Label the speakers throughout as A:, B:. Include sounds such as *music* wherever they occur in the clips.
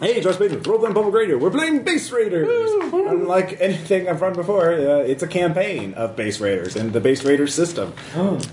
A: Hey, Josh Bateman, Roleplay Public Radio. We're playing Base Raiders. Unlike anything I've run before, uh, it's a campaign of Base Raiders and the Base Raiders system.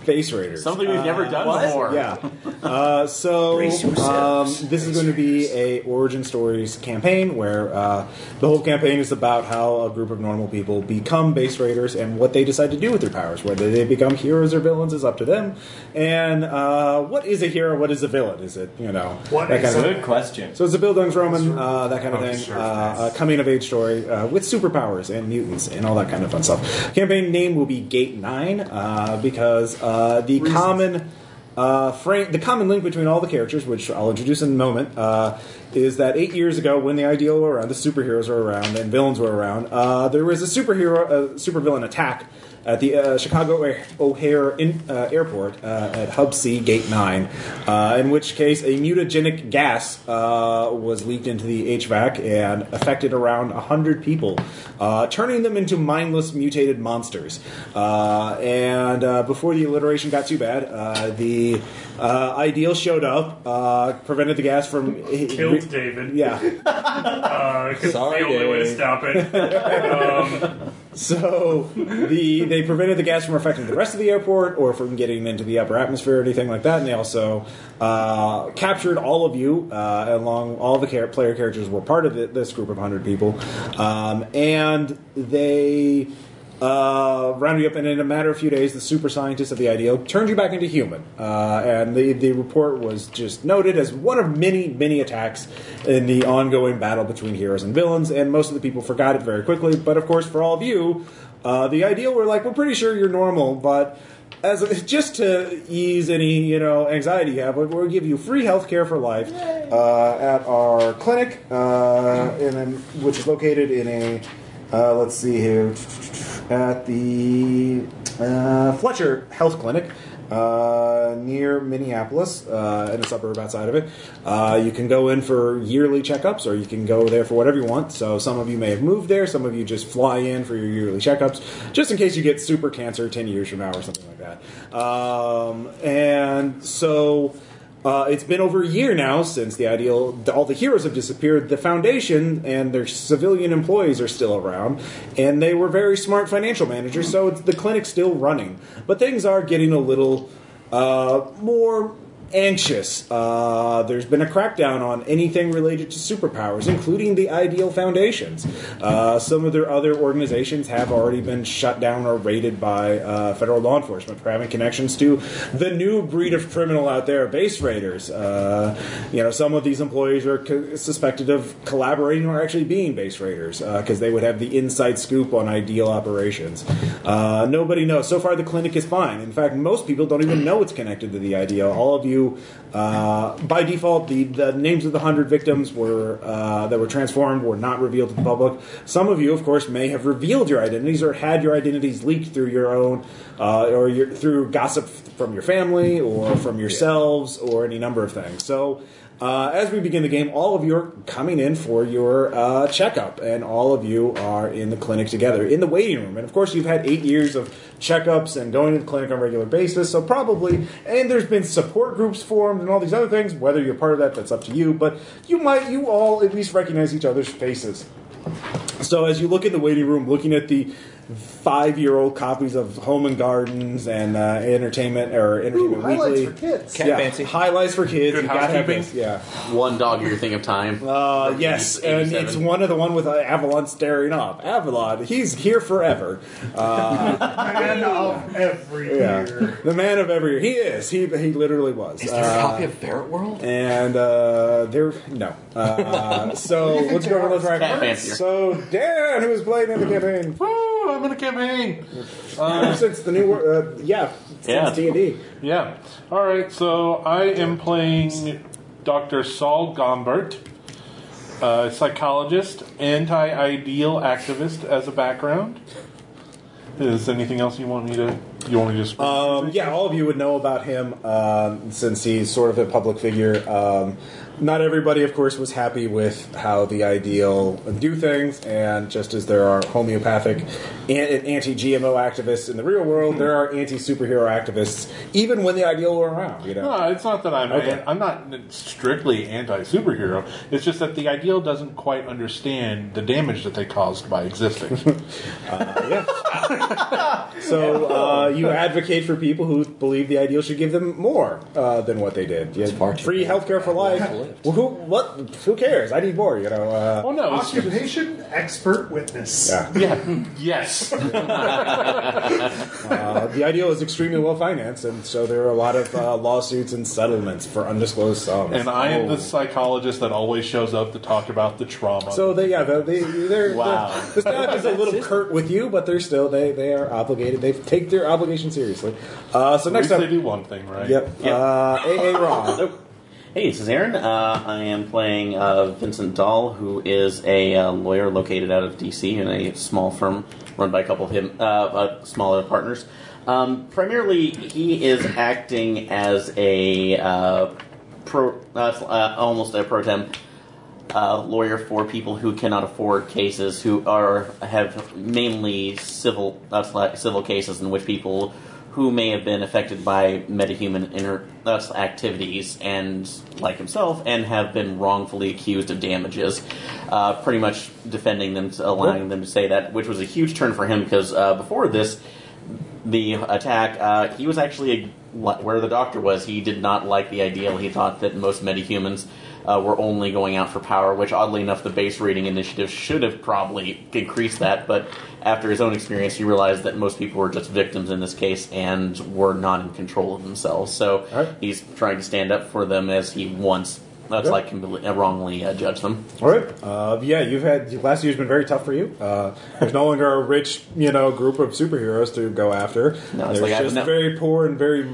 A: Base Raiders.
B: Something we've never done before.
A: Yeah. Uh, so
C: Brace
A: um,
C: yourselves.
A: this is going to be a origin stories campaign where uh, the whole campaign is about how a group of normal people become base raiders and what they decide to do with their powers. Whether they become heroes or villains is up to them. And uh, what is a hero? What is a villain? Is it you know
D: What
A: that
D: is
A: kind of
B: Good question.
A: so it's a Bildungs Roman, uh, that kind of
D: Oh,
A: thing,
D: sure,
A: uh,
D: nice.
A: a coming of age story uh, with superpowers and mutants and all that kind of fun stuff. Campaign name will be Gate Nine uh, because uh, the common uh, frame, the common link between all the characters, which I'll introduce in a moment, uh, is that eight years ago, when the ideal were around, the superheroes were around, and villains were around, uh, there was a superhero, uh, supervillain attack at the uh, Chicago O'Hare- O'Hare in, uh, Airport uh, at Hub C Gate 9, uh, in which case a mutagenic gas uh, was leaked into the HVAC and affected around 100 people, uh, turning them into mindless mutated monsters. Uh, and uh, before the alliteration got too bad, uh, the uh, ideal showed up, uh, prevented the gas from.
D: Killed David.
A: Yeah.
D: Because
E: Sorry,
D: the only way to
E: Dave.
D: stop it.
A: So the they prevented the gas from affecting the rest of the airport or from getting into the upper atmosphere or anything like that. And they also uh, captured all of you uh, along all the char- player characters were part of it, this group of hundred people, um, and they. Uh, rounded you up, and in a matter of few days, the super scientist of the ideal turned you back into human. Uh, and the, the report was just noted as one of many, many attacks in the ongoing battle between heroes and villains. And most of the people forgot it very quickly. But of course, for all of you, uh, the ideal were like, we're pretty sure you're normal, but as just to ease any you know anxiety you have, we'll give you free health care for life uh, at our clinic, uh, and then, which is located in a uh, let's see here at the uh, Fletcher Health Clinic. Uh, near Minneapolis, uh, in a suburb outside of it, uh, you can go in for yearly checkups, or you can go there for whatever you want. So some of you may have moved there, some of you just fly in for your yearly checkups, just in case you get super cancer ten years from now or something like that. Um, and so. Uh, it's been over a year now since the ideal. the- All the heroes have disappeared. The foundation and their civilian employees are still around, and they were very smart financial managers. So it's, the clinic's still running, but things are getting a little uh, more anxious. Uh, there's been a crackdown on anything related to superpowers, including the Ideal Foundations. Uh, some of their other organizations have already been shut down or raided by uh, federal law enforcement for having connections to the new breed of criminal out there, base raiders. Uh, you know, some of these employees are co- suspected of collaborating or actually being base raiders because they would have the inside scoop on Ideal operations. Uh, nobody knows. So far, the clinic is fine. In fact, most people don't even know it's connected to the IDL. All of you, uh, by default, the, the names of the hundred victims were uh, that were transformed were not revealed to the public. Some of you, of course, may have revealed your identities or had your identities leaked through your own uh, or your, through gossip from your family or from yourselves or any number of things. So. Uh, as we begin the game, all of you are coming in for your uh, checkup, and all of you are in the clinic together in the waiting room. And of course, you've had eight years of checkups and going to the clinic on a regular basis, so probably, and there's been support groups formed and all these other things. Whether you're part of that, that's up to you, but you might, you all at least recognize each other's faces. So as you look in the waiting room, looking at the five-year-old copies of Home and Gardens and uh, Entertainment or Entertainment Weekly,
F: highlights for kids.
E: Cat
A: yeah,
E: Fancy.
A: highlights for kids.
B: Good
A: you gotta have
B: housekeeping.
A: this, yeah.
C: One dog year thing of time.
A: Uh, yes, and
C: 87.
A: it's one of the one with uh, Avalon staring off. Avalon, he's here forever.
D: Man of every year.
A: the man of every year. He is. He he literally was. Uh,
C: Is there a copy of Ferret World?
A: and uh, there, no. Uh, so let's go over the track.
C: Cat fancier.
A: So Dan, who was playing in the campaign
B: Woo, I'm in a campaign.
A: ever since the new, wor- uh, yeah,
C: Yeah.
A: since D and D.
B: Yeah. All right. So I am playing Dr. Saul Gombert, uh, psychologist, anti-ideal activist as a background. Is anything else you want me to? You want me to just?
A: Um, yeah, all of you would know about him um, since he's sort of a public figure. Um, not everybody, of course, was happy with how the ideal do things, and just as there are homeopathic an- anti-GMO activists in the real world. There are anti-superhero activists, even when the ideal were around. You know,
B: No, it's not that I'm.
A: Okay.
B: I'm not strictly anti-superhero. It's just that the ideal doesn't quite understand the damage that they caused
A: *laughs*
B: by existing.
A: so uh, you advocate for people who believe the ideal should give them more uh, than what they did. Yeah,
C: far too
A: free
C: bad.
A: healthcare for life.
C: lived.
A: Well, who what? Who cares? I need more. You know. Uh,
B: oh no! It's just,
D: Occupation expert witness.
A: yeah.
B: yeah.
A: *laughs*
B: Yes.
A: Uh, the ideal is extremely well financed, and so there are a lot of uh, lawsuits and settlements for undisclosed sums.
E: uh,
B: And I am
A: Oh.
B: the psychologist that always shows up to talk about the trauma.
A: So they, yeah, they, they, they're,
B: Wow.
A: the staff is a little curt with you, but they're still they they are obligated. They take their obligation seriously. Uh, so
B: At least
A: next up,
B: they do one thing right.
A: yep,
E: Yep.
A: Uh, AA Ron.
E: Hey, this is Aaron. Uh, I am playing uh, Vincent Dahl, who is a uh, lawyer located out of D.C. in a small firm run by a couple of him, uh, uh, smaller partners. Um, primarily, he is acting as a uh, pro, uh, uh, almost a pro tem uh, lawyer for people who cannot afford cases who are have mainly civil uh, sla- civil cases in which people who may have been affected by metahuman inter- uh, activities and like himself and have been wrongfully accused of damages uh, pretty much defending them allowing them to say that which was a huge turn for him because uh, before this the attack, uh, he was actually where the doctor was. He did not like the ideal. He thought that most metahumans uh, were only going out for power, which oddly enough, the base rating initiative should have probably increased that. But after his own experience, he realized that most people were just victims in this case and were not in control of themselves. So
A: All right.
E: he's trying to stand up for them as he once. That's
A: Yeah.
E: like completely- uh, wrongly uh, judged them.
A: All right. Uh, yeah, you've had last year's been very tough for you. Uh, there's no longer a rich, you know, group of superheroes to go after.
E: No, it's
A: there's
E: like I-
A: just
E: no.
A: very poor and very,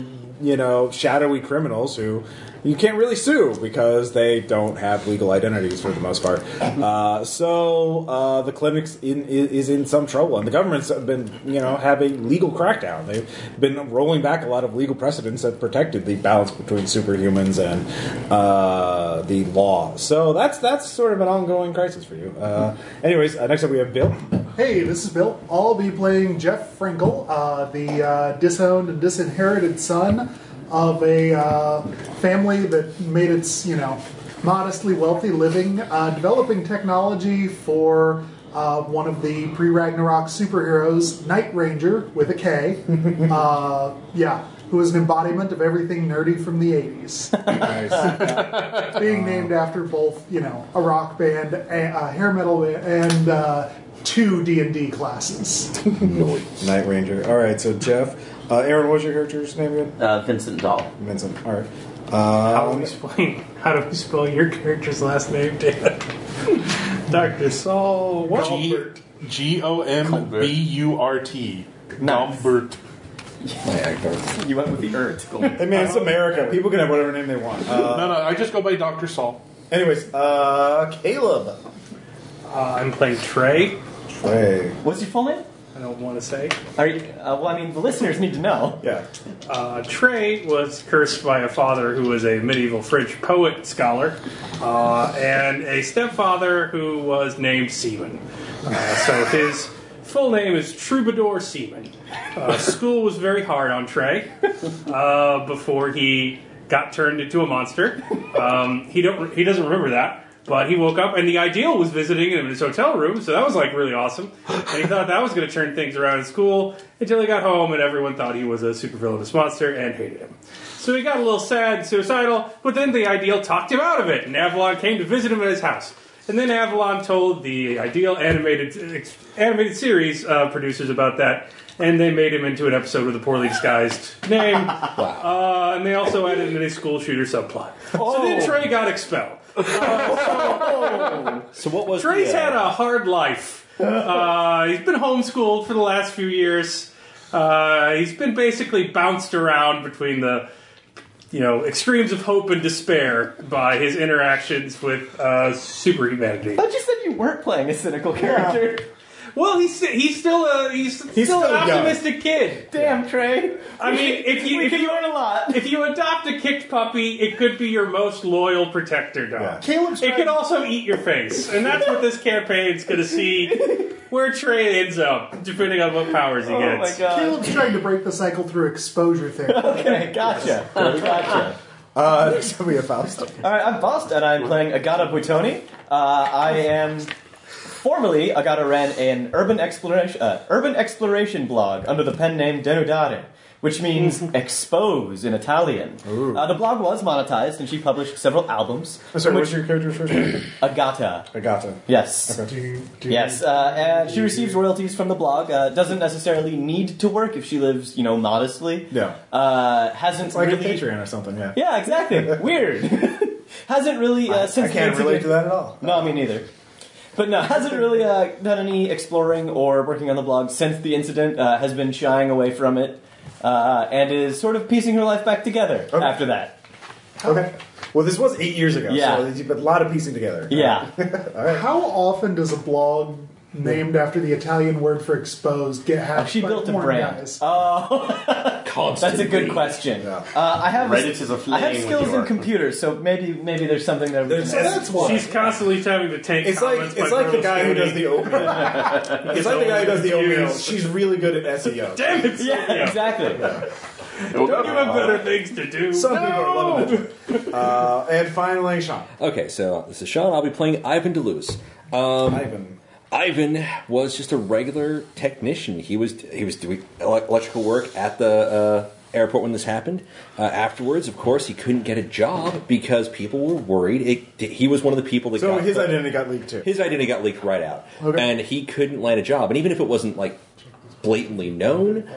A: you know, shadowy criminals who you can't really sue because they don't have legal identities for the most part. Uh, so uh, the clinics in, i- is in some trouble, and the government's been, you know, having legal crackdown. They've been rolling back a lot of legal precedents that protected the balance between superhumans and uh, the law. So that's that's sort of an ongoing crisis for you. Uh, anyways, uh, next up we have Bill.
D: Hey, this is Bill. I'll be playing Jeff Frankel, uh, the uh, disowned and disinherited son of a uh, family that made its, you know, modestly wealthy living uh, developing technology for uh, one of the pre Ragnarok superheroes, Night Ranger with a K. uh, yeah. Who is an embodiment of everything nerdy from the 80s,
F: Uh,
D: being named after both, you know, a rock band, a, a hair metal, ba- and uh, two D and D classes.
A: Night Ranger. All right, so Jeff, uh, Aaron, what was your character's name again?
E: Uh, Vincent Dahl.
A: Vincent. All right.
F: How do
A: Um,
F: we spell, how do we spell your character's last name, *laughs* David? Dr. Saul. What?
B: G G O M B U R T. Numbert.
C: You went with the Earth.
A: hey man, it's America. People can have whatever name they want. Uh,
B: No, no, I just go by Dr. Saul.
A: anyways, uh, Caleb.
F: Uh, I'm playing Trey.
A: Hey.
G: What's your full name?
F: I don't want to say.
G: Are you, uh, well, I mean, the listeners need to know.
A: Yeah.
F: Uh, Trey was cursed by a father who was a medieval French poet scholar, uh, and a stepfather who was named Seaman. Uh, so his full name is Troubadour Seaman. Uh, school was very hard on Trey uh, before he got turned into a monster. Um, he don't he doesn't remember that. But he woke up, and the ideal was visiting him in his hotel room, so that was like really awesome. And he thought that was going to turn things around in school until he got home, and everyone thought he was a super villainous monster and hated him. So he got a little sad and suicidal, but then the ideal talked him out of it, and Avalon came to visit him at his house. And then Avalon told the ideal animated ex- animated series uh, producers about that, and they made him into an episode with a poorly disguised name. Uh, and they also added in a school shooter subplot. So then Trey got expelled.
G: So what was
F: Trey's
G: the, uh,
F: had a
A: *laughs*
F: hard life. Uh, he's been homeschooled for the last few years. Uh, he's been basically bounced around between the you know extremes of hope and despair by his interactions with uh, super humanity.
G: But you said you weren't playing a cynical character.
F: Well, he's st- he's still a he's, still an
A: still young.
F: optimistic kid.
G: Damn, Trey.
F: I mean, if you
G: We
F: if
G: can
F: you
G: learn a lot.
F: if you adopt a kicked puppy, it could be your most loyal protector dog.
A: Yeah.
D: Caleb's
F: It
D: trying-
F: could also eat your face, and that's what this campaign's going to see where Trey ends up, depending on what powers he
G: Oh my
F: gets.
G: god.
D: Caleb's trying to break the cycle through exposure therapy.
G: Okay, gotcha. Gotcha.
A: Uh,
D: *laughs*
A: next up we have Faust.
G: All right, I'm Faust, and I'm playing Agata Butoni. Uh, I am formerly Agata ran an urban exploration uh, urban exploration blog under the pen name Denudare, which means
F: Mm-hmm.
G: expose in Italian. Uh, the blog was monetized, and she published several albums.
A: I'm sorry,
G: which-
A: what's your character's first name?
G: Agata.
A: Agata.
G: Yes.
A: Okay.
D: Do you, do you-
G: Yes, uh, and she receives royalties from the blog. Uh, doesn't necessarily need to work if she lives, you know, modestly.
A: Yeah.
G: Uh, hasn't
A: It's like
G: really.
A: a Patreon or something, yeah.
G: Yeah,
A: *laughs*
G: exactly. Weird. *laughs* hasn't really uh,
A: I
G: since
A: can't
G: the
A: relate to that at all.
G: No, me neither. But no, *laughs* hasn't really uh, done any exploring or working on the blog since the incident. Uh, has been shying away from it, uh, and is sort of piecing her life back together
A: Okay.
G: after that.
A: Okay. Well, this was eight years ago,
G: Yeah.
A: so there's been a lot of piecing together.
G: Yeah.
D: How often does a blog named after the Italian word for exposed get hacked?
G: she
D: by
G: built a
D: porn
G: brand. Oh.
D: guys?
G: *laughs* That's a good question.
A: Yeah.
G: Uh, I have
E: Reddit is aflame
G: I have
E: with
G: skills in
E: your-
G: computers, so maybe maybe there's something there. we
A: There's-
G: can-
D: That's why.
F: She's constantly having to take
A: It's like
F: comments by
A: it's like the
F: Bruno
A: guy who does
F: Scotty.
A: the oatmeal. *laughs* it's like the guy who does the oatmeal. She's really good at E SEO.
F: Damn it!
G: Yeah,
F: Sophia.
G: exactly.
B: Oh,
F: You have better things to do.
A: Some people are loving it. Uh, and finally, Sean.
H: Okay, so this is Sean. I'll be playing Ivan Deleuze. Um,
A: Ivan.
H: Ivan was just a regular technician. He was he was doing ele- electrical work at the uh, airport when this happened. Uh, afterwards, of course, he couldn't get a job because people were worried. It, he was one of the people that
A: So
H: got
A: his identity got leaked too.
H: his identity got leaked right out,
D: Okay.
H: and he couldn't land a job. And even if it wasn't like blatantly known,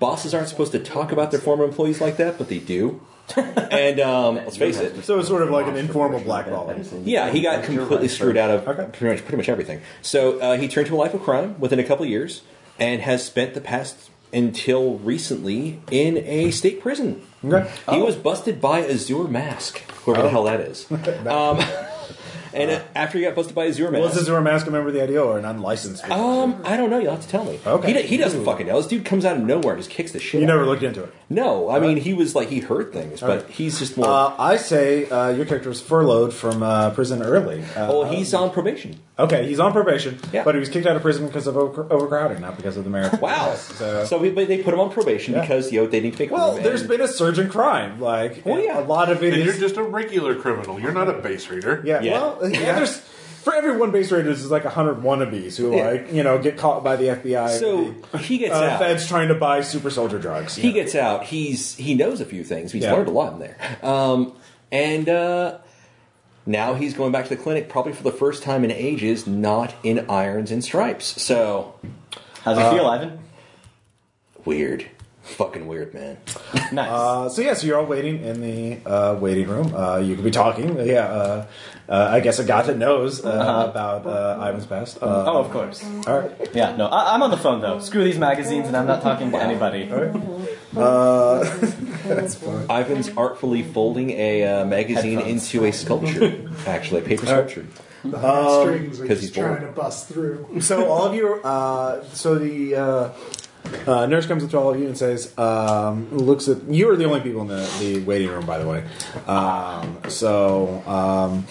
H: bosses aren't supposed to talk about their former employees like that, but they do. *laughs* and um, let's face it,
A: So it's sort of like an informal blackballing.
H: yeah, he got completely screwed out of
A: Okay.
H: pretty much pretty much everything. So uh, he turned to a life of crime within a couple of years, and has spent the past until recently in a state prison.
A: Okay. Oh.
H: He was busted by Azure Mask, whoever the hell
A: *laughs*
H: that is. um, and uh, after he got busted by Azure Mask,
A: Was this a mask member of the IDO or an unlicensed? person?
H: um, I don't know. You'll have to tell me.
A: Okay.
H: He, d- he doesn't fucking know. This dude comes out of nowhere and just kicks the
A: you
H: shit. out of
A: never
H: him.
A: looked into it.
H: No, I mean he was like he heard things, but he's just more.
A: Uh, I say uh, your character was furloughed from uh, prison early. Uh,
H: oh, he's on probation.
A: okay. He's on probation,
H: Oh. Yeah.
A: but he was kicked out of prison because of over- overcrowding, not because of the merit.
H: Wow.
A: So,
H: So we, but they put him on probation
A: Yeah.
H: because you know they need to make
A: well,
H: room
A: there's
H: and-
A: been a surge in crime. Like,
H: Well, Oh, yeah.
A: a lot of it
B: Then you're
A: is
B: just a regular criminal. You're not a base reader.
A: Yeah,
H: Yeah. *laughs*
A: well, yeah, there's for every one base raiders there's like hundred wannabes who
H: Yeah.
A: like you know get caught by the FBI.
H: So he
A: the,
H: gets
A: uh,
H: out.
A: feds trying to buy super soldier drugs.
H: he gets out. He's he knows a few things. He's
A: Yeah.
H: learned a lot in there. Um, and uh, now he's going back to the clinic, probably for the first time in ages, not in irons and stripes. So
G: How's it feel, Ivan?
H: weird, fucking weird, man.
G: Nice.
A: Uh, so yeah, so you're all waiting in the uh, waiting room. Uh, you could be talking. Yeah, uh, uh, I guess a guy that knows uh,
H: Uh-huh.
A: about uh, Ivan's past. Uh,
G: oh, of course.
A: all right.
G: Yeah, no, I- I'm on the phone though. Screw these magazines, and I'm not talking to anybody.
H: Ivan's artfully folding a uh, magazine into a sculpture, actually a
A: Uh,
H: paper sculpture.
D: The hamstrings are
H: Um, 'cause
D: just
H: he's
D: trying
H: bored.
D: to bust through.
A: So all of you. Uh, so the. Uh, uh, nurse comes up to all of you and says, um, "Looks at you are the only people in the, the waiting room, by the way. Um, so um,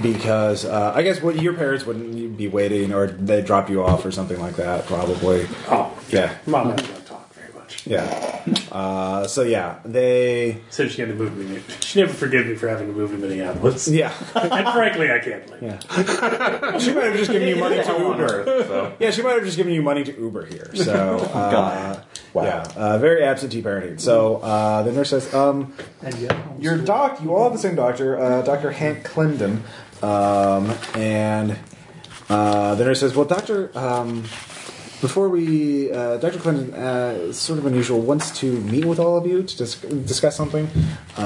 A: because uh, I guess what your parents wouldn't be waiting, or they drop you off or something like that, probably.
F: Oh,
A: Yeah,
F: Mom doesn't talk very much.
A: yeah. Uh, so yeah, they
F: So she had to move to Minneapolis. She never forgave me for having to move to
A: *laughs*
F: Minneapolis.
A: yeah.
F: and frankly, I can't blame her.
A: she might have just given you money to
G: *laughs*
A: Uber. Yeah, she might have just given you money to Uber here.
G: *laughs*
A: So uh,
H: Wow.
A: yeah, uh, very absentee parenting. So uh, the nurse says, um,
D: And yet,
A: Your doc, you all have the same doctor, uh, Dr. Hank Clendon. Um, and uh, the nurse says, Well, Dr. Um, before we, uh, Dr. Clendon, uh, it's sort of unusual, wants to meet with all of you to dis- discuss something.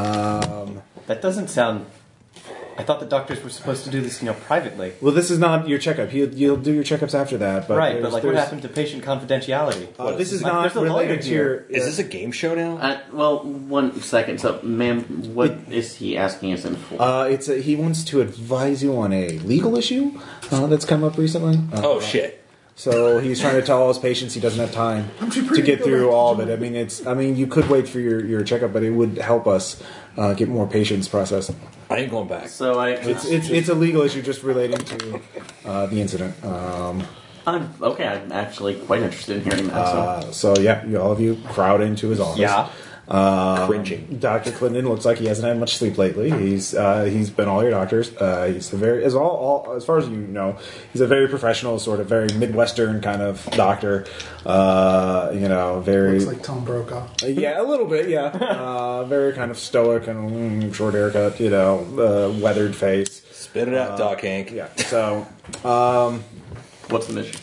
A: Um,
G: That doesn't sound. I thought the doctors were supposed to do this, you know, privately.
A: well, this is not your checkup. You, you'll do your checkups after that. But
G: right, but
A: there's-
G: like, what
A: there's-
G: happened to patient confidentiality?
A: Uh, this is
G: Like,
A: not
G: there's a lawyer
A: related to your.
G: here.
H: Is this a game show now?
E: Uh, well, one second. So, ma'am, what is he asking us in for?
A: Uh, it's a, he wants to advise you on a legal issue uh, that's come up recently. Uh,
H: oh shit.
A: So he's trying to tell all his patients he doesn't have time to get through all of it. I mean, it's I mean you could wait for your, your checkup, but it would help us uh, get more patients processed.
H: I ain't going back.
E: So I,
A: It's it's it's a legal issue just relating to uh, the incident. Um,
E: I'm okay. I'm actually quite interested in hearing that. So.
A: uh, so yeah, you, all of you crowd into his office.
G: Yeah.
A: Uh,
H: Cringing.
A: Dr. Clinton looks like he hasn't had much sleep lately. He's uh, he's been all your doctors. Uh, he's a very as all, all as far as you know, he's a very professional, sort of very midwestern kind of doctor. Uh, you know, very
D: Looks like Tom Brokaw.
A: yeah, a little bit,
D: *laughs*
A: yeah. Uh, very kind of stoic and mm, short haircut, you know, uh, weathered face.
H: Spit it
A: Uh,
H: out, Doc Hank.
A: Yeah. So
E: What's the mission?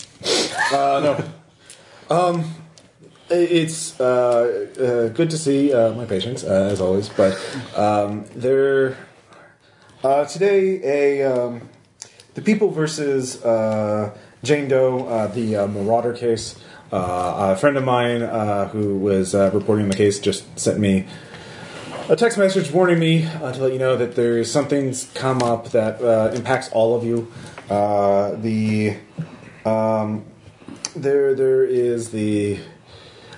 A: It's uh, uh, good to see uh, my patients, uh, as always, but um, they're uh, today a um, the people versus uh, Jane Doe, uh, the uh, Marauder case. Uh, a friend of mine uh, who was uh, reporting the case just sent me a text message warning me uh, to let you know that there's something's come up that uh, impacts all of you. Uh, the um, there there is the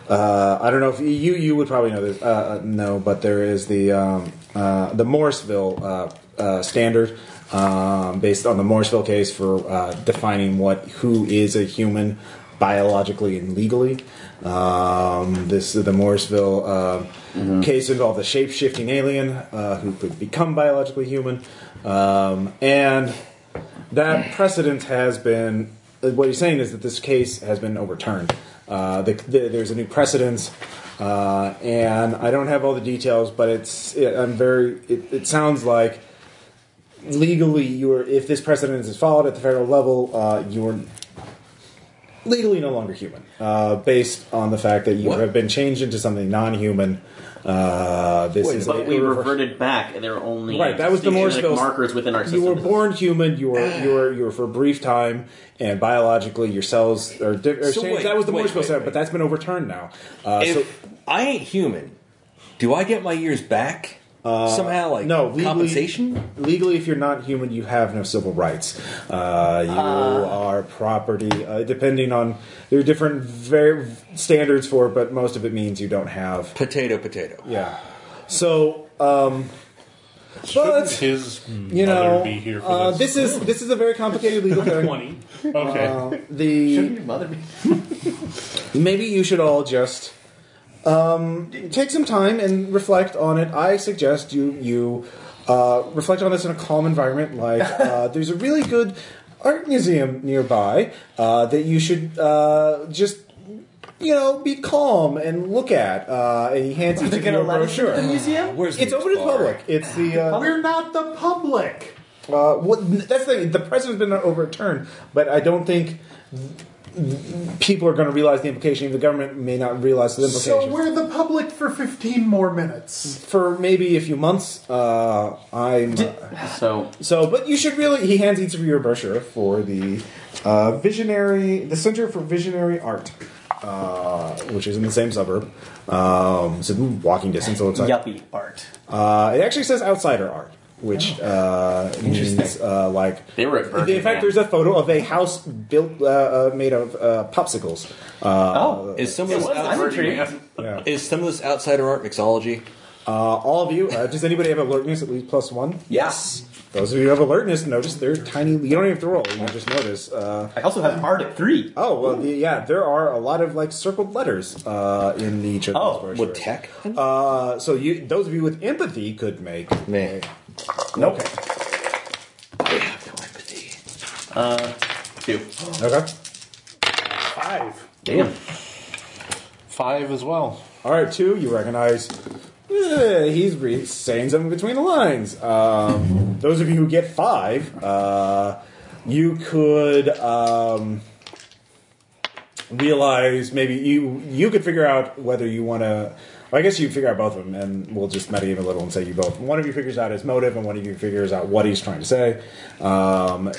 A: uh, I don't know if you you would probably know this. Uh, uh, no, but there is the um, uh, the Morrisville uh, uh, standard um, based on the Morrisville case for uh, defining what who is a human biologically and legally. Um, this the Morrisville uh, case involved a shape shifting alien uh, who could become biologically human, um, and that precedent has been what he's saying is that this case has been overturned. Uh, the, the, there's a new precedent, uh, and I don't have all the details, but it's it, I'm very. It, it sounds like legally you are if this precedent is followed at the federal level, uh, you're legally no longer human, uh, based on the fact that you
H: What?
A: have been changed into something non-human. Uh, this is a-
E: But we reverted back, and there are only
A: Right, that was the Morse
E: genetic
A: bill.
E: markers within our system.
A: You were born human. You were you were you were for a brief time, and biologically your cells are, di- are
H: So
A: changed.
H: wait,
A: that was the
H: wait,
A: Morse bill
H: wait,
A: set,
H: wait.
A: but that's been overturned now. Uh, so,
H: If I ain't human, do I get my years back somehow? Like
A: no legally,
H: compensation?
A: Legally, if you're not human, you have no civil rights. Uh, you are property. Uh, depending on there are different very standards for it, but most of it means you don't have.
H: Potato, potato.
A: Yeah. So. Um,
B: Shouldn't
A: but
B: his
A: you
B: mother
A: know,
B: be here for
A: uh,
B: this?
A: this is this is a very complicated
H: *laughs*
A: legal thing.
F: Twenty.
B: okay.
A: Uh, the
E: Shouldn't your mother be?
A: *laughs* maybe you should all just um, take some time and reflect on it. I suggest you you uh, reflect on this in a calm environment. Like uh,
G: *laughs*
A: there's a really good art museum nearby uh, that you should uh, just. You know, be calm and look at. Uh, and he hands each
G: They're
A: of you a
G: gonna let us into the
A: brochure.
G: museum?
H: Where's the
A: It's open to the
H: explorer?
A: public. It's the uh,
D: We're not the public.
A: uh, what, that's the thing. The precedent's been overturned, but I don't think people are going to realize the implication. The government may not realize the implication.
D: So we're the public for 15 more minutes.
A: for maybe a few months, uh, I'm uh,
E: So
A: so. But you should really. He hands each of you a brochure for the uh, visionary, the Center for Visionary Art, uh, which is in the same suburb. Um, it's a walking distance. It looks like.
G: Yuppie art.
A: Uh, it actually says outsider art, which uh, means uh, like
E: They were at
A: In
E: Burning
A: fact,
E: Man.
A: there's a photo of a house built uh, uh, made of uh, popsicles. Uh,
G: Oh,
H: Is some of
E: it
H: this
E: was the
H: out-
E: Burning Man.
A: yeah.
H: is some of this outsider art mixology?
A: uh, all of you, uh, does anybody have alertness at least plus one?
H: Yes.
A: Those of you who have alertness notice they're tiny. You don't even have to roll. You just notice. Uh,
G: I also have art at three.
A: oh well, the, yeah, there are a lot of like circled letters uh, in the children's
G: Oh,
A: brochure.
H: With tech?
A: Uh, so you, those of you with empathy, could make.
H: Man.
A: Nope.
H: I have no empathy.
E: Two.
A: Okay.
F: Five.
E: Damn.
B: Five as well.
A: All right, two, you recognize eh, he's re- saying something between the lines. Um, those of you who get five, uh, you could um, realize maybe you you could figure out whether you want to. I guess you figure out both of them, and we'll just medieval a little and say you both. One of you figures out his motive, and one of you figures out what he's trying to say. Um,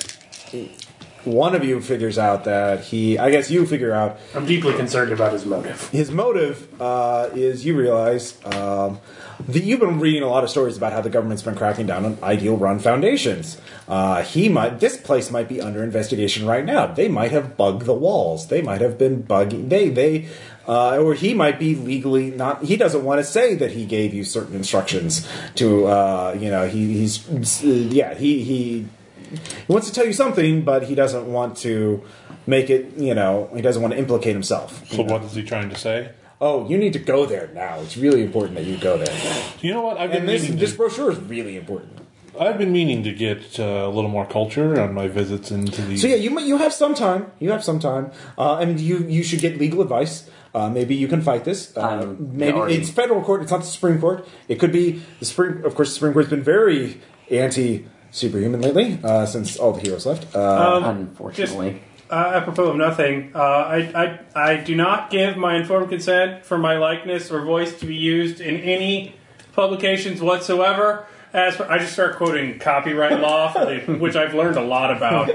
A: one of you figures out that he, I guess you figure out
F: I'm deeply concerned about his motive.
A: his motive uh, is you realize um, that you've been reading a lot of stories about how the government's been cracking down on ideal run foundations. Uh, he might this place might be under investigation right now. They might have bugged the walls. They might have been bugging. They they. Uh, or he might be legally not. He doesn't want to say that he gave you certain instructions to, uh, you know, he, he's, yeah, he, he he wants to tell you something, but he doesn't want to make it, you know, he doesn't want to implicate himself.
B: So what is he trying to say?
A: Oh, you need to go there now. It's really important that you go there.
B: You know what? I've been
A: And this,
B: meaning
A: this
B: to,
A: brochure is really important.
B: I've been meaning to get uh, a little more culture on my visits into the.
A: So yeah, you might- you have some time. You have some time, uh, and you you should get legal advice. Uh, maybe you can fight this. Uh,
E: Um,
A: maybe
E: already-
A: it's federal court. It's not the Supreme Court. It could be the Supreme. Of course, the Supreme Court's been very anti superhuman lately uh, since all the heroes left. Uh,
E: Unfortunately.
F: Uh, apropos of nothing, uh, I, I, I do not give my informed consent for my likeness or voice to be used in any publications whatsoever. As for, I just start quoting copyright law, *laughs* for the, which I've learned a lot about,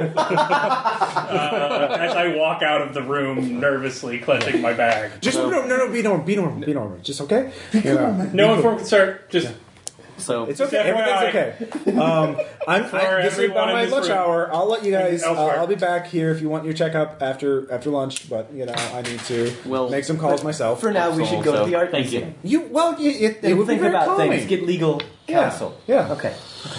F: *laughs* uh, as I walk out of the room nervously clenching my bag.
A: just no, no, no, be normal, be normal, be normal. Just okay. You know.
F: No informed consent, just
E: so
A: It's okay.
F: Just
A: Everything's okay. Um, I'm, I,
F: *laughs* For
A: this is
F: everyone
A: about
F: in
A: my
F: this
A: lunch
F: room.
A: hour. I'll let you guys. Uh,
F: Elsewhere.
A: I'll be back here if you want your checkup after after lunch. But you know, I need to
E: Well,
A: make some calls myself.
G: For now, we should go to the art
E: Thank
G: museum.
A: You well, you, it, it
G: And
A: would
G: think
A: be very
G: about
A: calming.
G: things. Get legal
A: Yeah,
G: counsel.
A: yeah.
G: Okay.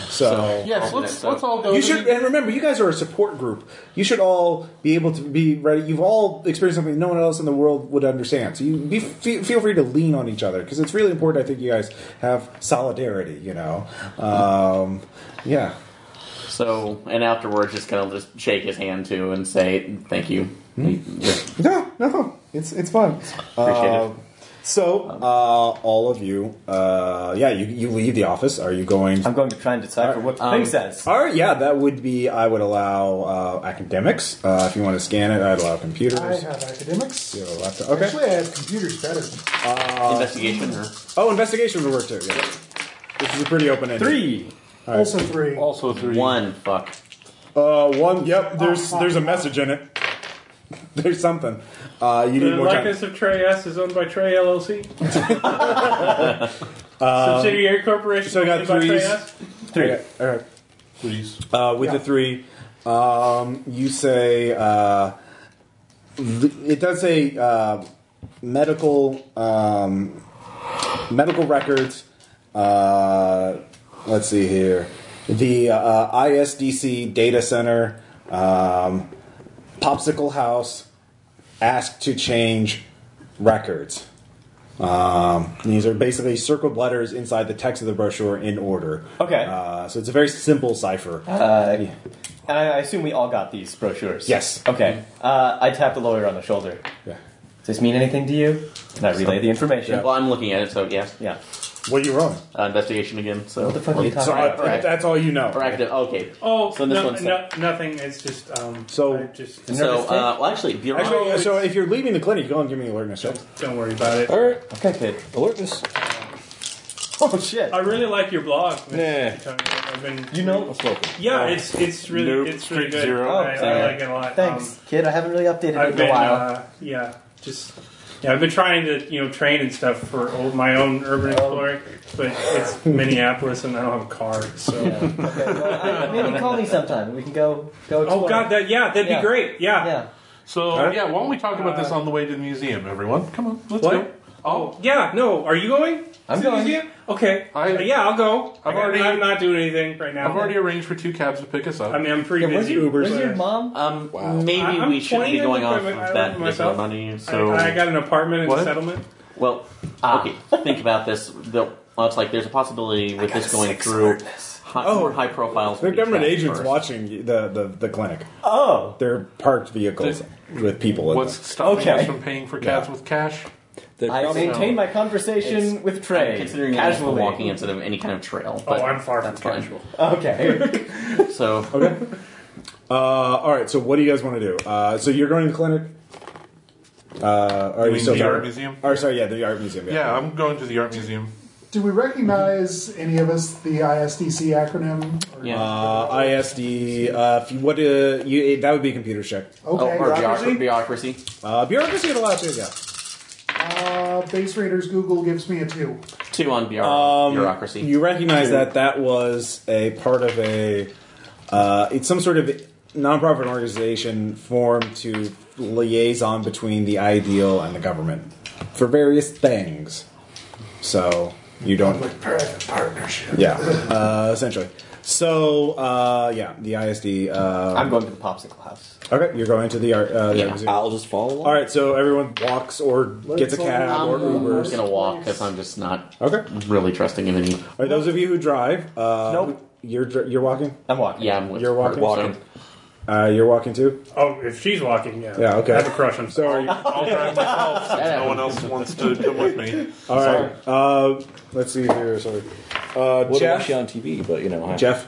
A: so.
B: Yes, let's, let's all go.
A: You
B: to
A: should,
B: the-
A: and remember, you guys are a support group. You should all be able to be ready. You've all experienced something no one else in the world would understand. So you be, fe- feel free to lean on each other because it's really important. I think you guys have solidarity. You know, um, yeah.
E: so and afterwards just kind of just shake his hand too and say thank you.
A: Hmm?
E: Just
A: No, no, it's it's fun.
E: appreciate it.
A: Um, so, uh, all of you, uh, yeah, you, you leave the office. Are you going?
G: I'm going to try and decipher what the
E: Um,
G: thing says.
A: All right, yeah, that would be. I would allow uh, academics uh, if you want to scan it. I'd allow computers.
D: I have academics.
A: You have a laptop. Okay.
D: Actually, I have computers better.
E: investigation or
A: Oh, investigation would work too. Yeah. This is a pretty open ended.
G: Three.
D: Also three.
B: also three.
E: one fuck.
A: Uh, one. Yep. There's there's a message in it. *laughs* There's something. Uh, you
F: the
A: need more time.
F: likeness of Trey S is owned by
A: *laughs*
F: Trey LLC, subsidiary corporation.
A: so I got
F: owned by Trey
A: threes.
F: S.
A: Three. All right.
B: Please.
A: Uh, with the three, um, you say uh, th- it does say uh, medical um, medical records. Uh, let's see here, the uh, ISDC data center, um, Popsicle House, asked to change records. Um, these are basically circled letters inside the text of the brochure in order.
G: Okay.
A: Uh, so it's a very simple cipher.
G: Uh, and I I assume we all got these brochures.
A: Yes.
G: Okay. Uh, I tap the lawyer on the shoulder.
A: Yeah.
G: Does this mean anything to you? Can I relay the information?
E: Well, I'm looking at it, so yeah.
G: Yeah.
A: What are you rolling?
E: Uh, investigation again. So what
G: the fuck are you talking
A: So
G: All right,
A: I-
E: all right.
A: that's all you know.
E: Or active. Okay.
F: Oh,
E: So this
F: no,
E: one's-
F: no, nothing. It's just um.
A: So-
F: I just
E: So uh, well, actually, bureau-
A: Actually, uh, so if you're leaving the clinic, go and give me an alertness check.
F: don't worry about it.
H: All right,
G: Okay, kid.
H: alertness.
G: Oh, shit.
F: I really like your blog.
H: Yeah.
F: Mr. Tony. I've been,
G: You know.
F: yeah, it's it's really
B: Nope,
F: it's really
B: straight
F: good.
B: zero.
F: I, I
G: Oh,
F: like it a lot.
G: Thanks, kid. I haven't really
F: Um,
G: updated it
F: I've
G: in a
F: been
G: while.
F: uh, yeah, just yeah, I've been trying to you know train and stuff for old, my own urban
G: Oh.
F: exploring, but
G: *laughs*
F: it's Minneapolis and I don't have a car, so.
G: okay, well, I, maybe call me sometime. We can go go. Explore.
F: Oh God! That yeah, that'd
G: Yeah.
F: be great. Yeah,
G: Yeah.
B: So
A: Huh?
B: yeah, why don't we talk about this
D: Uh,
B: on the way to the museum, everyone? Come on, let's
F: What?
B: go. Oh,
F: Yeah, No, are you going?
G: I'm
F: to the
G: going.
F: museum? Okay. Uh,
B: I-
F: yeah, I'll go.
B: I've
F: Okay,
B: already-
F: I'm not doing anything right now.
B: I've already arranged for two cabs to pick us up.
F: I mean, I'm pretty
G: Yeah, where's
F: busy.
G: your,
A: Uber's
G: where's your
A: there.
G: mom?
E: um,
H: Wow.
E: maybe
F: I- I'm
E: we shouldn't be going
F: pointing at
E: off
F: the equipment.
E: of
F: I
E: that
F: don't
E: particular
F: myself.
E: money. So
F: I, I got an apartment in
B: What?
F: a settlement.
E: Well, okay. Think about this. The, well, it's like there's a possibility with this going through high,
A: Oh.
E: more high profiles.
A: The government agents
E: first.
A: watching the, the, the clinic.
G: Oh,
A: They're parked vehicles with people in
B: What's
A: them.
B: stopping
G: Okay.
B: us from paying for cabs
A: Yeah.
B: with cash?
H: They're
G: I
H: probably-
G: maintain my conversation
E: It's-
G: with
E: I'm
G: Trey.
E: considering it as
G: casually
E: walking instead of any kind of trail.
F: Oh,
E: But
F: I'm far from
E: that's fine.
F: casual.
G: Okay.
E: So
F: *laughs*
A: Uh, all right, so what do you guys want to do? Uh, so you're going to the clinic? Uh, are
B: You
A: you
B: mean
A: still
B: the
A: there?
B: art museum?
A: Or, sorry, yeah, the art museum.
B: Yeah, I'm going to the art museum.
D: Do we recognize any of us the ISDC acronym? Or-
E: Yeah.
A: Uh, ISD. Uh, if you, what? Uh, you, that would be a computer check.
D: Okay.
E: oh, or
D: bureaucracy.
E: bureaucracy. bureaucracy.
A: Uh, bureaucracy would allow you. Yeah.
D: Uh, base Raiders Google gives me a two.
E: Two on bureau-
A: Um,
E: bureaucracy.
A: You recognize that that was a part of a. Uh, it's some sort of nonprofit organization formed to liaison between the ideal and the government for various things. So you don't.
D: Private partnership.
A: Yeah, uh, essentially. So uh, yeah, the ISD. Uh,
G: I'm going to the popsicle house.
A: okay, you're going to the art. Uh, the
E: Yeah,
A: art museum.
H: I'll just follow along.
A: All right, so everyone walks or gets a
D: Let's
A: cab or
D: all-
A: Ubers.
E: I'm just gonna walk because I'm just not
A: Okay.
E: really trusting in any.
A: All right, those of you who drive, uh,
G: Nope.
A: you're dr- you're walking.
G: I'm walking.
E: Yeah, I'm with
A: You're walking?
E: so-
H: Walking.
A: Uh, you're walking too.
F: Oh, if she's walking, yeah.
A: Yeah, okay.
F: I have a crush on.
A: So are you?
B: I'll drive myself since
E: Yeah.
B: no one else wants to come with me.
A: All right. Uh, let's see here. Sorry, uh,
H: We'll watch
A: Jeff.
H: you on TV, but you know, I-
A: Jeff.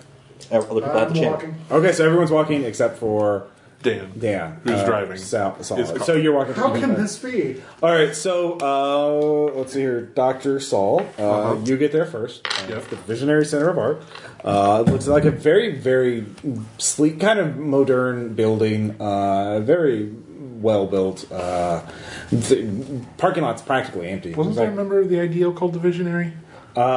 H: I look at
D: Uh, I'm
H: the chat.
D: walking.
A: Okay, so everyone's walking except for
B: Dan.
A: Dan,
B: Who's
A: uh,
B: driving.
A: Sal, Saul.
B: His car.
A: So you're walking.
D: How can this be?
A: All right. So uh, let's see here, Doctor Saul. Uh,
D: Uh-huh.
A: You get there first. Uh,
B: Yep.
A: it's The Visionary Center of Art. Uh, it looks like a very, very sleek, kind of modern building. Uh, very well built. Uh, the parking lot's practically empty.
B: Wasn't
A: There's
B: there a member of the ideal called the Visionary?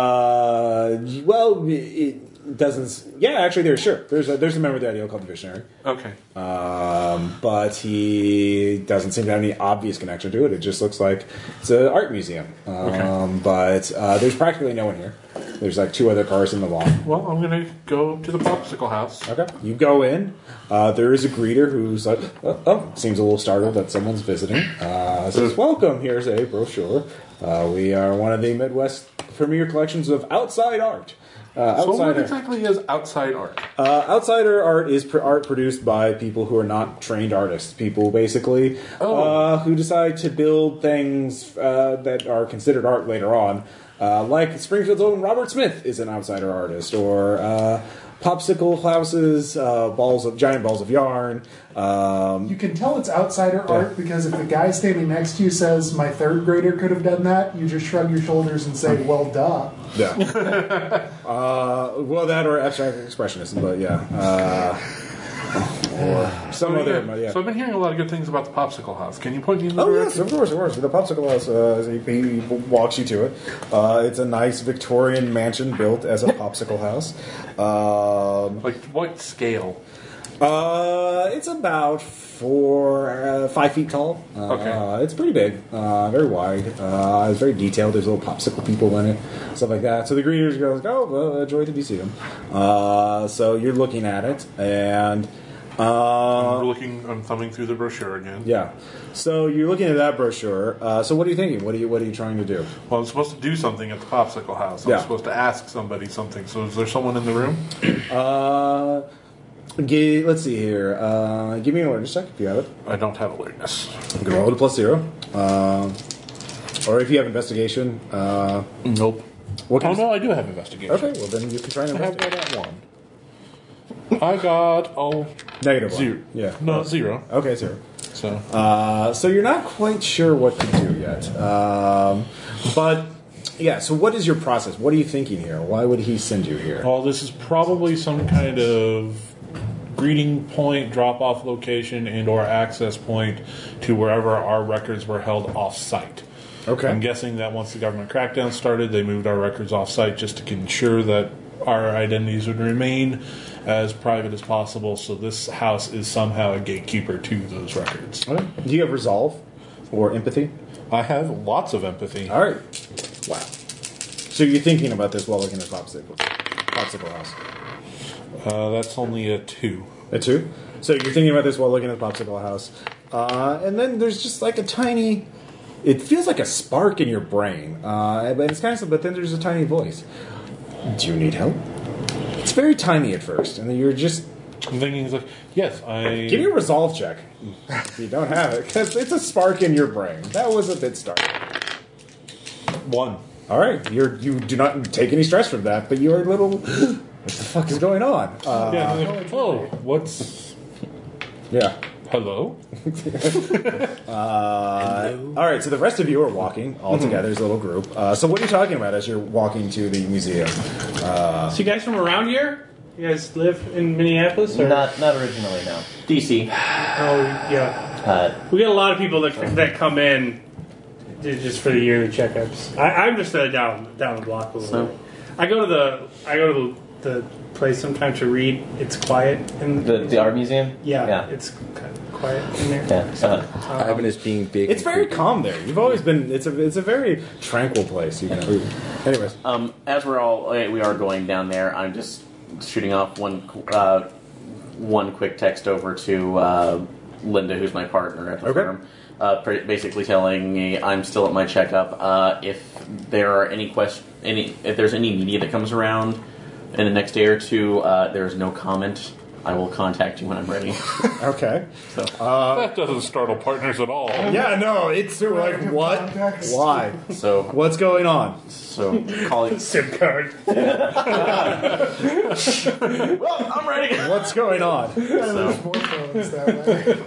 A: Uh, well, it doesn't. s- Yeah, actually, there's sure. There's a, there's a member of the ideal called the Visionary,
B: Okay.
A: um, but he doesn't seem to have any obvious connection to it. It just looks like it's an art museum. Um,
B: Okay.
A: But uh, there's practically no one here. There's like two other cars in the lawn.
B: Well, I'm gonna go to the popsicle house.
A: Okay, you go in. Uh, there is a greeter who's like, oh, oh, seems a little startled that someone's visiting. Uh, says, "Welcome. Here's a brochure. Uh, we are one of the Midwest premier collections of outside art." Uh,
B: So
A: outside
B: what
A: art.
B: exactly is outside art?
A: Uh, outsider art is pr- art produced by people who are not trained artists. People basically uh, who decide to build things uh, that are considered art later on. Uh, like Springfield's own Robert Smith is an outsider artist, or uh, popsicle houses, uh, balls of giant balls of yarn. Um,
D: You can tell it's outsider art because if the guy standing next to you says, my third grader could have done that, you just shrug your shoulders and say, well, duh.
A: yeah. uh, well, that or abstract expressionism, but yeah, uh, or some other.
B: Yeah.
A: Yeah.
B: So I've been hearing a lot of good things about the popsicle house. Can you point me in the
A: Oh yes,
B: direction?
A: of course, of course. The popsicle house. Uh, he, he walks you to it. Uh, it's a nice Victorian mansion built as a popsicle house. Um,
B: Like what scale?
A: uh, it's about four, uh, five feet tall. Uh,
B: Okay.
A: It's pretty big, uh, very wide. Uh, it's very detailed. There's little popsicle people in it, stuff like that. So the greeters goes, "Oh, well, uh, joy to be seen." Uh, so you're looking at it, and uh,
B: I'm looking. I'm thumbing through the brochure again.
A: yeah. So you're looking at that brochure. Uh, so what are you thinking? What are you What are you trying to do?
B: Well, I'm supposed to do something at the popsicle house. I'm
A: Yeah.
B: supposed to ask somebody something. So is there someone in the room?
A: Uh, gi- let's see here. Uh, give me an awareness check if you have it.
B: I don't have alertness.
A: You can roll it a plus zero. Uh, or if you have investigation. Uh,
B: Nope.
A: what
B: Oh
A: can
B: no, I do have investigation.
A: Okay, well then you can try and
B: I have
A: investigate.
B: that at one. I got oh
A: Negative one.
B: zero.
A: Yeah.
B: no zero.
A: Okay, zero.
B: So
A: Uh, so you're not quite sure what to do yet. Um, but yeah, so what is your process? What are you thinking here? Why would he send you here?
B: Oh,
I: Well, this is probably some kind of greeting point, drop-off location, and/or access point to wherever our records were held off-site.
A: Okay.
I: I'm guessing that once the government crackdown started, they moved our records off-site just to ensure that our identities would remain as private as possible. So this house is somehow a gatekeeper to those records.
A: Okay. Do you have resolve or empathy?
I: I have lots of empathy.
A: All right. Wow. So you're thinking about this while looking at popsicle, popsicle house.
I: Uh, that's only a two.
A: A two. So you're thinking about this while looking at the popsicle house, uh, and then there's just like a tiny. It feels like a spark in your brain, uh, but it's kind of. But then there's a tiny voice. Do you need help? It's very tiny at first, and then you're just.
I: I'm thinking it's like, yes, I.
A: Give me a resolve check. if you don't have it, because it's a spark in your brain. That was a bit stark.
I: one.
A: All right, you're you do not take any stress from that, but you're a little. *gasps* what the fuck is going on? Uh,
I: yeah, and they're like, oh, what's
A: yeah.
I: Hello?
A: All right, so the rest of you are walking all together as a little group. Uh, so what are you talking about as you're walking to the museum?
F: *laughs* So you guys from around here? You guys live in Minneapolis? Or?
G: Not not originally, no.
E: DC.
F: Oh, yeah.
G: Uh,
F: We get a lot of people that, that come in ju- just for the yearly checkups. I, I'm just uh, down down the block a little.
E: So-
F: bit. I go to the I go to the, the place sometimes to read. It's quiet in
G: the, the art museum?
F: yeah,
G: Yeah.
F: It's kind of quiet in there.
G: Yeah. Uh,
H: Ivan is being big.
A: It's
H: and
A: very
H: creepy.
A: calm there. You've always been. It's a it's a very tranquil place. You know. Anyways,
E: Um, as we're all uh, we are going down there, I'm just shooting off one qu- uh, one quick text over to uh, Linda, who's my partner at the
A: Okay.
E: firm. Uh, pre- basically telling me I'm still at my checkup. Uh, if there are any question, any if there's any media that comes around in the next day or two, uh, there's no comment. I will contact you when I'm ready. *laughs*
A: okay.
I: that doesn't startle partners at all.
A: Yeah, no, it's sort of like what?
D: Context.
A: Why?
E: so,
A: What's going on?
E: so call you.
F: SIM card.
E: Well, I'm ready.
A: What's going on?
E: So,
D: More phones that way.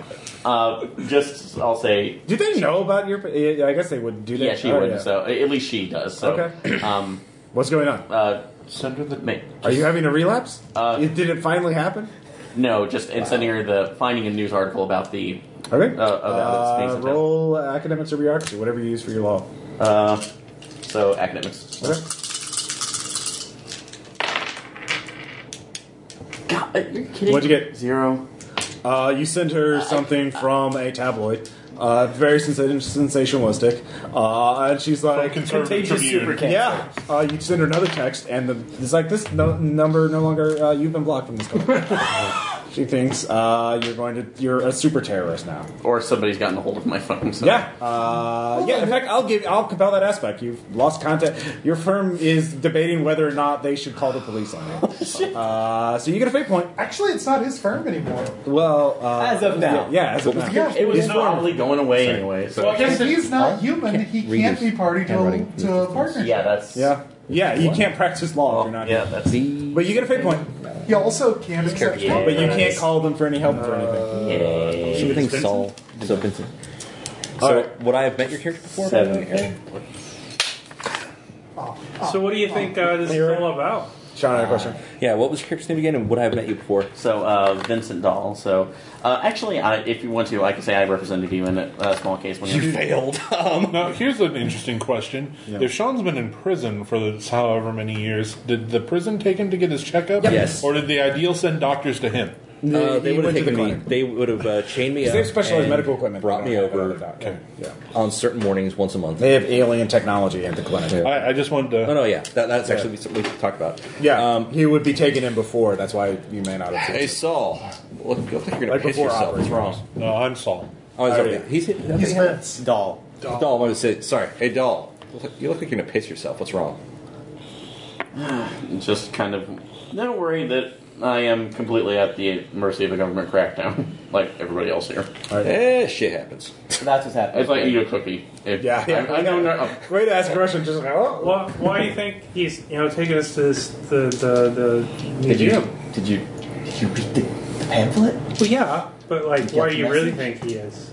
E: uh, just I'll say
A: Do they know about your? yeah, I guess they would. Do they?
E: yeah, she
A: Oh,
E: would. So at least she does. So,
A: Okay.
E: um,
A: What's going on?
E: uh,
I: Send her the
E: ma-
A: Are you having a relapse?
E: Uh,
A: it, did it finally happen?
E: No, just in sending her the finding a news article about the
A: Okay.
E: uh, about
A: Uh,
E: space and time.
A: roll academics or bureaucracy, whatever you use for your law.
E: Uh, so academics.
A: Okay.
E: God, Uh, you're kidding.
A: What'd you get?
E: Zero.
A: Uh, you sent her something from a tabloid. Uh, very sens- sensationalistic. Uh, and she's like,
I: conservative
G: contagious super
I: tribune.
G: cancer.
A: Yeah, uh, you send her another text, and the, it's like this no, number no longer. Uh, you've been blocked from
E: *laughs*
A: this call. she thinks uh, you're going to. You're a super terrorist now.
E: Or somebody's gotten a hold of my phone. So.
A: Yeah, uh, yeah. In fact, I'll give. I'll compel that aspect. You've lost contact. Your firm is debating whether or not they should call the police *laughs* on you. uh, so you get a fate point.
D: *laughs* Actually, it's not his firm anymore.
A: Well, uh,
G: As of
A: yeah,
G: now.
A: yeah, as of now.
D: Yeah,
E: It was
D: he's
E: probably going away anyway. So.
F: Well, I guess
D: If
F: it,
D: he's not human, he can't be party to,
H: handwriting.
D: to a partnership.
E: yeah, that's
A: Yeah, yeah. You can't practice law if you're not.
E: Yeah, that's
A: But you get a fate point.
D: He also can't accept
E: Yeah.
A: But you can't
E: Yes.
A: call them for any help for anything.
E: Yay.
H: She would think Saul. So Vincent. So would I have met your character before? by the way, Aaron?
F: so what do you think uh, this is all about?
A: Sean, I had a question.
H: Yeah. What was your character's name again? And would I have met you before?
E: So uh, Vincent Dahl. So uh, actually, I, if you want to, I can say I represented you in a uh, small case when you
H: failed.
I: Now, here's an interesting question. If Sean's been in prison for this however many years, did the prison take him to get his checkup?
H: Yes.
I: Or did the ideal send doctors to him?
H: Uh, they
A: He
H: would have
A: went to
H: taken
A: the
H: me.
A: clinic.
H: They would have uh, chained me up.
A: They have specialized
H: and
A: medical equipment.
H: Brought me
A: They don't have
H: over
A: that other doc. Yeah.
H: on certain mornings once a month.
A: They have alien technology at the clinic. Yeah,
I: I, I just wanted
H: No,
I: to.
H: no, yeah. That, that's actually something we talked about.
A: Um, he would be taken in before. That's why you may not have seen.
H: Hey,
A: it.
H: Saul. Look, look like you're gonna
A: Like
H: piss
A: before
H: yourself. What's
A: operating
H: wrong?
I: No, I'm Saul.
H: Oh, is
A: Oh,
H: that
A: yeah.
H: he's hit.
D: He's
H: yeah.
D: Vince.
G: Doll.
H: Doll. I wanted to say sorry. Hey, doll. Look- You look like you're gonna piss yourself. What's wrong?
E: just kind of don't worry that I am completely at the mercy of a government crackdown, *laughs* like everybody else here.
H: Eh, shit happens.
G: That's what's happening.
E: It's like eat a cookie. If-
A: Yeah, yeah.
E: I, I know. No,
A: Way to ask a question. Just like, oh.
F: Well, why do you think he's you know taking us to this, the the the
G: Did you?
F: museum?
G: Did you? Did you read the, the pamphlet?
F: Well, yeah, but like,
G: you
F: why
G: get
F: do
G: the
F: you really
G: message?
F: think he is?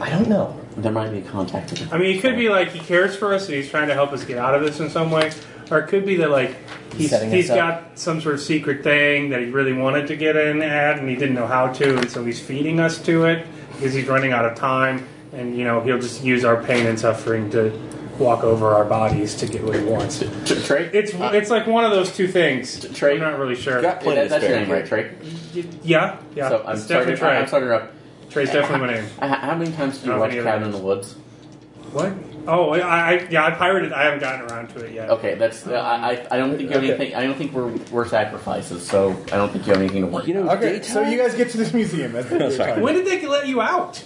G: I don't know.
E: there might be a contact.
F: I mean, it could be like he cares for us and he's trying to help us get out of this in some way, or it could be that like he's
G: setting
F: he's
G: us
F: got some sort of secret thing that he really wanted to get in at and he didn't know how to, and so he's feeding us to it because he's running out of time, and you know he'll just use our pain and suffering to walk over our bodies to get what he wants.
E: Trey,
F: It's
H: Uh,
F: it's like one of those two things.
E: Trey-
F: I'm not really sure.
H: Got plenty of
E: that's your
H: spare
E: name,
H: here.
E: right, Trey?
F: Yeah, yeah.
E: so I'm
F: it's
E: starting.
F: definitely
E: Trey.
F: Trey.
E: I'm starting her up.
F: Trey's definitely my name.
E: H- How many times did you
F: I don't
E: watch
F: think
E: Cabin
F: it
E: in the Woods?
F: What? Oh, I, I yeah, I pirated. I haven't gotten around to it yet.
E: Okay, that's. Uh, I I- I don't think you have anything. I don't think we're we're sacrifices, so I don't think you have anything to worry.
H: You know,
A: Okay,
H: daytime-
A: so you guys get to this museum. That's the
H: sorry.
F: When did they let you out?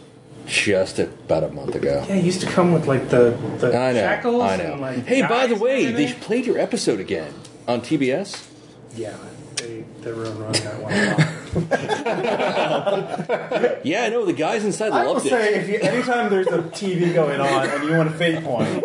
H: *laughs* just about a month ago.
F: Yeah, it used to come with like the, the
H: I know.
F: shackles
H: I know.
F: and like.
H: hey, by the
F: guys
H: way,
F: and
H: they
F: everything.
H: played your episode again on TBS.
F: yeah, they they were wrong that one.
H: *laughs* Yeah, I know. The guys inside
A: I will
H: loved it.
A: say, if you, anytime there's a TV going on and you want a fate
G: *laughs*
A: point,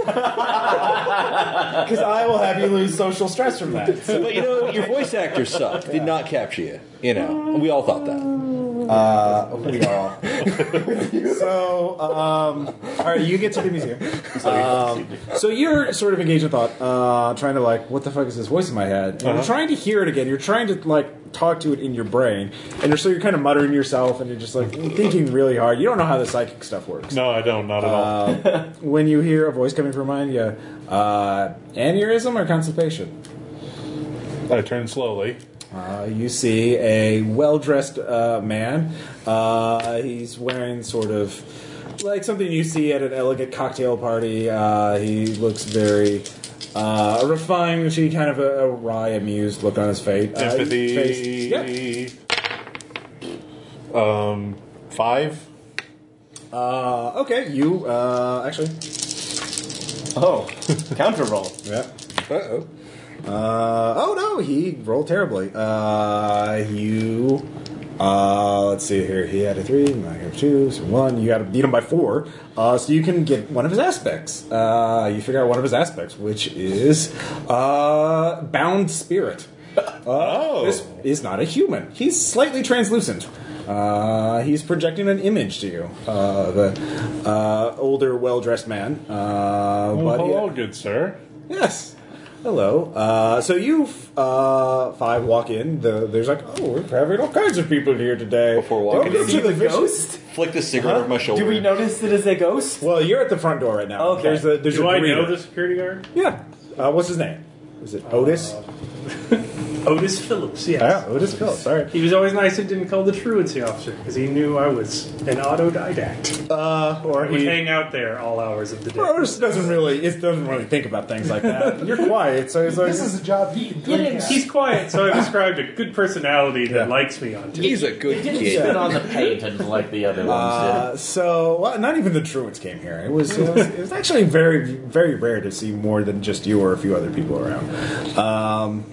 A: because I will have you lose social stress from that.
H: but you know, your voice actor sucked. Did not capture you. You know, we all thought that.
G: Uh, we are.
A: *laughs* So, um, all right, you get to the museum. Um, so you're sort of engaged in thought, uh, trying to like, what the fuck is this voice in my head? And
G: Uh-huh.
A: you're trying to hear it again. You're trying to like talk to it in your brain, and you're so you're kind of muttering to yourself, and you're just like thinking really hard. You don't know how the psychic stuff works.
I: No, I don't. Not at all.
A: When you hear a voice coming from behind you, uh, aneurysm or constipation?
I: I turn slowly.
A: Uh, you see a well dressed uh, man. Uh, he's wearing sort of like something you see at an elegant cocktail party. Uh, he looks very uh, refined, she kind of a, a wry, amused look on his face. Uh, face.
I: Empathy.
A: Yeah.
I: Um, five.
A: Uh, okay, you uh, actually.
G: Oh, counter roll.
A: Yeah.
H: Uh-oh.
A: Uh, oh no, he rolled terribly. Uh, you. Uh, let's see here. He had a three, I got a two, so one. You got to beat him by four. Uh, so you can get one of his aspects. Uh, you figure out one of his aspects, which is uh, bound spirit.
I: Oh.
A: This is not a human. He's slightly translucent. Uh, he's projecting an image to you. Uh, the uh, older, well-dressed man. Uh,
I: Oh,
A: but he-
I: hello, good sir.
A: Yes. Hello. Uh, so you f- uh, five walk in. The, there's like, oh, we're having all kinds of people here today.
H: Before walking
A: They go
H: in,
A: to
H: you
A: the vision-
H: Flick the cigarette over my shoulder.
G: Do we notice it is a ghost?
A: Well, you're at the front door right now.
G: Okay.
A: There's a, there's
F: Do
A: a
F: I know
A: greeter.
F: the security guard?
A: Yeah. Uh, what's his name? Is it Otis?
F: Otis Phillips, yes.
A: yeah, Otis Phillips. Sorry.
F: Oh. He was always nice and didn't call the truancy officer because he knew I was an autodidact.
A: Uh, or
F: I would
A: he.
F: hang out there all hours of the day.
A: Otis doesn't really. It doesn't really think about things like that. You're quiet, so he's like,
D: This is a job you can drink at.
F: He's quiet, so I described a good personality that
A: Yeah.
F: likes me on TV.
H: He's a
E: They
H: good
E: didn't
H: kid.
E: spit on the *laughs* paint and like the other ones
A: Uh, so well, not even the truants came here. It was, it was it was actually very very rare to see more than just you or a few other people around. Um,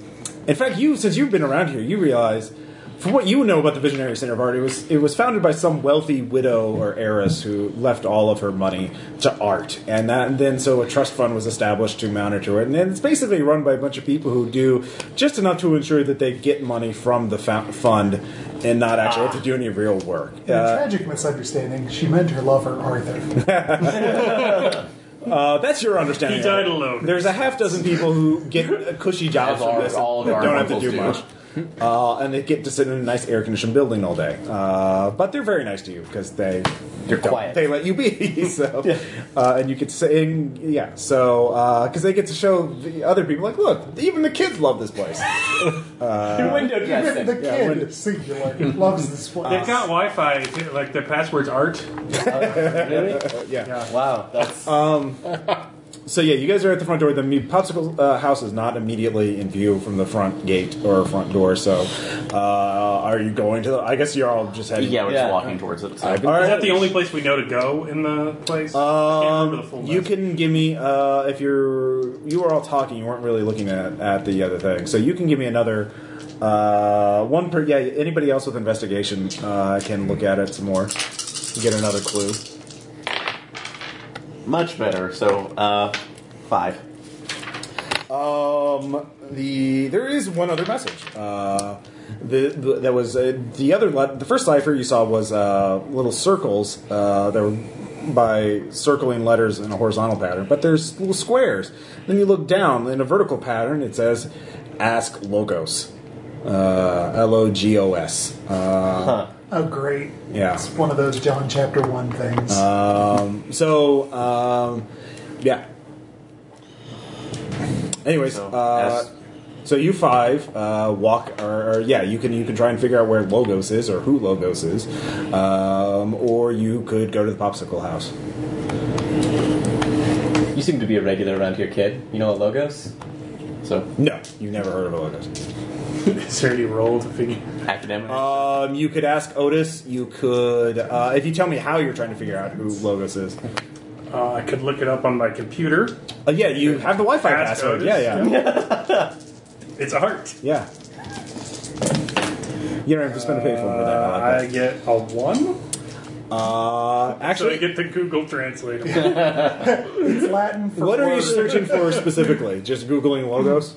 A: in fact, you since you've been around here, you realize from what you know about the Visionary Center of Art, it was it was founded by some wealthy widow or heiress who left all of her money to art, and that and then so a trust fund was established to monitor it, and then it's basically run by a bunch of people who do just enough to ensure that they get money from the fa- fund and not actually have to do any real work.
D: In a
A: Uh,
D: tragic misunderstanding, she meant her lover Arthur.
A: Uh, that's your understanding.
F: He
A: of it.
F: died alone.
A: There's a half dozen people who get cushy jobs
E: As
A: from
E: our-
A: this
E: all
A: and
E: of our
A: don't have to do,
E: uncles do.
A: much. Uh, and they get to sit in a nice air conditioned building all day. Uh, but they're very nice to you because they
G: You're
A: don't-
G: quiet.
A: They let you be. *laughs*
E: *laughs*
A: So, uh, and you get to say, and, yeah. So because they get to show the other people, like, look, even the kids love this place.
H: Uh,
G: Your window dressing.
D: the
A: yeah,
D: kid,
A: when-
D: singular, loves this place.
F: They've got Wi-Fi. too, Like their password's art.
G: Really?
A: Uh, yeah. Um,
G: Wow,
A: *laughs*
G: that's
A: So yeah, you guys are at the front door. The mu- popsicle uh, house is not immediately in view from the front gate or front door. So, uh, are you going to? the... I guess you're all just
E: did.
A: heading.
E: Yeah, we're
G: Yeah.
E: just walking towards it. So.
A: All
F: Is
A: right.
F: that the only place we know to go in the place? I can't remember the full
A: Um, you
F: list.
A: can give me uh, if you're you were all talking. You weren't really looking at, at the other thing. So you can give me another uh, one per. Yeah, anybody else with investigation uh, can look at it some more. Get another clue.
E: Much better. So, uh, five.
A: Um, the there is one other message. Uh, the, the that was uh, the other le- the first cipher you saw was uh, little circles uh, that were by circling letters in a horizontal pattern, but there's little squares. Then you look down in a vertical pattern. It says, "Ask Logos." Uh, L O G O S. Uh,
D: Oh, great.
A: Yeah.
D: It's one of those John Chapter 1 things.
A: um, so, um, yeah. Anyways,
E: So,
A: uh,
E: ask-
A: So you five uh, walk, or, or yeah, you can you can try and figure out where Logos is or who Logos is, um, or you could go to the popsicle house.
G: you seem to be a regular around here, kid. You know what logos?
E: So,
A: No, you've never heard of Logos.
F: Is there any role to figure?
E: academic.
A: Um, you could ask Otis. You could, uh, if you tell me how you're trying to figure out who Logos is.
F: Uh, I could look it up on my computer.
A: Uh, yeah, you have the Wi-Fi
F: Ask
A: password.
F: Otis.
A: Yeah, yeah, yeah.
F: It's art.
A: You don't have to spend a pay for that. I like that.
F: I get a one.
A: Uh,
F: So I
A: actually,
F: get the Google Translator.
D: it's Latin for
A: what are you
D: word.
A: searching for specifically? Just googling logos.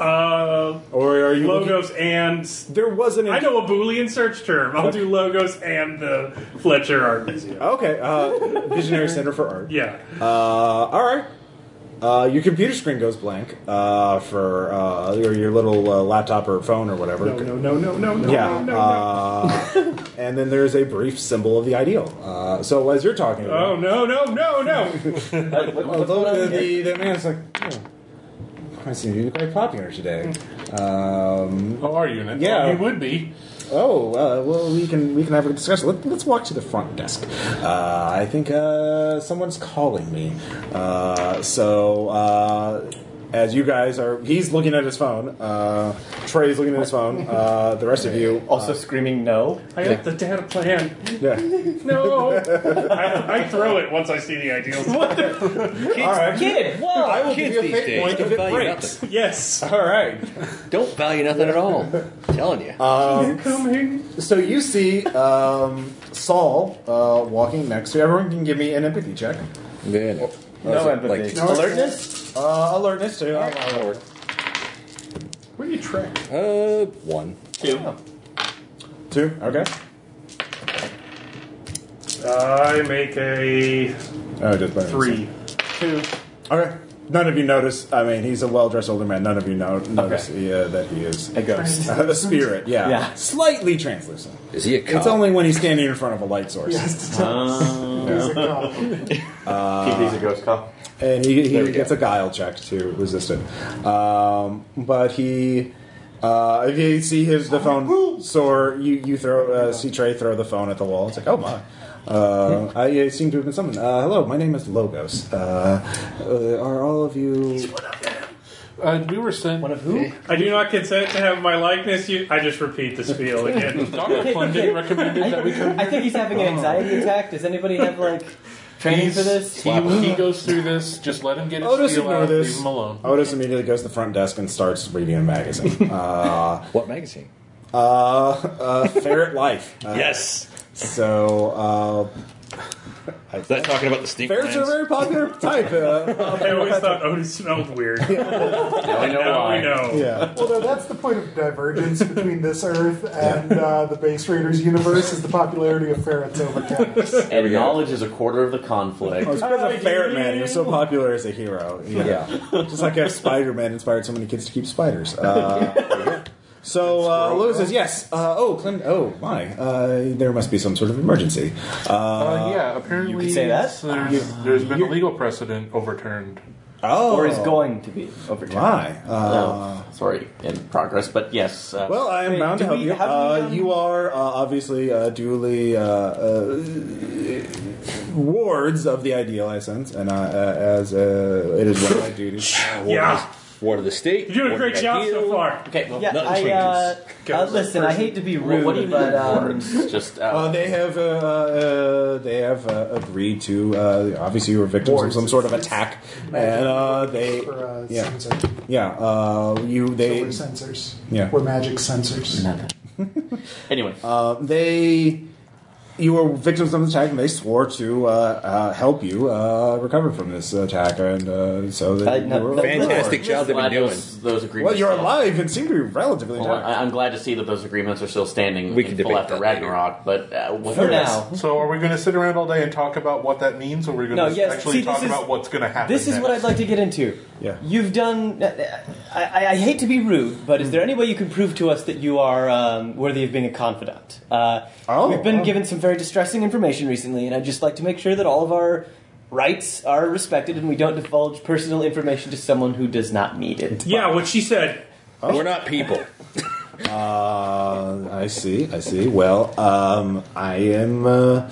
F: Uh,
A: Or are you looking-
F: logos and.
A: There was an.
F: I know a Boolean search term. I'll do logos and the Fletcher Art Museum.
A: Okay, uh, Visionary Center for Art.
F: Yeah.
A: Uh, all right. Uh, your computer screen goes blank uh, for uh, or your little uh, laptop or phone or whatever.
F: No, no, no, no, no, no,
A: yeah.
F: no, no.
A: Uh, and then there's a brief symbol of the ideal. Uh, so as you're talking about,
F: Oh, no, no, no, no. Oh.
A: although the, the, the man's like, oh, I seem to be quite popular today.
F: Hmm.
A: Um,
I: Oh, our unit.
A: Yeah.
I: Well, we would be.
A: oh uh, well, we can we can have a discussion. Let, let's walk to the front desk. Uh, I think uh, someone's calling me. Uh, so. Uh, as you guys are, he's looking at his phone. Uh, Trey's looking at his phone. Uh, the rest of you,
G: Also screaming no.
F: *laughs* I got the data plan.
A: yeah.
F: No. I, I throw it once I see the *laughs* ideals.
H: All right.
G: Kid, whoa!
A: I will give
H: Kids
A: you a
H: these
A: fate
H: days
A: point
H: don't
A: if it
H: value
A: breaks.
F: Yes.
A: All right.
H: Don't value nothing at all. I'm telling you.
E: Uh,
A: So you see um, Saul uh, walking next to everyone. Can give me an empathy check.
H: Man.
G: No empathy.
H: Like,
G: Alertness?
A: Uh, alertness too. Uh,
F: What are you track?
H: uh, one.
A: two. Okay.
F: I make a
A: Oh, I did
F: three.
A: Okay. None of you notice. I mean, he's a well-dressed older man. None of you know, notice uh, that he is
G: A ghost.
A: uh, *laughs* a spirit. Yeah.
G: Yeah.
A: Slightly translucent.
H: Is he a cop?
A: It's only when he's standing in front of a light
D: *laughs*
A: source.
D: Yes, to tell us. He's a cop.
E: Keep these a ghost cop.
A: and he,
H: There
A: he
H: we go.
A: gets a guile check to resist it. Um, but he, uh, if you see his the phone soar, you you throw uh, see Trey throw the phone at the wall. It's like oh my. Uh, I, I seem to have been summoned. Uh, hello, my name is Logos. Uh, uh, are all of you?
I: Uh, we were sent.
G: One of who?
F: I do not consent to have my likeness. You. I just repeat this spiel
H: *laughs*
F: again.
I: Dr. Plunkett recommended that we come.
G: I think he's having an anxiety attack. Does anybody have, like, training for this?
I: He, he goes through this. Just let him get his
A: Otis
I: feel
A: ignore
I: out.
A: this.
I: uh, Leave him alone.
A: Otis immediately goes to the front desk and starts reading a magazine. *laughs* uh,
H: What magazine?
A: uh, uh, Ferret Life. Uh,
H: Yes.
A: So uh,
H: Is that talking about the stink
A: ferrets are a very popular type. Uh,
F: I always thought Otis smelled
H: *laughs*
F: weird. now
E: I know
F: we know.
A: *laughs* yeah.
D: Well, no, that's the point of divergence between this Earth and uh, the Base Raiders universe is the popularity of ferrets over cats.
E: And knowledge is a quarter of the conflict.
A: It's because of Ferret Man. You're so popular as a hero. Yeah. *laughs* Just like how Spider Man inspired so many kids to keep spiders. Uh, *laughs* so uh, Lewis says, yes. Uh, oh, Clem. Oh, my. Uh, there must be some sort of emergency. Uh,
I: Uh, yeah, apparently
G: you could say that.
I: it's- There's, there's been a legal precedent overturned.
A: oh.
G: Or is going to be overturned?
A: My. Uh,
E: Oh, sorry, in progress, but yes. Uh,
A: Well, I am
G: Wait,
A: bound to
G: do
A: help
G: we
A: you.
G: have any,
A: Uh,
G: um,
A: you are uh, obviously uh, duly uh, uh, wards of the ideal, I sense, and uh, uh, as uh, it is one of my duties.
F: Yeah.
H: War of the state.
F: You're doing a
H: War of
F: great
H: the
F: job
H: ideal.
F: so far.
E: okay. Well,
G: Yeah,
H: Nothing
G: I, uh, uh,
F: changes.
G: listen, I hate to be
E: well,
G: rude,
E: what do you mean?
G: but, um,
E: words? Just uh,
A: Uh, they have uh, uh, they have uh, agreed to uh, obviously you were victims of some sort of attack, and uh, they
D: For, uh,
A: yeah
D: sensor.
A: yeah uh, you
D: We're
A: they
D: sensors.
A: Yeah.
D: We're magic sensors.
E: anyway.
A: uh, they you were victims of an attack, and they swore to uh, uh, help you uh, recover from this attack, and uh, so they,
G: Uh, no,
A: you were
G: no,
H: Fantastic
E: I'm
H: job
E: just
H: they've been
E: glad
H: doing.
E: Those, those agreements.
A: Well, you're
E: still-
A: alive and seem to be relatively
E: Well,
A: intact.
E: I, I'm glad to see that those agreements are still standing.
H: We can
E: in full
H: debate
E: after
H: that later.
E: Ragnarok, but uh, well,
G: for now.
I: So, are we going to sit around all day and talk about what that means, or are we going
G: No,
I: to
G: yes,
I: actually
G: see,
I: talk
G: this is-
I: about what's going to happen?
G: This is what I'd like to get into.
A: Yeah.
G: You've done. I, I, I hate to be rude, but is there any way you can prove to us that you are um, worthy of being a confidant? Uh,
A: Oh,
G: we've been
A: oh.
G: given some very distressing information recently, and I'd just like to make sure that all of our rights are respected and we don't divulge personal information to someone who does not need it.
F: Yeah, what she said.
H: We're not people.
A: Uh, I see. I see. Well, um, I am. Uh,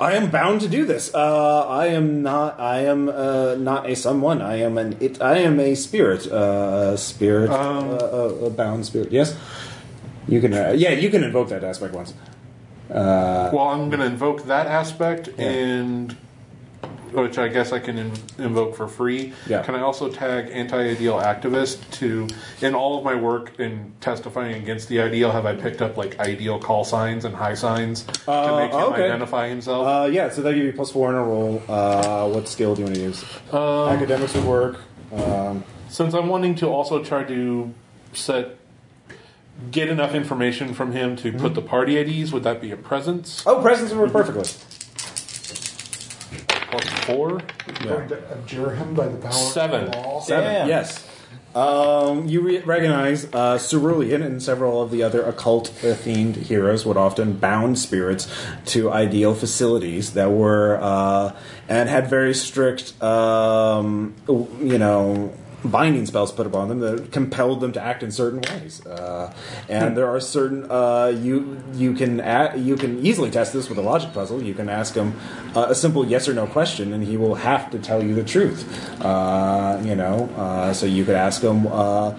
A: I am bound to do this. Uh, I am not. I am uh, not a someone. I am an. It. I am a spirit. Uh, a spirit. uh, a, a bound spirit. Yes. You can. Uh, yeah, you can invoke that aspect once.
I: Well, I'm going to invoke that aspect, and which I guess I can in, invoke for free.
A: Yeah.
I: Can I also tag anti-ideal activist to in all of my work in testifying against the ideal? Have I picked up like ideal call signs and high signs to make him
A: Uh, okay.
I: identify himself?
A: Uh, yeah. So that give you plus four in a roll. Uh, what skill do you want to use? Academics would work. Um,
B: Since I'm wanting to also try to set get enough information from him to
A: Mm-hmm.
B: put the party at ease, would that be a presence?
A: Oh, presence would work perfectly.
B: Plus four?
D: Going to abjure him by the power
B: Seven.
D: of the law.
A: Seven.
G: Damn.
A: Yes. Um, you re- recognize uh, Cerulean and several of the other occult themed heroes would often bound spirits to ideal facilities that were uh, and had very strict, um, you know, binding spells put upon them that compelled them to act in certain ways. Uh, and there are certain uh, you you can a you can easily test this with a logic puzzle. You can ask him uh, a simple yes or no question, and he will have to tell you the truth. Uh, you know, uh, so you could ask him. Uh,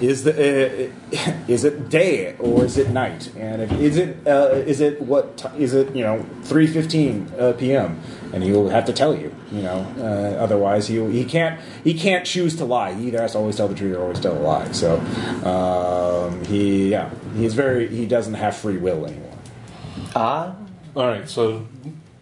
A: is the uh, is it day or is it night? And if, is it uh, is it what ti is it you know three fifteen uh, p.m. And he will have to tell you you know uh, otherwise he he can't he can't choose to lie. He either has to always tell the truth or always tell a lie. So um, he yeah he's very he doesn't have free will anymore.
G: Ah.
B: All right, so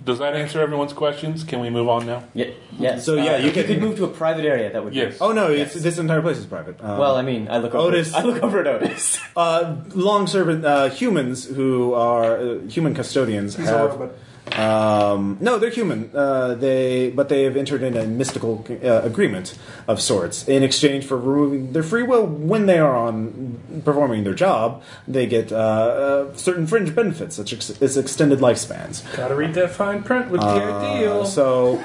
B: does that answer everyone's questions? Can we move on now?
G: Ye- yes.
A: So, yeah, you
G: Uh, if you
A: can-
G: could move to a private area. That would.
B: Yes.
G: Be,
A: Oh no, it's, this entire place is private. Um,
G: well, I mean, I look over.
A: Otis-
G: *laughs* I look over at Otis.
A: uh, long servant uh, humans who are uh, human custodians
D: He's
A: have.
D: Orban.
A: Um, no, they're human. Uh, they, but they have entered in a mystical uh, agreement of sorts in exchange for removing their free will when they are on performing their job. They get uh, uh, certain fringe benefits, such ex- as extended lifespans. Uh,
F: Gotta read that fine print with the
H: Uh,
F: ideal.
D: *laughs*
A: So,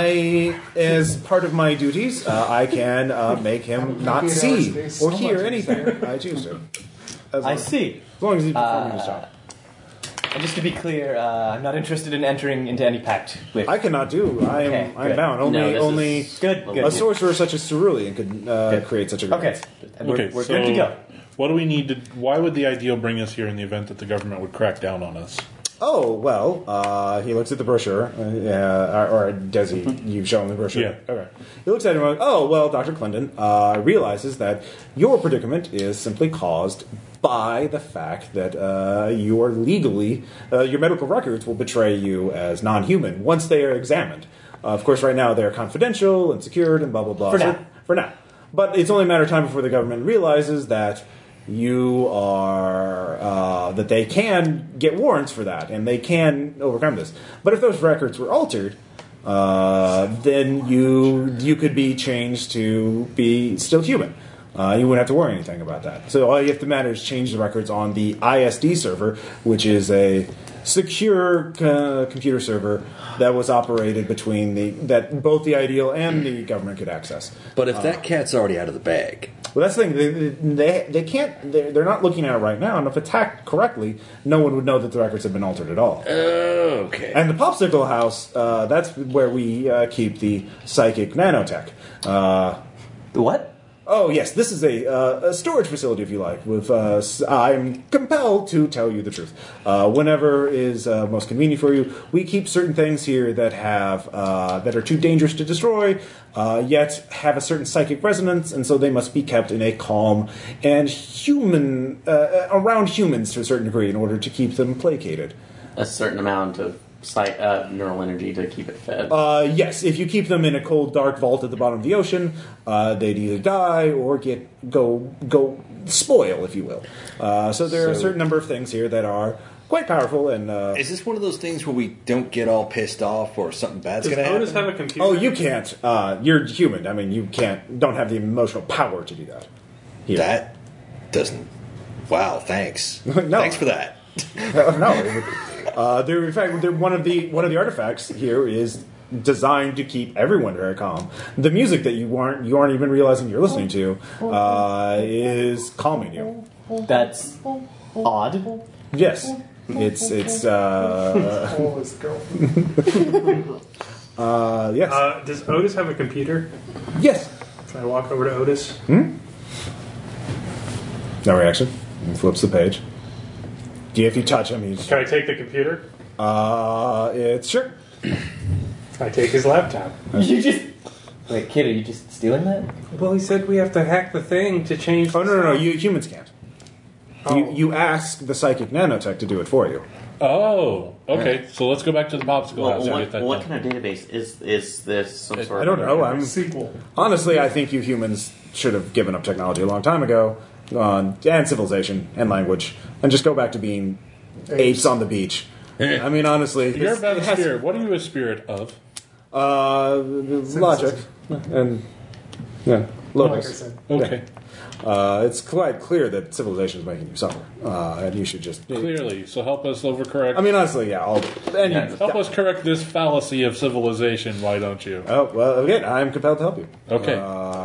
A: I, as part of my duties, uh, I can uh, make him not
D: Computer
A: see
D: space.
A: or
D: So
A: hear
D: much
A: anything. I choose to. As
G: I
A: long,
G: see.
A: as long as he's performing
G: Uh,
A: his job.
G: And just to be clear, uh, I'm not interested in entering into any pact with.
A: I cannot do. I am.
G: Okay,
A: I'm
G: good.
A: bound. Only.
E: No, this
A: only.
E: is-
G: good. Good.
A: A sorcerer such as Cerulean could uh,
G: Good.
A: create such a
G: okay. And we're,
I: okay,
G: we're
I: so
G: good to go.
I: What do we need to? Why would the ideal bring us here in the event that the government would crack down on us?
A: Oh well, uh, he looks at the brochure, uh, yeah, or, or does he?
G: Mm-hmm.
A: You've shown him the brochure.
I: Yeah.
A: Okay. He looks at him. Like, oh well, Doctor Clendon uh, realizes that your predicament is simply caused by the fact that uh, you are legally, uh, your medical records will betray you as non-human once they are examined. Uh, of course, right now they are confidential and secured and blah blah blah.
G: For
A: So-
G: now.
A: for now. But it's only a matter of time before the government realizes that you are uh, that they can get warrants for that and they can overcome this. But if those records were altered, uh, then you you could be changed to be still human. Uh, you wouldn't have to worry anything about that. So all you have to matter is change the records on the ISD server, which is a secure uh, computer server that was operated between the that both the ideal and the government could access.
H: But if that cat's already out of the bag,
A: Well, that's the thing. They, they, they can't. They're, they're not looking at it right now. And if attacked correctly, no one would know that the records have been altered at all.
H: okay.
A: And the popsicle house. Uh, that's where we uh, keep the psychic nanotech. Uh,
G: What?
A: oh yes, this is a, uh, a storage facility, if you like. With uh, s- I'm compelled to tell you the truth. Uh, whenever is uh, most convenient for you, we keep certain things here that have uh, that are too dangerous to destroy, uh, yet have a certain psychic resonance, and so they must be kept in a calm and human uh, around humans to a certain degree in order to keep them placated.
E: A certain amount of psych, uh, neural energy to keep it fed.
A: Uh, yes, if you keep them in a cold, dark vault at the bottom of the ocean, uh, they'd either die or get go go spoil, if you will. Uh, so there are a
H: So-
A: certain number of things here that are quite powerful. And uh,
H: Is this one of those things where we don't get all pissed off or something bad's
F: Does
H: going to happen?
F: Otis have a computer?
A: oh, you can't. Uh, you're human. I mean, you can't. Don't have the emotional power to do that. Here.
H: that doesn't. Wow, *laughs* thanks.
A: No.
H: Thanks for that.
A: Uh, no. Uh, there, in fact, there, one of the one of the artifacts here is designed to keep everyone very calm. The music that you aren't you aren't even realizing you're listening to uh, is calming you.
G: That's odd.
A: Yes, it's it's
D: *laughs*
A: uh,
D: Oh, his girlfriend.
A: uh yes
F: Uh, does Otis have a computer?
A: yes.
F: Can I walk over to Otis?
A: No reaction. He flips the page. Yeah, if you touch him, he's
F: Can I take the computer?
A: uh, it's sure.
F: Can I take his laptop?
G: You just. Wait, kid, are you just stealing that?
F: Well, he said we have to hack the thing to change.
A: Oh no no no! You humans can't. You, you ask the psychic nanotech to do it for you.
I: Oh, okay. So let's go back to the popsicle
E: Well,
I: house and get
E: what,
I: that
E: what
I: done.
E: kind of database is is this? Some sort
A: I don't
E: of,
A: know. I'm
D: Sequel.
A: honestly, I think you humans should have given up technology a long time ago, uh, and civilization and language, and just go back to being apes Eh. on the beach. I mean, honestly,
I: You're
A: it's-
I: about
A: it
I: a
A: has-
I: spirit. What are you a spirit of?
A: uh, logic and yeah,
D: Like I
A: logos.
D: said.
I: Okay.
A: Uh, it's quite clear that civilization is making you suffer, uh, and you should just.
I: Clearly. So help us overcorrect.
A: I mean, honestly, yeah. I'll, and you,
I: help us correct this fallacy of civilization, why don't you?
A: Oh well, again, I'm compelled to help you.
I: Okay.
A: Uh,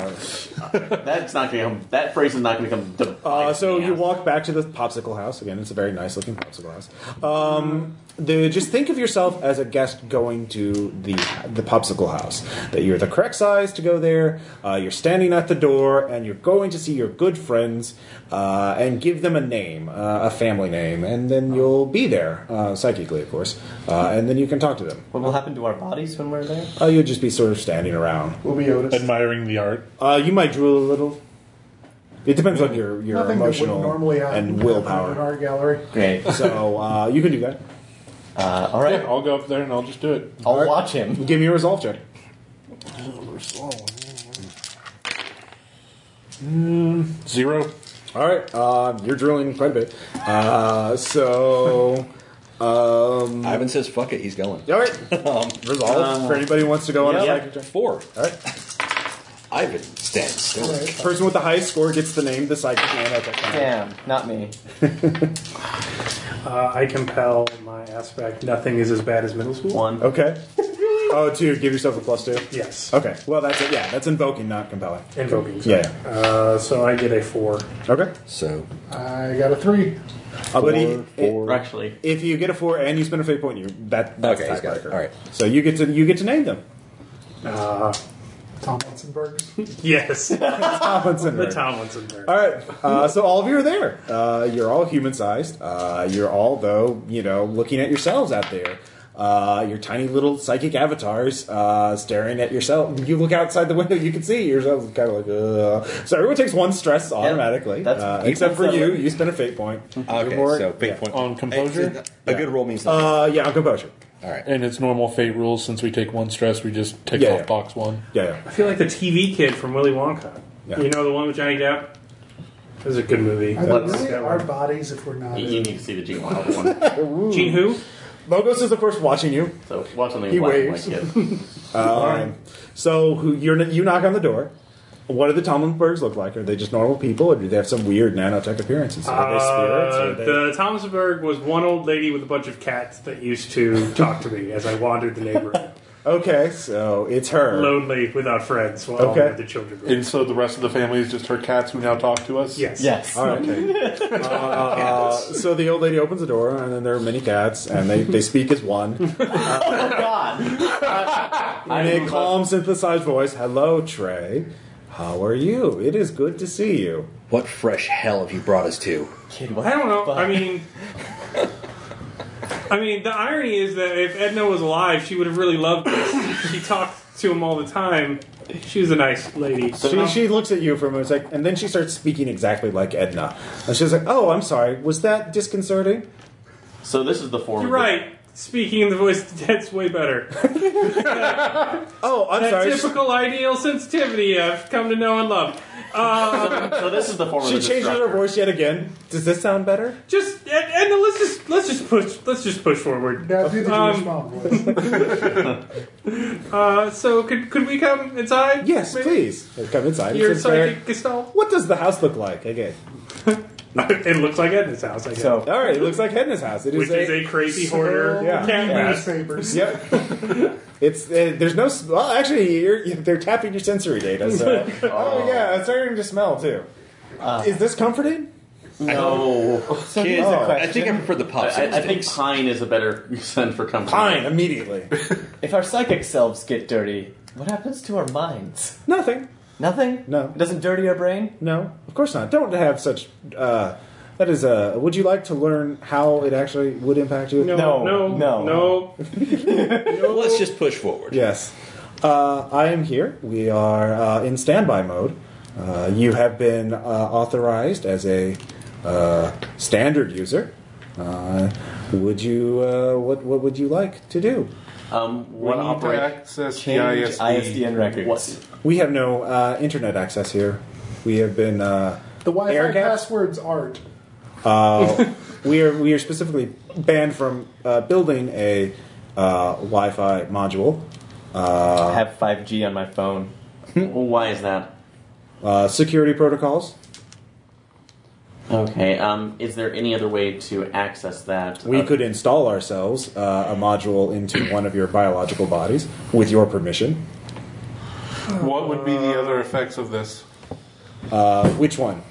E: That's not going to come. That phrase is not going to come.
A: Uh,
E: defined
A: so
E: to me.
A: you walk back to the popsicle house again. It's a very nice looking popsicle house. Um, the, just think of yourself as a guest going to the the popsicle house. That you're the correct size to go there. Uh, you're standing at the door, and you're going to see your good friends uh, and give them a name, uh, a family name, and then you'll be there uh, psychically, of course. Uh, and then you can talk to them.
G: What will happen to our bodies when we're there?
A: Uh, you'll just be sort of standing around.
D: We'll be Otis.
I: Admiring the art.
A: Uh, you might drool a little. It depends on your, your
D: Nothing that would
A: emotional
D: normally happen
A: and
D: in
A: willpower.
D: our gallery.
G: Great.
A: So uh, you can do that.
G: Uh, all right. *laughs*
B: Yeah, I'll go up there and I'll just do it.
G: I'll watch him.
A: Give me a resolve check.
I: Zero.
A: All right, uh, you're drilling quite a bit. Uh, so, um,
H: Ivan says, "Fuck it, he's going."
A: all right, resolve for anybody who wants to go on a
E: Um, yeah.
A: psychic check.
H: Four.
A: All right,
H: Ivan stands still.
A: person with the highest score gets the name of the psychic man at that time.
G: Damn, not me.
F: Uh, I compel my aspect. Nothing is as bad as middle school.
E: one.
A: Okay. Oh, two. Give yourself a plus two.
F: Yes.
A: Okay. Well, that's it. Yeah, that's invoking, not compelling.
F: Invoking. sorry.
A: Yeah.
F: Uh, so I get a four.
A: Okay.
H: So
D: I got a three.
A: Uh, but he-
E: Or Actually,
A: If you get a four and you spend a fate point, you that that's
H: Okay, he's got it.
A: tiebreaker.
H: All right.
A: So you get to you get to name them. *laughs*
D: Tom Watson
F: Yes. *laughs* the
A: Tomlinson.
F: Tomlinson there.
A: All right. Uh, so all of you are there. Uh, you're all human sized. Uh, you're all though you know looking at yourselves out there. Uh, your tiny little psychic avatars uh, staring at yourself. You look outside the window, you can see yourself kind of like, uh. So everyone takes one stress automatically.
G: that's-
A: uh, except for you. You spend a fate point.
H: okay,
A: You're more-
H: so big
A: yeah.
H: point
I: On composure?
H: A good roll means nothing.
A: Uh, yeah, on composure.
H: All right.
I: And it's normal fate rules. Since we take one stress, we just take
A: Yeah,
I: off
A: yeah.
I: box one.
A: Yeah, yeah.
F: I feel like the TV kid from Willy Wonka.
A: Yeah.
F: You know the one with Johnny Depp? It was a good movie.
D: Are there
E: Let's
D: really
F: go.
D: our bodies if we're not
E: you need
D: in?
E: to see the Gene Wilder one.
F: Gene who?
A: Logos is of course watching you.
E: So watch something
A: He
E: black and
A: waves.
E: white, kid.
A: Um, so who you're, you knock on the door. What do the Tomlinbergs look like? Are they just normal people, or do they have some weird nanotech appearances? Are they spirits?
F: Uh,
A: Are they-
F: the Thomasburg was one old lady with a bunch of cats that used to talk to me as I wandered the neighborhood,
A: okay, so it's her.
F: *laughs* lonely without friends, while all
A: Okay.
F: the other children. Were.
B: And so the rest of the family is just her cats who now talk to us?
F: Yes.
G: Yes.
A: All right.
F: *laughs*
A: Uh, so the old lady opens the door, and then there are many cats, and they, they speak as one
E: God.
A: *laughs* in a calm, synthesized voice. Hello, Trey. How are you? It is good to see you.
H: What fresh hell have you brought us to?
G: Kid, what
F: I don't know.
G: the fuck?
F: I mean, I mean, the irony is that if Edna was alive, she would have really loved this. she talked to him all the time. She was a nice lady.
A: She, she looks at you for a moment, like, and then she starts speaking exactly like Edna. And she's like, "Oh, I'm sorry. Was that disconcerting?"
E: So this is the form.
F: You're
E: of the-
F: right. Speaking in the voice *laughs* of the dead's way better.
A: Oh, I'm
F: That
A: sorry.
F: typical ideal sensitivity I've come to know and love.
E: So this is the form.
A: She
E: of the
A: changes her
E: destructor.
A: voice yet again. Does this sound better?
F: Just Ed- Edna, let's just let's just push let's just push
E: Mm-hmm.
F: forward.
D: Now do the
F: Um,
D: Jewish mom voice.
F: Uh, so could could we come inside?
A: Yes,
F: Maybe?
A: please. Come inside.
F: Your
A: It's very-
F: psychic gestalt. *laughs*
A: What does the house look like again?
F: it looks like Edna's house. I guess.
G: So,
A: All right, it looks like Hedna's house. It is
F: which is a crazy hoarder
A: Yeah.
F: cat mask.
D: Newspapers.
A: Yep. *laughs* it's uh, there's no. s- Well, actually, you're, you they're tapping your sensory data. So. *laughs* oh Uh. yeah, it's starting to smell too. is this comforting?
E: No.
G: so here's the
A: Oh, I
H: I
G: question.
H: think I prefer the pops.
E: I, I think pine is a better *laughs* scent for company.
A: Fine, immediately.
G: If our psychic selves get dirty, what happens to our minds?
A: Nothing.
G: Nothing?
A: No.
G: It doesn't dirty our brain?
A: No, of course not. Don't have such. Uh, that is a. Would you like to learn how it actually would impact you?
G: No,
F: no,
G: no.
F: no.
H: Let's just push forward.
A: Yes. Uh, I am here. We are uh, in standby mode. Uh, you have been uh, authorized as a uh, standard user, uh, would you uh, what what would you like to do?
E: Um,
B: We
E: what
B: need to
E: operate?
B: access the
G: Change
B: ISD.
G: ISDN records.
E: What?
A: We have no uh, internet access here. We have been uh,
D: The Wi-Fi
A: air gap-
D: passwords aren't.
A: We are we are specifically banned from uh, building a uh, Wi-Fi module.
G: I have 5G on my phone.
E: Uh, *laughs* Why is that?
A: Uh, security protocols.
E: Okay. Um, is there any other way to access that?
A: We
E: Uh,
A: could install ourselves uh, a module into one of your biological bodies with your permission.
B: What would be the other effects of this?
A: Uh, which one?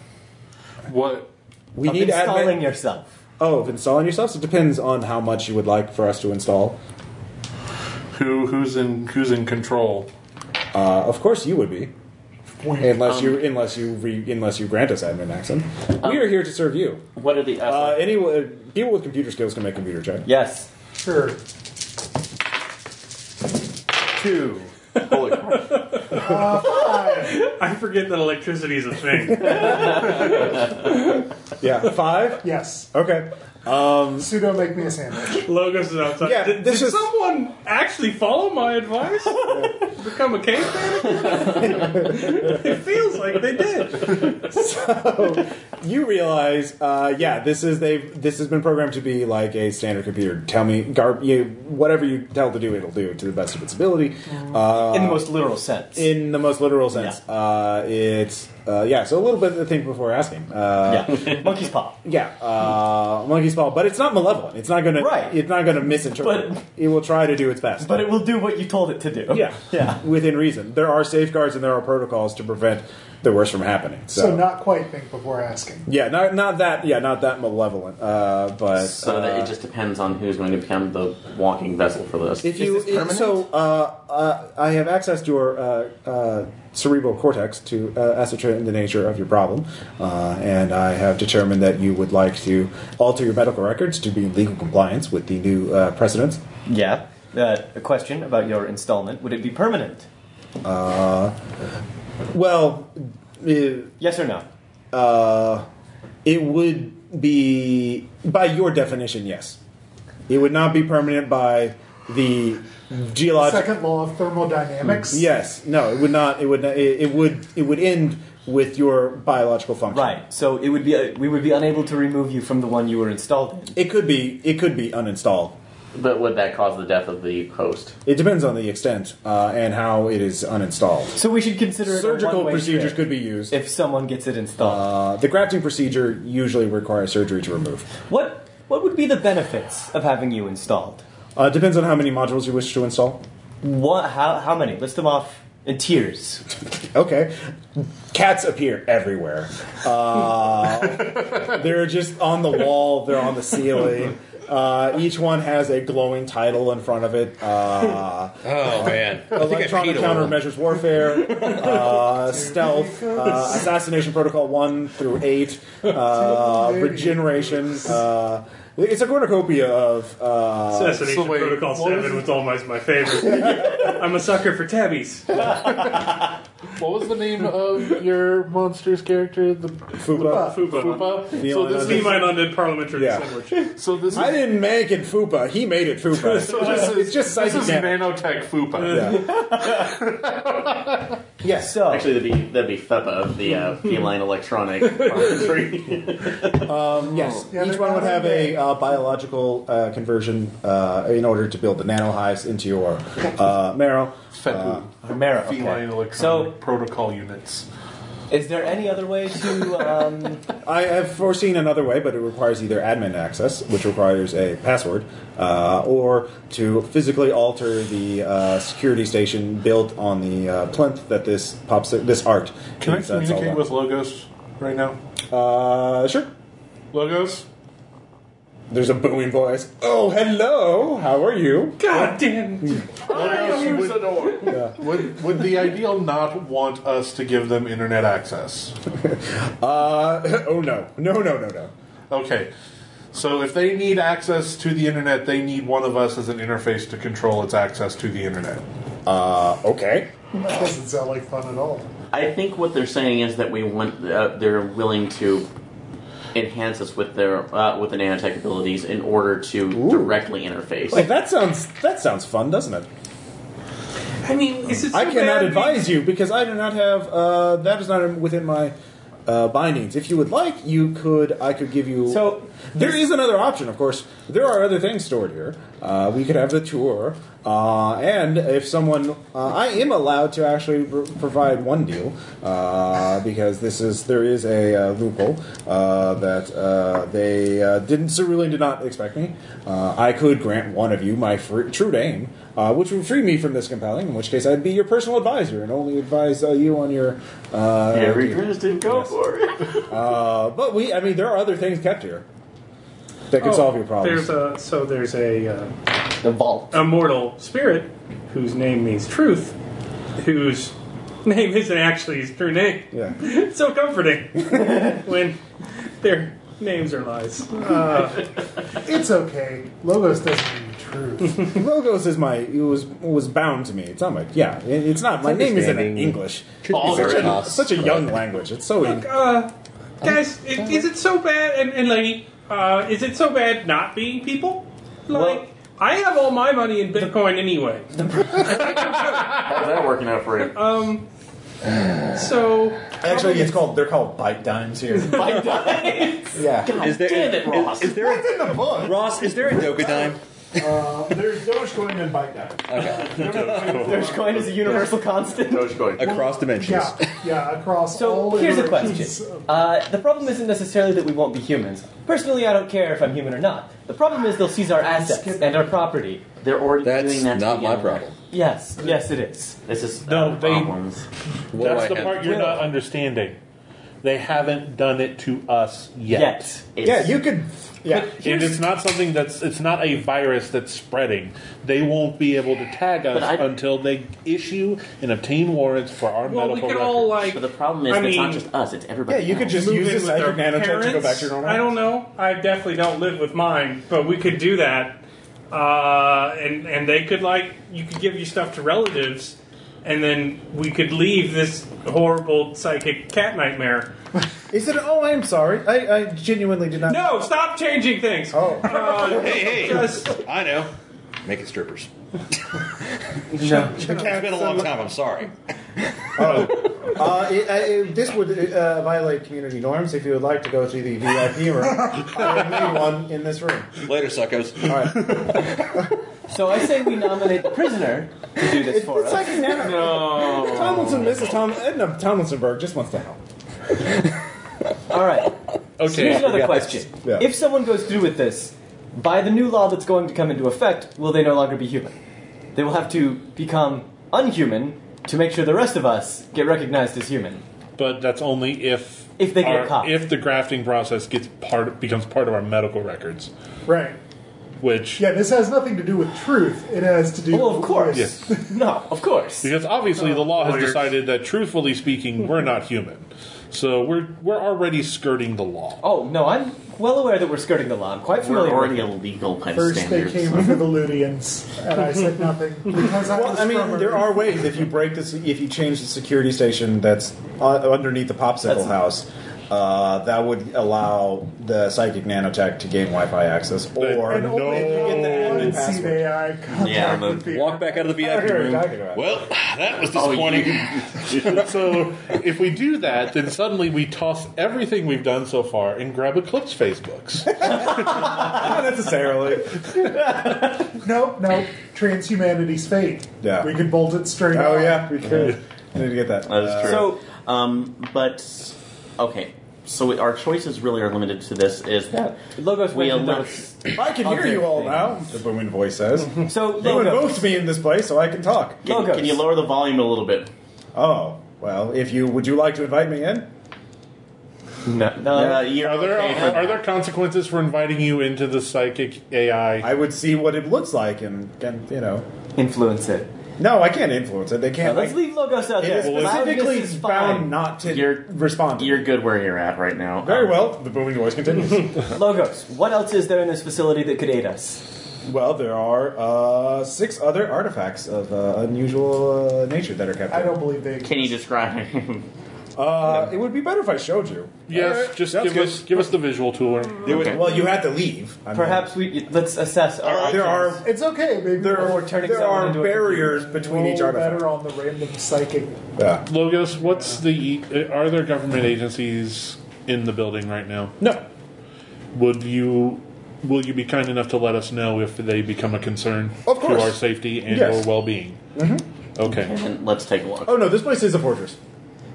B: What?
A: We
G: of
A: need
G: installing
A: admin.
G: yourself.
A: Oh, of installing yourselves. It depends on how much you would like for us to install.
B: Who? Who's in? Who's in control?
A: Uh, of course, you would be, unless you
E: Um,
A: unless you re, unless you grant us admin access. we are here to serve you.
E: What are the?
A: Uh,
E: Uh,
A: any uh, people with computer skills can make computer check.
G: Yes.
D: Sure.
G: Two.
E: holy crap.
D: Uh,
F: I forget that electricity is
A: *laughs*
F: a thing.
A: Yeah, five.
D: Yes.
A: Okay.
D: Pseudo make me a sandwich.
F: Logos is outside.
A: Yeah,
F: did
A: this
F: did
A: is-
F: someone actually follow
A: *laughs*
F: my advice? Become a cave manager? it feels like they did.
A: you realize, uh, yeah, this is they. have This has been programmed to be like a standard computer. Tell me, gar- you, whatever you tell to do, it'll do to the best of its ability. Uh,
G: In the most literal sense.
A: in the most literal sense, uh, it's uh, yeah. So a little bit of the thing before asking. Uh, *laughs*
G: yeah. Monkey's paw.
A: yeah, uh, monkey's paw, but it's not malevolent. It's not gonna.
G: Right.
A: It's not gonna misinterpret.
G: But-
A: it will try to do its best.
G: But it will do what you told it to do.
A: yeah,
G: Yeah.
A: Within reason, there are safeguards and there are protocols to prevent the worst from happening. So,
D: So not quite think before asking.
A: yeah, not not that yeah, not that malevolent. Uh, but
E: So that it just depends on who's going to become the walking vessel for this.
A: If you it, so, uh, uh, I have accessed your uh, uh, cerebral cortex to uh, ascertain the nature of your problem, uh, and I have determined that you would like to alter your medical records to be in legal compliance with the new uh, precedents.
G: Yeah. Uh, a question about your installment. Would it be permanent?
A: Well, it,
G: Yes or no?
A: uh, it would be by your definition, yes. It would not be permanent by the geological
D: Second law of thermodynamics.
A: Yes. No. It would not. It would. Not, it, it would. It would end with your biological function.
G: Right. So it would be uh, we would be unable to remove you from the one you were installed in.
A: It could be. It could be uninstalled.
E: But would that cause the death of the host?
A: It depends on the extent uh, and how it is uninstalled.
G: So we should consider it a
A: Surgical
G: one-way
A: procedures could
G: trip
A: be used.
G: if someone gets it
A: uh,
G: installed.
A: the grafting procedure usually requires surgery to remove.
G: what what would be the benefits of having you installed?
A: Uh, depends on how many modules you wish to install.
G: What? How? How many? List them off in tiers.
A: Okay. Cats appear everywhere. Uh, *laughs* they're just on the wall, they're on the ceiling. Uh, each one has a glowing title in front of it. Uh,
C: Oh man, I think I
A: Electronic
C: peed a little.
A: countermeasures warfare,
D: *laughs*
A: uh, stealth, uh, assassination protocol one through eight,
D: *laughs*
A: uh, regeneration. Uh, it's a cornucopia of uh,
F: Assassination
B: so wait,
F: Protocol
B: what was
F: 7
B: it?
F: was always my favorite. *laughs* I'm a sucker for tabbies.
B: What was the name of your monster's character? The
A: fupa.
F: Fupa.
B: Fupa. So
A: only
B: this
A: one.
F: Leave
B: is.
F: my undead parliamentary
A: Yeah.
F: sandwich.
B: So this
A: I
B: is.
A: didn't make it fupa. He made it fupa.
B: *laughs* So this is.
A: it's just
B: this
A: psychic
B: is
A: damage.
B: nanotech Fupa.
A: Yeah. yes.
G: So
E: Actually, that'd be that'd be FEPA, the *laughs* uh, feline *laughs* electronic monitoring.
A: Yes.
D: Yeah,
A: Each
D: they're
A: one would
D: not
A: have a
D: in
A: uh, biological uh, conversion uh, in order to build the nanohives into your uh, marrow.
B: FEPU.
G: Mara, okay.
B: Feline electronic
G: So-
B: protocol units.
G: is there any other way to?
E: *laughs*
G: Um,
A: I have foreseen another way, but it requires either admin access, which requires a password, uh, or to physically alter the uh, security station built on the uh, plinth that this pops this art.
B: Can I
A: is uh, installed
B: communicate
A: on.
B: with Logos right now?
A: Uh, sure.
B: Logos?
A: There's a booming voice. Oh, hello. How are you?
F: God damn.
B: Would, would the ideal not want us to give them internet access?
A: Uh, *laughs* oh no, no, no, no, no.
B: Okay. So if they need access to the internet, they need one of us as an interface to control its access to the internet.
A: Uh, okay.
D: That doesn't sound like fun at all.
E: I think what they're saying is that we want uh, they're willing to enhance us with their uh, with the nanotech abilities in order to directly interface.
A: Like that sounds that sounds fun, doesn't it?
F: I mean, is it so
A: I cannot
F: bad?
A: advise you because I do not have uh, that is not within my uh, bindings. If you would like, you could I could give you.
G: So,
A: there is another option, of course. There are other things stored here. Uh, we could have the tour, uh, and if someone, uh, I am allowed to actually pr- provide one deal uh, because this is there is a uh, loophole uh, that uh, they uh, didn't cerulean did not expect me. Uh, I could grant one of you my fr- true name. Uh, which would free me from this compelling, in which case I'd be your personal advisor and only advise uh, you on your uh,
E: Every Kristen, go for it.
A: uh, but we, I mean, there are other things kept here that could
F: Oh,
A: solve your problems.
F: There's a so there's a uh,
G: The vault.
F: immortal spirit whose name means truth, whose name isn't actually his true name. *laughs*
A: Yeah.
F: It's
A: *laughs*
F: so comforting when their names are lies.
D: It's okay. Logos doesn't mean truth.
A: Logos is my it was was bound to me. It's not my yeah. It, it's not my name isn't in
H: understanding.
A: English. Oh,
H: Should be
A: Such
H: very
A: a,
H: us,
A: such a
H: but-
A: young language. It's so in,
F: Uh, guys, i- is it so bad? And, and lady, uh, is it so bad not being people? Like,
G: Well-
F: I have all my money in
A: *laughs*
F: Bitcoin anyway.
E: How's that working out for you?
F: Um, so
C: Actually, it's called. They're called bite dimes here.
E: Bite dimes.
C: yeah.
H: Is there,
E: Damn it, Ross.
H: Is, is there
C: It's in the book.
H: Ross? Is there a Doga dime?
D: Uh, there's Dogecoin and Bite Down.
G: Dogecoin is a universal
J: *laughs*
G: constant.
E: Dogecoin.
H: across dimensions?
D: Yeah, yeah, across
G: So
D: all
G: here's a
D: iterations
G: question.
D: of-
G: Uh, the problem isn't necessarily that we won't be humans. Personally, I don't care if I'm human or not. The problem is they'll seize our assets and our property.
E: They're already
H: *laughs* That's
E: doing that. to
H: not
E: begin
H: my
E: with.
H: problem.
G: Yes, yes, it is.
E: This is
B: No,
E: no
B: they-
E: problems.
H: What do
B: That's
H: I
B: the
H: have?
B: part you're not understanding. They haven't done it to us yet.
G: Yet.
A: yeah.
E: It's-
A: You could yeah.
B: And it's not something that's it's not a virus that's spreading. They won't be able to tag us
E: I-
B: until they issue and obtain warrants for our
F: well,
B: medical
F: we can
B: records.
F: all uh, like.
E: But the problem is,
F: I
E: it's not
F: mean,
E: just us; it's
A: yeah.
E: everybody.
A: You could
E: else.
A: just
F: move
A: use
F: in
A: this
F: with their
A: psychic nanotech to go
F: parents?
A: back to your normal.
F: I
A: life.
F: don't know. I definitely don't live with mine, but we could do that. Uh, and and they could like you could give you stuff to relatives, and then we could leave this horrible psychic cat nightmare.
A: Is it? Oh, I'm sorry. I, I genuinely did not.
F: No, stop changing things.
A: Oh.
F: Uh,
B: hey, hey,
F: just
B: I know.
H: Make it strippers.
G: No.
H: It's been a long time. I'm sorry.
A: Uh, it, I, it, this would uh, violate community norms. If you would like to go to the VIP
F: *laughs*
A: room, there may be one in this room.
H: Later, suckos.
A: All right.
G: So I say we nominate the prisoner to do this
A: It's
G: for
A: the
G: us.
A: psychic nano.
E: No.
A: Tomlinson, Mrs. Tom, uh, Edna Tomlinsonberg just wants to help.
G: All right. So here's
B: Okay.
G: another
H: Yeah.
G: question.
A: Yeah.
G: If someone goes through with this, by the new law that's going to come into effect, will they no longer be human? They will have to become unhuman to make sure the rest of us get recognized as human.
B: But that's only if
G: If they get
B: our-
G: caught.
B: if the grafting process gets part becomes part of our medical records,
D: Right.
B: which
D: Yeah, this has nothing to do with truth. It has to do.
G: Well, of course. *laughs*
D: with-
G: No, of course.
B: because obviously the law has
F: Lawyers.
B: decided that truthfully speaking, we're not human. So we're we're already skirting the law.
G: Oh no, I'm well aware that we're skirting the law. I'm quite
E: We're
G: familiar.
E: already
G: with it.
E: illegal by the
D: First, they
E: standards.
D: came for the Ludians, and I said nothing because I
A: Well,
D: was
A: I mean,
D: drummer.
A: there are ways if you break this, if you change the security station that's uh, underneath the popsicle
G: That's-
A: house, uh, that would allow the psychic nanotech to gain Wi-Fi access. Or
D: And only if you get the admin seed AI contact
E: Yeah, but
D: with the-
H: Walk back out of the
A: I don't
H: VIP
A: know what you're
H: room.
A: talking about.
B: Well, that was
E: Oh,
B: disappointing. so if we do that, then suddenly we toss everything we've done so far and grab Eclipse Facebooks.
A: not *laughs* necessarily.
D: Nope, nope. Transhumanity's fate.
A: Yeah.
D: We could bolt it straight
A: oh
D: on.
A: yeah, we could. I need to get that. Uh,
E: That is true.
G: so-
E: um, but okay, so we, our choices really are limited to this. Is that
G: Logos
E: we
G: mentioned
E: allow?
G: those.
A: I can hear
G: Other
A: you all
G: things.
A: now. The booming voice *laughs* says.
G: So
A: You
G: Logos,
A: invoked me in this place, so I can talk.
E: Can,
G: Logos.
E: can you lower the volume a little bit?
A: Oh well, if you would you like to invite me in?
G: no, no,
E: Uh, you're
B: Are there
E: okay,
B: are, there consequences for inviting you into the psychic AI?
A: I would see what it looks like, and, and you know.
G: influence it.
A: No, I can't influence it. They
G: Now,
A: can't.
G: let's
A: like-
G: leave Logos out
A: It
G: there.
A: is
G: Loudness
A: specifically
G: is
A: bound
G: fine.
A: not to
E: You're-
A: respond.
E: but
A: to
E: you're
A: it.
E: good where you're at right now.
A: Very
E: Um,
A: well. The booming voice continues.
G: Logos. What else is there in this facility that could aid us?
A: *laughs* well, there are uh, six other artifacts of uh, unusual uh, nature that are kept.
D: I
A: here.
D: don't believe they.
E: *laughs* Can you describe?
A: Uh, It would be better if I showed you.
B: Yes, just
A: That's
B: give
A: good.
B: us give us the visual tour.
C: They would- Well, you had to leave. I mean,
G: Perhaps we let's assess our
C: there
G: options.
C: are
D: It's okay, baby.
C: there
G: Before
C: are
G: turning
C: there
G: someone
C: are
G: into a
C: barriers between each
D: Roll
C: artifact.
D: better on the random psychic.
C: Yeah.
B: Logos, what's the e, are there government agencies in the building right now?
I: No.
B: Would you will you be kind enough to let us know if they become a concern
A: Of course.
B: to our safety and
A: Yes.
B: or well being? Mm-hmm. Okay.
E: And let's take a look.
A: Oh no, this place is a fortress.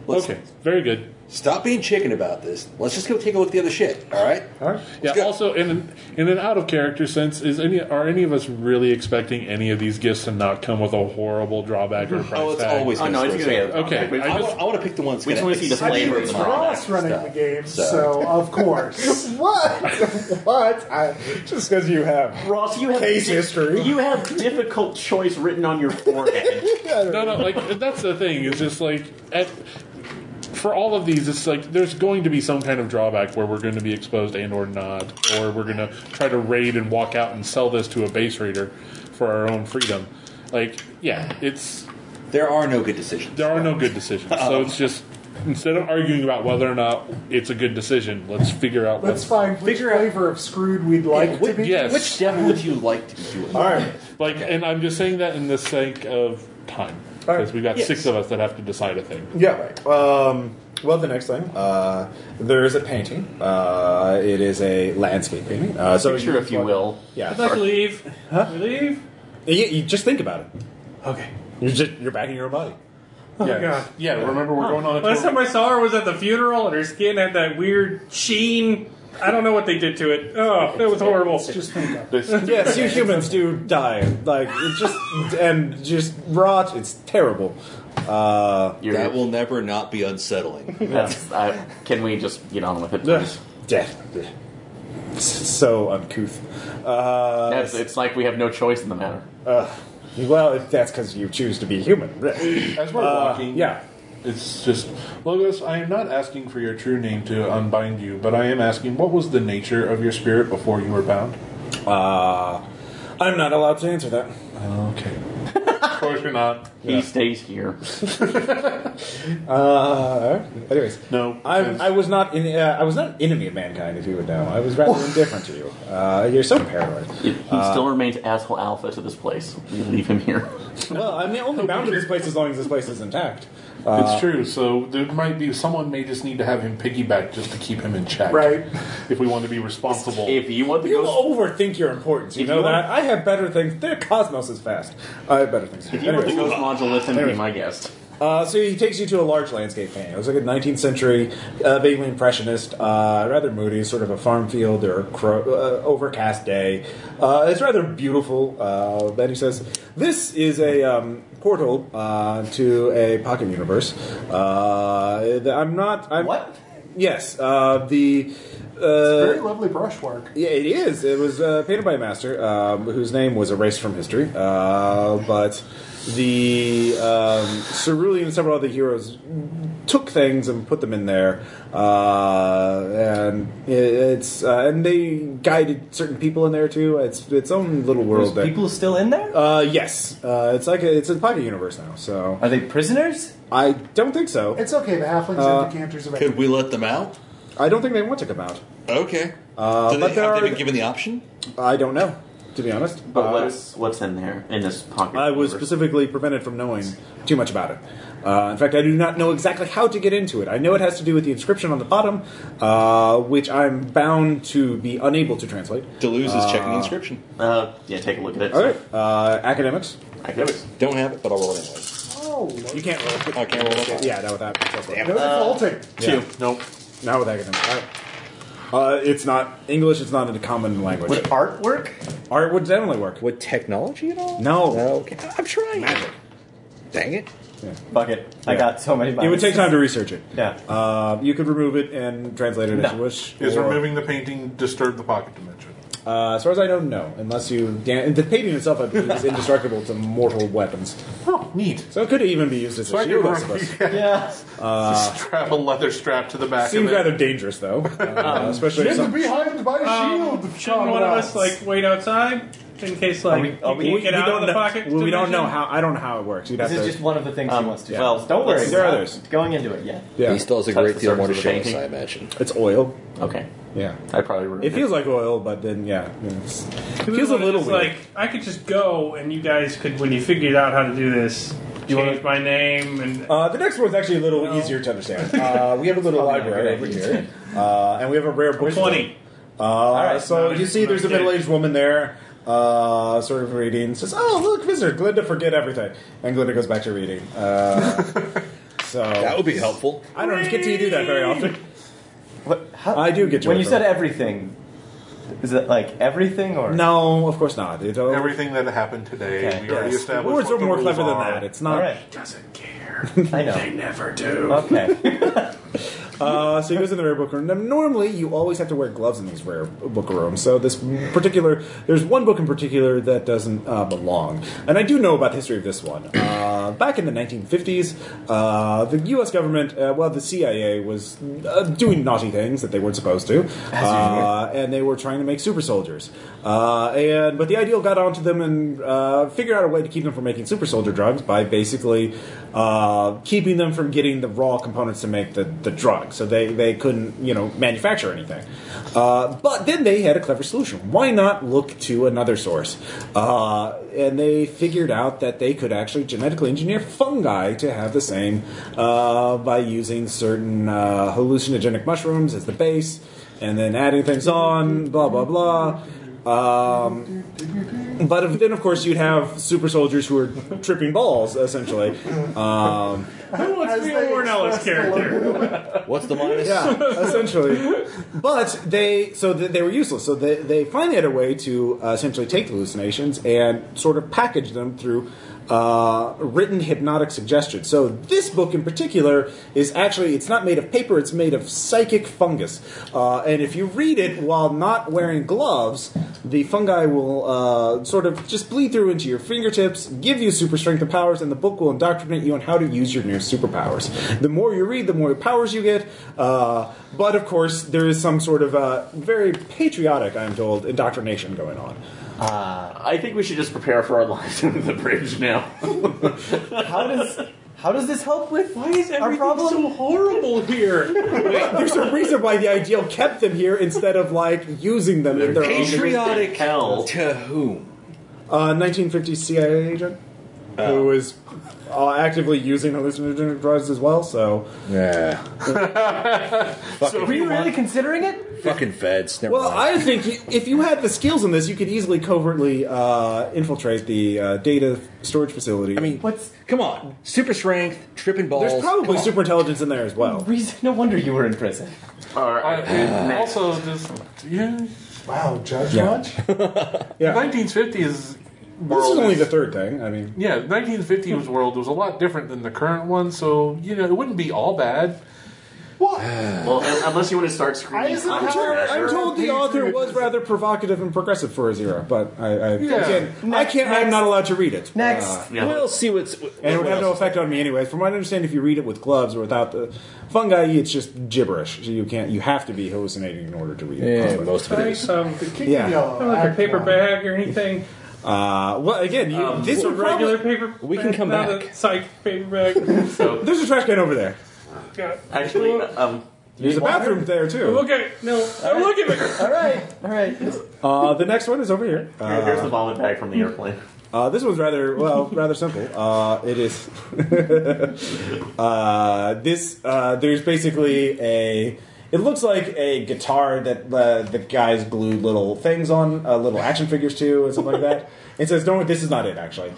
H: Let's-
B: Okay. Very good.
H: Stop being chicken about this. Let's just go take a look at the other shit. All right.
A: All right.
B: Yeah.
H: go.
B: Also, in an, in an out of character sense, is any are any of us really expecting any of these gifts to not come with a horrible drawback or price
H: Oh, it's
B: tag?
H: always.
E: Oh, no,
H: gonna
E: it's
H: screw
E: gonna be
H: us up.
E: a-
B: okay.
E: Okay,
B: I
H: I,
B: just,
H: wa- I want to pick the ones.
E: We just wanna see the
D: I mean,
E: flavor of
D: it's
E: the model.
D: Ross running the game, so,
H: so-
A: *laughs*
D: of course.
A: What? what? I, just because you have.
E: Ross, you have
A: Case history.
E: You have difficult choice written on your forehead.
B: no, no. Like that's the thing. It's just like at, for all of these, it's like there's going to be some kind of drawback where we're going to be exposed and or not, or we're going to try to raid and walk out and sell this to a base raider for our own freedom. Like, yeah, it's
H: there are no good decisions.
B: there are no good decisions. So it's just instead of arguing about whether or not it's a good decision, let's figure out
D: Let's
B: what's
D: find which
H: Figure out-
D: flavor of screwed we'd like to
H: Which-
D: be.
B: yes.
H: Which devil would you like to do?
A: All right.
B: like. And I'm just saying that in the sake of time
A: All right.
B: because we've got
A: Yes.
B: six of us that have to decide a thing.
A: Yeah. Right. Um, well, the next thing, uh, there is a painting. Uh, it is a landscape painting. Uh, so
E: Picture, if you will.
F: I'd
A: Yeah.
F: like to leave. We leave?
A: You, you just think about it.
F: Okay.
A: You're just you're back in your own body.
B: Oh yeah.
F: God.
B: Yeah. Remember, we're going on a
F: Last
B: tour.
F: time I saw her was at the funeral, and her skin had that weird sheen. I don't know what they did to it. Oh, that was horrible.
D: Just think about it.
B: This-
A: Yes, you humans do die. Like it just and just rot. It's terrible. Uh,
E: You're,
H: That will never not be unsettling.
E: that's, I, can we just get on with it,
A: ugh,
E: please?
A: death. It's So uncouth. Uh,
E: That's, it's like we have no choice in the matter.
A: well, that's because you choose to be human.
E: *laughs*
B: As we're
A: Uh,
B: walking,
A: yeah.
B: it's just Logos. I am not asking for your true name to unbind you, but I am asking what was the nature of your spirit before you were bound.
A: Uh, I'm not allowed to answer that.
B: Okay, of course you're not.
E: He stays here.
A: Uh, anyways,
B: No,
A: I'm,
B: it's-
A: I was not in. Uh, I was not an enemy of mankind, if you would know. I was rather indifferent to you. Uh, you're so paranoid.
E: He still remains asshole alpha to this place. We leave him here.
A: Well, I'm only bound to this place as long as this place is intact.
B: it's true. So there might be someone may just need to have him piggyback just to keep him in check,
D: Right.
B: If we want to be responsible,
E: If you want to
A: You
E: go,
A: overthink your importance. You
E: If
A: know
E: you
A: that.
E: want-
A: I have better things. Their cosmos is fast. I have better things.
E: if you want to
A: Anyways,
E: go module, listen be my guest.
A: uh, so he takes you to a large landscape painting. It was like a 19th century, uh, vaguely impressionist, uh, rather moody, sort of a farm field or a cro- uh, overcast day. Uh, it's rather beautiful. Uh, then he says, "This is a." Um, Portal uh, to a pocket universe. Uh, I'm not. I'm,
G: What?
A: Yes. Uh, the. Uh,
D: Very lovely brushwork.
A: yeah, it is. It was uh, painted by a master um, whose name was erased from history. Uh, but the um, Cerulean and several other heroes took things and put them in there, uh, and it, it's uh, and they guided certain people in there too. It's its own little
G: There's
A: world. there.
G: people still in there?
A: Uh, yes, uh, it's like a, it's a pocket universe now. So
G: Are they prisoners?
A: I don't think so.
D: It's okay. The halflings
A: uh,
D: have decanters of
H: Could
D: everything.
H: we let them out?
A: I don't think they want to come out.
H: Okay. Uh,
A: but there
H: have
A: are-
H: they been given the option?
A: I don't know, to be honest.
E: But
A: Uh,
E: what's what's in there in this pocket?
A: I was
E: universe?
A: specifically prevented from knowing too much about it. Uh, in fact, I do not know exactly how to get into it. I know it has to do with the inscription on the bottom, uh, which I'm bound to be unable to translate.
H: Deleuze is checking the inscription.
E: Uh, yeah, take a look at it.
A: All right, uh, academics.
E: I can always-
H: Don't have it, but I'll roll it anyway.
D: Oh, look.
A: You can't roll.
H: I can't roll it.
A: Yeah, not with that. That's
D: no
A: right.
F: Uh,
D: defaulting.
A: Yeah,
B: nope.
A: Not with academics. All right. Uh, it's not English. It's not in a common language.
G: Would art work?
A: Art would definitely work.
H: With technology at all?
A: No.
H: Okay. I'm trying.
A: Magic.
H: Dang it.
G: Fuck it. I
A: Yeah.
G: got so many.
A: It would take
G: biases.
A: time to research it.
G: Yeah.
A: Uh, you could remove it and translate it as
G: No.
A: you wish.
B: is
A: or-
B: removing the painting disturb the pocket dimension?
A: Uh, as far as I know, no. Unless you, dan- the painting itself, I believe, is indestructible to mortal weapons.
B: Huh. neat.
A: So it could even be used as
B: So
A: a
B: I could
A: shield, I
B: run,
A: suppose.
F: *laughs*
G: *laughs* Yeah.
B: strap a leather strap to the back
A: Seems
B: of it.
A: rather dangerous,
F: *laughs*
A: though. Uh, especially if some,
D: Hidden behind my
F: Um,
D: shield.
F: shouldn't one of
D: comrades.
F: us like wait outside in case like
G: we- are
F: you
G: we-
F: can't get out
A: don't
F: of the
A: know,
F: pocket?
A: well, we don't
F: dimension?
A: know how. I don't know how it works. You'd have
G: This is
A: to.
G: just one of the things he wants to do.
E: well,
G: don't worry.
A: there are
G: we're not
A: others.
G: Going into it, yeah.
A: yeah,
H: He still has a
E: Touch
H: great
E: the
H: deal more to
E: surface of
H: show
E: the
H: us,
E: painting.
H: I imagine.
A: it's oil.
E: Okay.
A: Yeah,
E: I probably ruined
A: it feels like oil, but then yeah, it's,
F: It was
A: feels a
F: one of
A: little
F: those,
A: weird.
F: like I could just go and you guys could when you figured out how to do this
G: You wanna-
F: change my name and
A: Uh, the next one's actually a little
F: No.
A: easier to understand. Uh, we have a little library over here, uh, and we have a rare book.
F: twenty.
A: Uh, All
G: right,
A: so
F: not-
A: you see, there's a
F: not dead.
A: middle-aged woman there, uh, sort of reading. Says, "Oh, look, visitor, Glinda, forget everything," and Glinda goes back to reading. Uh, so
H: That would be helpful.
A: I don't get to do that very often.
G: What, how,
A: I do get you
G: When you
A: it,
G: said
A: though.
G: everything, is it like everything or
A: No, of course not. It,
B: Everything that happened today,
G: Okay.
B: we
A: yes.
B: already established.
A: Words
B: what
A: are
B: the
A: more
B: rules
A: clever than
B: are.
A: that. It's
G: All
A: not.
G: right.
F: Doesn't care.
G: *laughs* I
F: they
G: know.
F: never do.
G: *laughs* Okay.
A: Uh, so he goes in the rare book room. Now, normally, you always have to wear gloves in these rare book rooms. So this particular, there's one book in particular that doesn't uh, belong, and I do know about the history of this one. Uh, back in the 1950s, uh, the U.S. government, uh, well, the CIA was uh, doing naughty things that they weren't supposed to, uh, and they were trying to make super soldiers. Uh, and but the ideal got onto them and uh, figured out a way to keep them from making super soldier drugs by basically uh, keeping them from getting the raw components to make the, the drug. So they, they couldn't, you know, manufacture anything. Uh, but then they had a clever solution. Why not look to another source? Uh, and they figured out that they could actually genetically engineer fungi to have the same uh, by using certain uh, hallucinogenic mushrooms as the base and then adding things on, blah, blah, blah. Um, but if, then, of course, you'd have super soldiers who are tripping balls, essentially. Um,
F: Who wants to
D: As
F: be
D: they
F: a Warren Ellis
D: express the
F: character?
H: What's the minus?
A: yeah, essentially. But they, so th- they were useless. So they, they finally had a way to uh, essentially take the hallucinations and sort of package them through uh, written hypnotic suggestion. So this book in particular is actually, it's not made of paper, it's made of psychic fungus. Uh, and if you read it while not wearing gloves, the fungi will uh, sort of just bleed through into your fingertips, give you super strength and powers, and the book will indoctrinate you on how to use your new superpowers. The more you read, the more powers you get. Uh, but of course, there is some sort of uh, very patriotic, I'm told, indoctrination going on.
E: I think we should just prepare for our *laughs* lives under the bridge *laughs* now.
G: how does how does this help with
F: Why is
G: our
F: everything
G: problem?
F: so horrible here?
A: There's a reason why the ideal kept them here instead of like using them in their own.
H: Patriotic
E: Hell.
H: to whom?
A: Uh, 1950 CIA agent who was uh, actively using hallucinogenic drugs as well. So,
H: Yeah.
G: Were you really considering it?
H: Fucking feds. Never
A: well,
H: mind.
A: I think you- if you had the skills in this, you could easily covertly uh, infiltrate the uh, data storage facility.
H: I mean,
G: What's-
H: Come on, super strength, tripping balls.
A: there's probably
H: Come on.
A: super intelligence in there as well.
G: Reason, no wonder you were in prison.
E: Or,
B: I, and Uh, also, just yeah,
D: Wow, Judge
A: Yeah.
D: Watch?
B: 1950s world.
A: This is only
B: is-
A: the third thing. I mean,
B: yeah, 1950s world was a lot different than the current one, so you know it wouldn't be all bad.
D: What?
E: well, un- unless you want to start screaming.
D: Isn't
E: I'm
D: Howard-
E: sure-
A: I'm told the author was rather provocative and progressive for his era, but I, I,
B: Yeah.
A: again, I can't. I'm not allowed to read it.
G: Next.
A: Uh,
E: Yeah.
H: We'll see what's.
A: and it would
H: what
A: have no
H: else.
A: effect on me anyway. From what I understand, if you read it with gloves or without the fungi, it's just gibberish. So you can't. You have to be hallucinating in order to read it.
H: Yeah, most of it is.
F: um,
D: King
A: *laughs* Yeah.
D: Yellow.
F: not like a
D: Act
F: paper
D: One.
F: bag or
A: *laughs*
F: anything.
A: Uh, well, again, you,
H: Um,
A: this
F: a
A: would probably-
F: regular paper.
H: We can
F: bag,
H: come
F: not a
H: back.
F: Psych paper
A: *laughs*
F: bag.
E: so,
A: There's a trash can over there.
F: God.
E: actually, um,
A: There's a bathroom there too.
F: Okay, no, don't look at me.
G: All right, all right.
A: Uh, the next one is over here.
E: here- here's the vomit bag from the airplane.
A: Uh, this one's rather well, rather simple. Uh, it is *laughs* uh, this. Uh, there's basically a. It looks like a guitar that uh, the guys glued little things on, uh, little action figures to, and stuff like
H: *laughs*
A: that. It says, "Don't." This is not it, actually.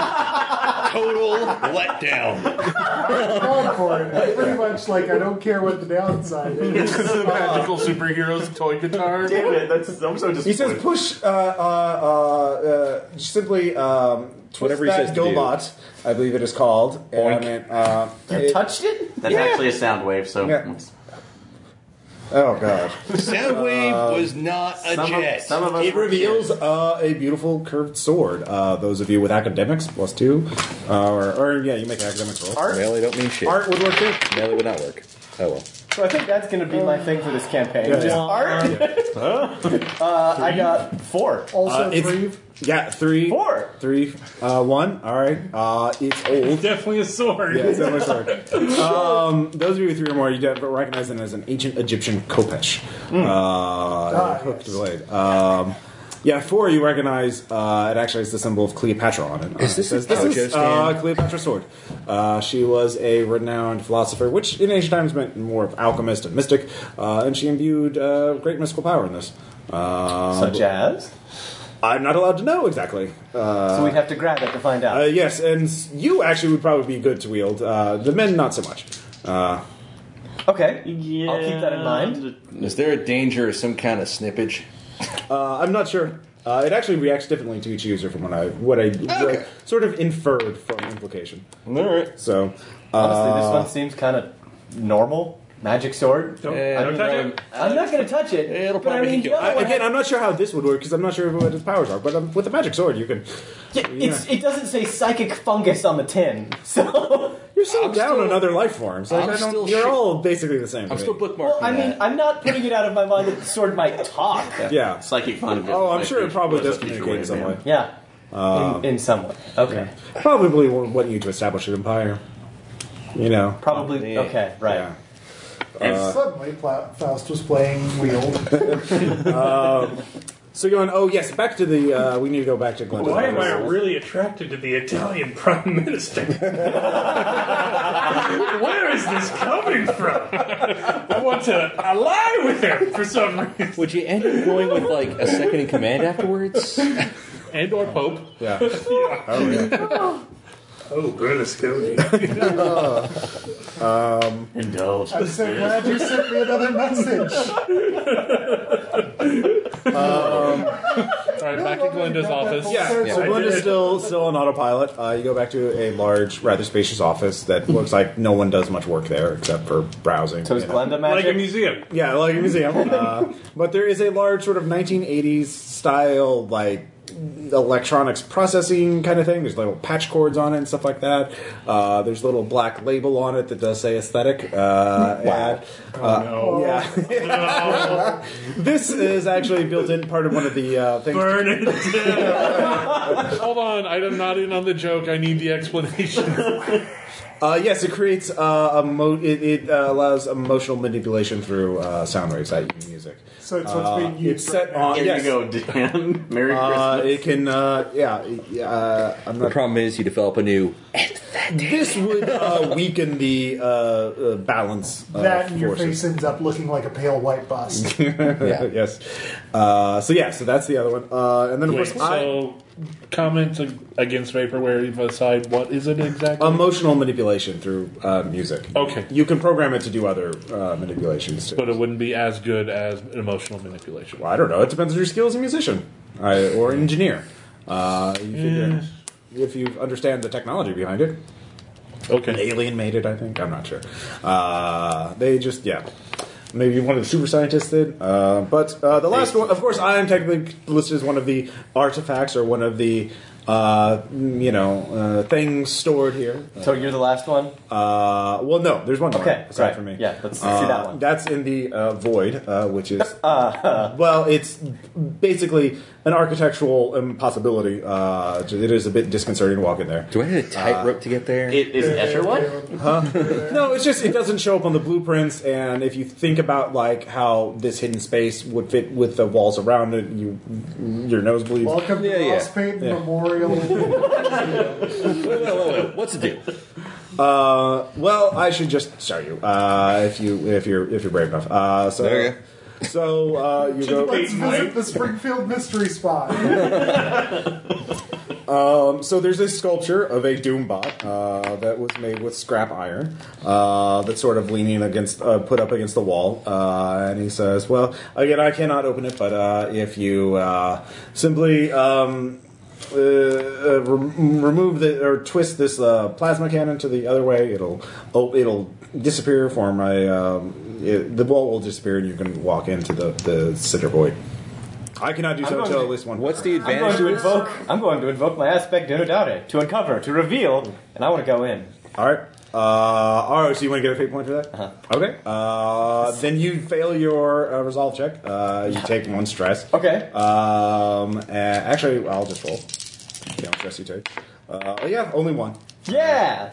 H: Total letdown.
D: God for it. It's Pretty much like I don't care what the downside is.
F: uh,
B: the magical superheroes toy guitar.
E: Damn it, that's, I'm so disappointed.
A: He says, "Push uh, uh, uh, uh, simply um, twist
H: Whatever he
A: that
H: says to do.
A: GoBot, I believe it is called."
H: Boink.
A: And, uh,
G: You
A: it-
G: touched it.
E: That's actually a sound wave, so
A: Yeah. Oh god.
K: Soundwave was not a
E: Some of-
K: jet.
E: some of us
A: It
E: were
A: reveals
E: kids.
A: uh, a beautiful curved sword. Uh, those of you with academics plus two, uh, or, or yeah, you make an academic roll. Art,
H: Melee don't mean shit.
A: would work too.
H: Melee would not work. Oh well.
G: So I think that's going to be my thing for this campaign.
A: Yeah.
G: Just
A: Yeah.
G: art. *laughs* uh, I got four.
D: Also,
A: Uh, it's-
D: Grieve.
A: Yeah, three,
G: Four.
A: three, uh, one. All right. Uh, it's old.
F: Definitely a sword.
A: Yeah, it's definitely sword. Um, those of you with three or more, you don't recognize it as an ancient Egyptian kopesh, uh,
D: Ah,
A: hooked
D: yes.
A: blade. Um, yeah, four you recognize. Uh, it actually has the symbol of Cleopatra on it. Uh,
H: Is this
A: it says,
H: a
A: this
H: Jojo
A: is
H: stand?
A: uh, Cleopatra's sword. Uh, she was a renowned philosopher, which in ancient times meant more of alchemist and mystic, uh, and she imbued uh, great mystical power in this. Uh,
G: Such as.
A: I'm not allowed to know exactly.
G: so we'd have to grab it to find out.
A: Uh, yes, and s- you actually would probably be good to wield. Uh, the men, not so much. Uh,
G: okay. I'll keep that in mind.
H: Is there a danger of some kind of snippage?
A: uh, I'm not sure. Uh, it actually reacts differently to each user from what I what I what I sort of inferred from implication.
H: All right.
A: So,
G: Honestly, this
A: uh,
G: one seems kind of normal. Magic sword.
F: Don't,
H: Yeah.
F: don't touch it.
G: I'm not going to touch it.
H: It'll
G: but I
H: probably
G: mean,
H: hit you.
G: the other
A: I-
G: one
A: again,
G: had-
A: I'm not sure how this would work because I'm not sure what his powers are. But um, with the magic sword, you can.
G: Yeah, it's, it doesn't say psychic fungus on the tin, *laughs* so
A: You're so
H: I'm
A: down
H: still-
A: on other life forms. Like,
H: I'm
A: I don't-
H: still
A: you're
H: sure-
A: all basically the same. to
H: I'm
A: me.
H: still bookmarking
G: well, I mean,
H: that.
G: I'm not putting it out of my mind that the sword might talk.
A: Yeah.
E: Psychic fungus.
A: Oh, I'm
E: Like,
A: sure it probably
E: was a
A: does
E: future
A: communicate in
E: wave,
A: some
E: man.
A: way.
G: Yeah, in, in some way. Okay,
A: Probably wouldn't want you to establish an empire. You know.
G: probably. Okay, right.
A: Yeah. uh,
D: Suddenly, Pla- Faust was playing Wield.
A: So going, oh yes, back to the. Uh, we need to go back to Glenn.
F: Why am I really attracted to the Italian Prime
A: *laughs*
F: Minister? Where is this coming from? I want to ally with him for some reason.
H: Would you end up going with like a second in command afterwards?
B: And or Pope.
A: Yeah.
F: *laughs*
A: Oh, yeah.
F: Oh, Berlusconi.
E: Indulge.
D: I'm so glad you sent me another message.
B: All right, back to
D: Well,
B: Glinda's
D: got that
B: office.
D: full
A: yeah.
D: circle.
A: So Glenda's still still on autopilot. Uh, you go back to a large, rather spacious office that looks like no one does much work there except for browsing.
G: So is
A: you know.
G: Glenda
F: Like a
G: magic?
F: museum.
A: Yeah, like a museum. Uh, but there is a large sort of 1980s style, like electronics processing kind of thing. There's little patch cords on it and stuff like that. Uh, there's a little black label on it that does say aesthetic. Uh, wow.
B: no.
A: Yeah. *laughs* this is actually built in part of one of the uh, things.
F: Burn it down.
B: Hold on, I'm not in on the joke. I need the explanation.
A: Uh, yes, it creates uh, emo- it, it uh, allows emotional manipulation through uh, sound waves that you music.
D: So it's what's being used.
A: Uh, It's set
D: right now.
A: on.
E: Here
A: yes.
E: you go,
J: *laughs*
E: Dan. Merry
A: Uh,
E: Christmas.
A: it can, uh, yeah, it- uh, I'm
H: *laughs* the
A: not
H: problem is you develop a new.
A: This would uh, weaken the uh, uh, balance. Uh,
D: That and your face
A: forces.
D: ends up looking like a pale white
A: *laughs*
D: bust.
H: Yeah.
A: yes. Uh, so yeah, so that's the other one, uh, and then of
B: Wait,
A: course I,
B: so comments ag- against vaporware aside, what is it exactly?
A: emotional manipulation through uh, music.
B: Okay.
A: you can program it to do other uh, manipulations. Too.
B: but it wouldn't be as good as emotional manipulation.
A: Well, I don't know. It depends on your skill as a musician I, or engineer. Uh, you figure if you understand the technology behind it.
B: Okay.
A: Alien made it, I think. I'm not sure. Uh, they just, yeah. Maybe one of the super scientists did. Uh, but uh, the last one, of course, I am technically listed as one of the artifacts or one of the, uh, you know, uh, things stored here.
G: So you're the last one.
A: Uh, well, no, there's one more
G: Okay,
A: aside
G: right.
A: from me.
G: Yeah, let's see
A: Uh,
G: that one. Uh,
A: That's in the uh, void, uh, which
G: *laughs*
A: is well, it's basically an architectural impossibility. Uh, it is a bit disconcerting to walk in there.
H: Do I
K: Uh,
H: need a tightrope to get there?
E: it is Escher one?
A: No, it's just it doesn't show up on the blueprints, and if you think about like how this hidden space would fit with the walls around it, you your nose bleeds.
D: Welcome
H: Yeah,
D: to
H: yeah.
D: Ross Payton
A: Yeah. *laughs*
D: Memorial.
H: Wait, wait, wait, wait. What's it do?
A: Uh, well, I should just show you uh, if you if you're if you're brave enough. Uh, so
H: There you
A: so uh, you go.
D: Let's visit the Springfield Mystery Spot.
A: Um, so there's this sculpture of a Doombot uh, that was made with scrap iron uh, that's sort of leaning against uh, put up against the wall, uh, and he says, "Well, again, I cannot open it, but uh, if you uh, simply." Um, uh, uh, rem- remove the or twist this uh, plasma cannon to the other way. It'll oh, it'll disappear, form a um, it, the wall will disappear, and you can walk into the the center void. I cannot do
G: I'm
A: so
G: going
A: until
G: to-
A: at least one.
H: What's the
G: I'm going
H: advantage?
G: to invoke. I'm going to invoke my aspect Denodare to uncover, to reveal, and I want to go in.
A: All right. Uh, oh, so you want to get a fate point for that? Okay. Uh, then you fail your uh, resolve check. Uh, you take one stress.
G: Okay.
A: Um, uh, actually, I'll just roll. Yeah, stress you take. Uh, yeah, only one.
G: Yeah.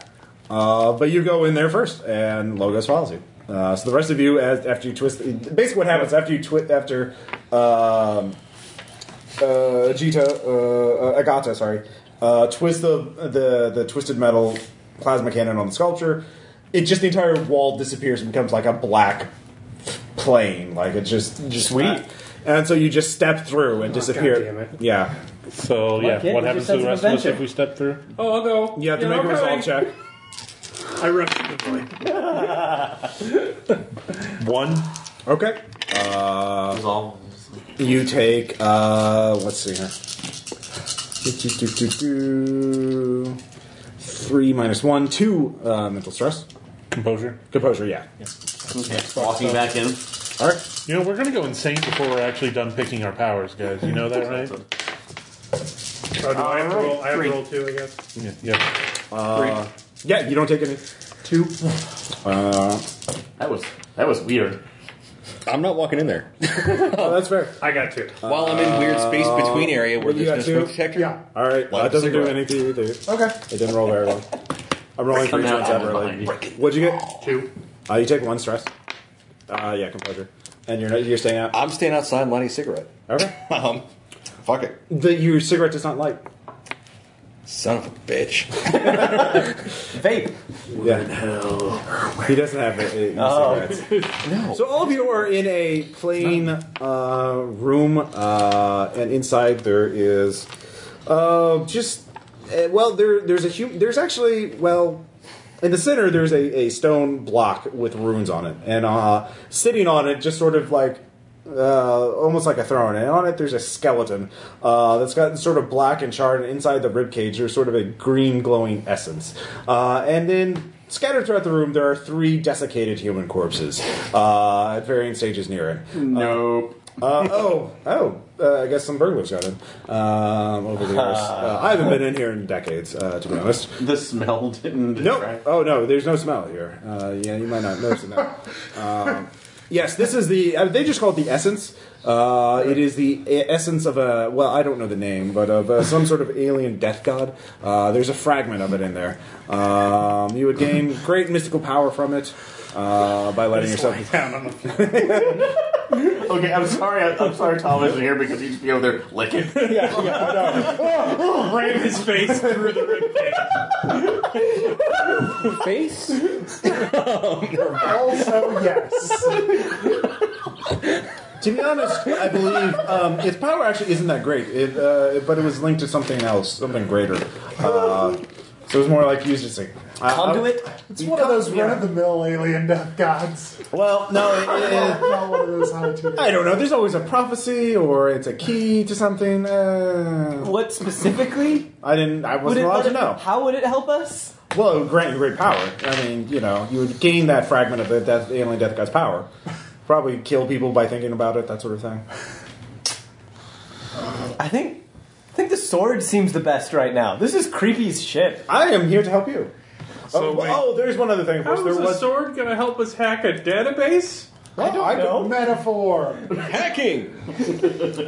A: Uh, but you go in there first, and Logos follows you. Uh, so the rest of you, as after you twist, basically what happens after you twist after um, uh, Jita uh, uh, Agata, sorry, uh, twist the, the the twisted metal plasma cannon on the sculpture. It just the entire wall disappears and becomes like a black plane, like it just just
G: Sweet.
A: And so you just step through and disappear.
F: goddammit.
A: Yeah,
I: So yeah,
G: kid,
I: what
G: we
I: happens
G: just
I: to
G: had
I: the
G: some
I: rest of us
G: adventure.
I: if we step through?
F: Oh, I'll go.
A: you have to
F: Yeah,
A: make
F: I'm
A: a resolve
F: coming.
A: check.
F: I rushed the void.
I: One.
A: Okay. Uh,
E: Resolve.
A: You take uh let's see here. Do, do, do, do, do. Three minus one, two uh, mental stress.
I: Composure.
A: Composure, yeah.
E: Walking back in.
A: Alright.
I: You know, we're gonna go insane before we're actually done picking our powers, guys. You know that, right?
F: Oh, do I have to roll? I have to roll two, I guess.
I: Yeah. yeah.
A: Yeah, you don't take any
H: *laughs*
D: Two.
E: That was that was weird.
H: Uh, I'm not walking in there.
A: *laughs* Oh that's fair.
F: I got two.
A: Uh,
H: While I'm in weird space between area where
A: you
H: there's
A: got
H: no smoke
A: two?
H: detector.
D: Yeah.
A: Alright,
H: Light
A: that doesn't do
H: cigarette.
A: anything either. It
D: Okay.
A: didn't roll very well. I'm rolling three
E: Come out,
A: times
E: Adam,
A: separately.
E: behind you.
A: What'd you get?
F: Two.
A: Uh, you take one stress. Uh yeah, composure. And you're you're staying out.
H: I'm staying outside lighting a cigarette.
A: Okay.
H: Um, fuck it.
A: The, your cigarette does not light.
H: Son of a bitch.
G: Vape.
A: Yeah. He doesn't have it. it
G: Oh.
A: cigarettes. So all of you are in a plain uh, room, uh, and inside there is uh, just uh, well, there there's a hum- there's actually well. In the center, there's a, a stone block with runes on it, and uh, sitting on it, just sort of like uh, almost like a throne, and on it there's a skeleton uh, that's got sort of black and charred, and inside the rib cage there's sort of a green glowing essence. Uh, and then scattered throughout the room there are three desiccated human corpses uh, at varying stages near it.
E: Nope.
A: Uh, oh, oh, uh, I guess some burglars got in um, over the years. Uh, I haven't been in here in decades, uh, to be honest.
E: The smell didn't.
A: No,
E: attract-
A: oh no, there's no smell here. Uh, yeah, you might not notice it
D: *laughs*
A: now. Um, yes, this is the. Uh, they just call it the essence. Uh, it is the e- essence of a. Well, I don't know the name, but of uh, some sort of alien death god. Uh, there's a fragment of it in there. Um, you would gain
D: *laughs*
A: great mystical power from it uh, by letting yourself.
D: *laughs*
F: Down on the floor.
E: Okay, I'm sorry. I, I'm sorry. Tom isn't here because he'd be over there licking.
A: *laughs*
F: Ram his face through the rib cage.
H: Face?
D: Also,
A: *laughs*
D: yes.
A: To be honest, I believe um, its power actually isn't that great, it, uh, but it was linked to something else, something greater. Uh, so it was more like used as a I- I-
G: Conduit.
D: It's one of those run-of-the-mill alien death gods.
A: Well, no, it- it-
D: Not one of those high tier.
A: I don't know. There's always a prophecy or it's a key to something. Uh,
G: What specifically?
A: I didn't. I
G: Would
A: wasn't
G: it,
A: allowed
G: let
A: to
G: it,
A: know.
G: How would it help us?
A: Well, it would grant you great power. I mean, you know, you would gain that fragment of the death, alien death god's power. Probably kill people by thinking about it, that sort of thing.
G: I think. I think the sword seems the best right now. This is creepy as shit.
A: I am here to help you.
F: So
A: oh,
F: wait.
A: oh, there's one other thing. Of
F: How
A: course,
F: is
A: there
F: the
A: was.
F: sword going to help us hack a database?
A: I don't
G: know.
D: Metaphor.
H: Hacking!
A: *laughs*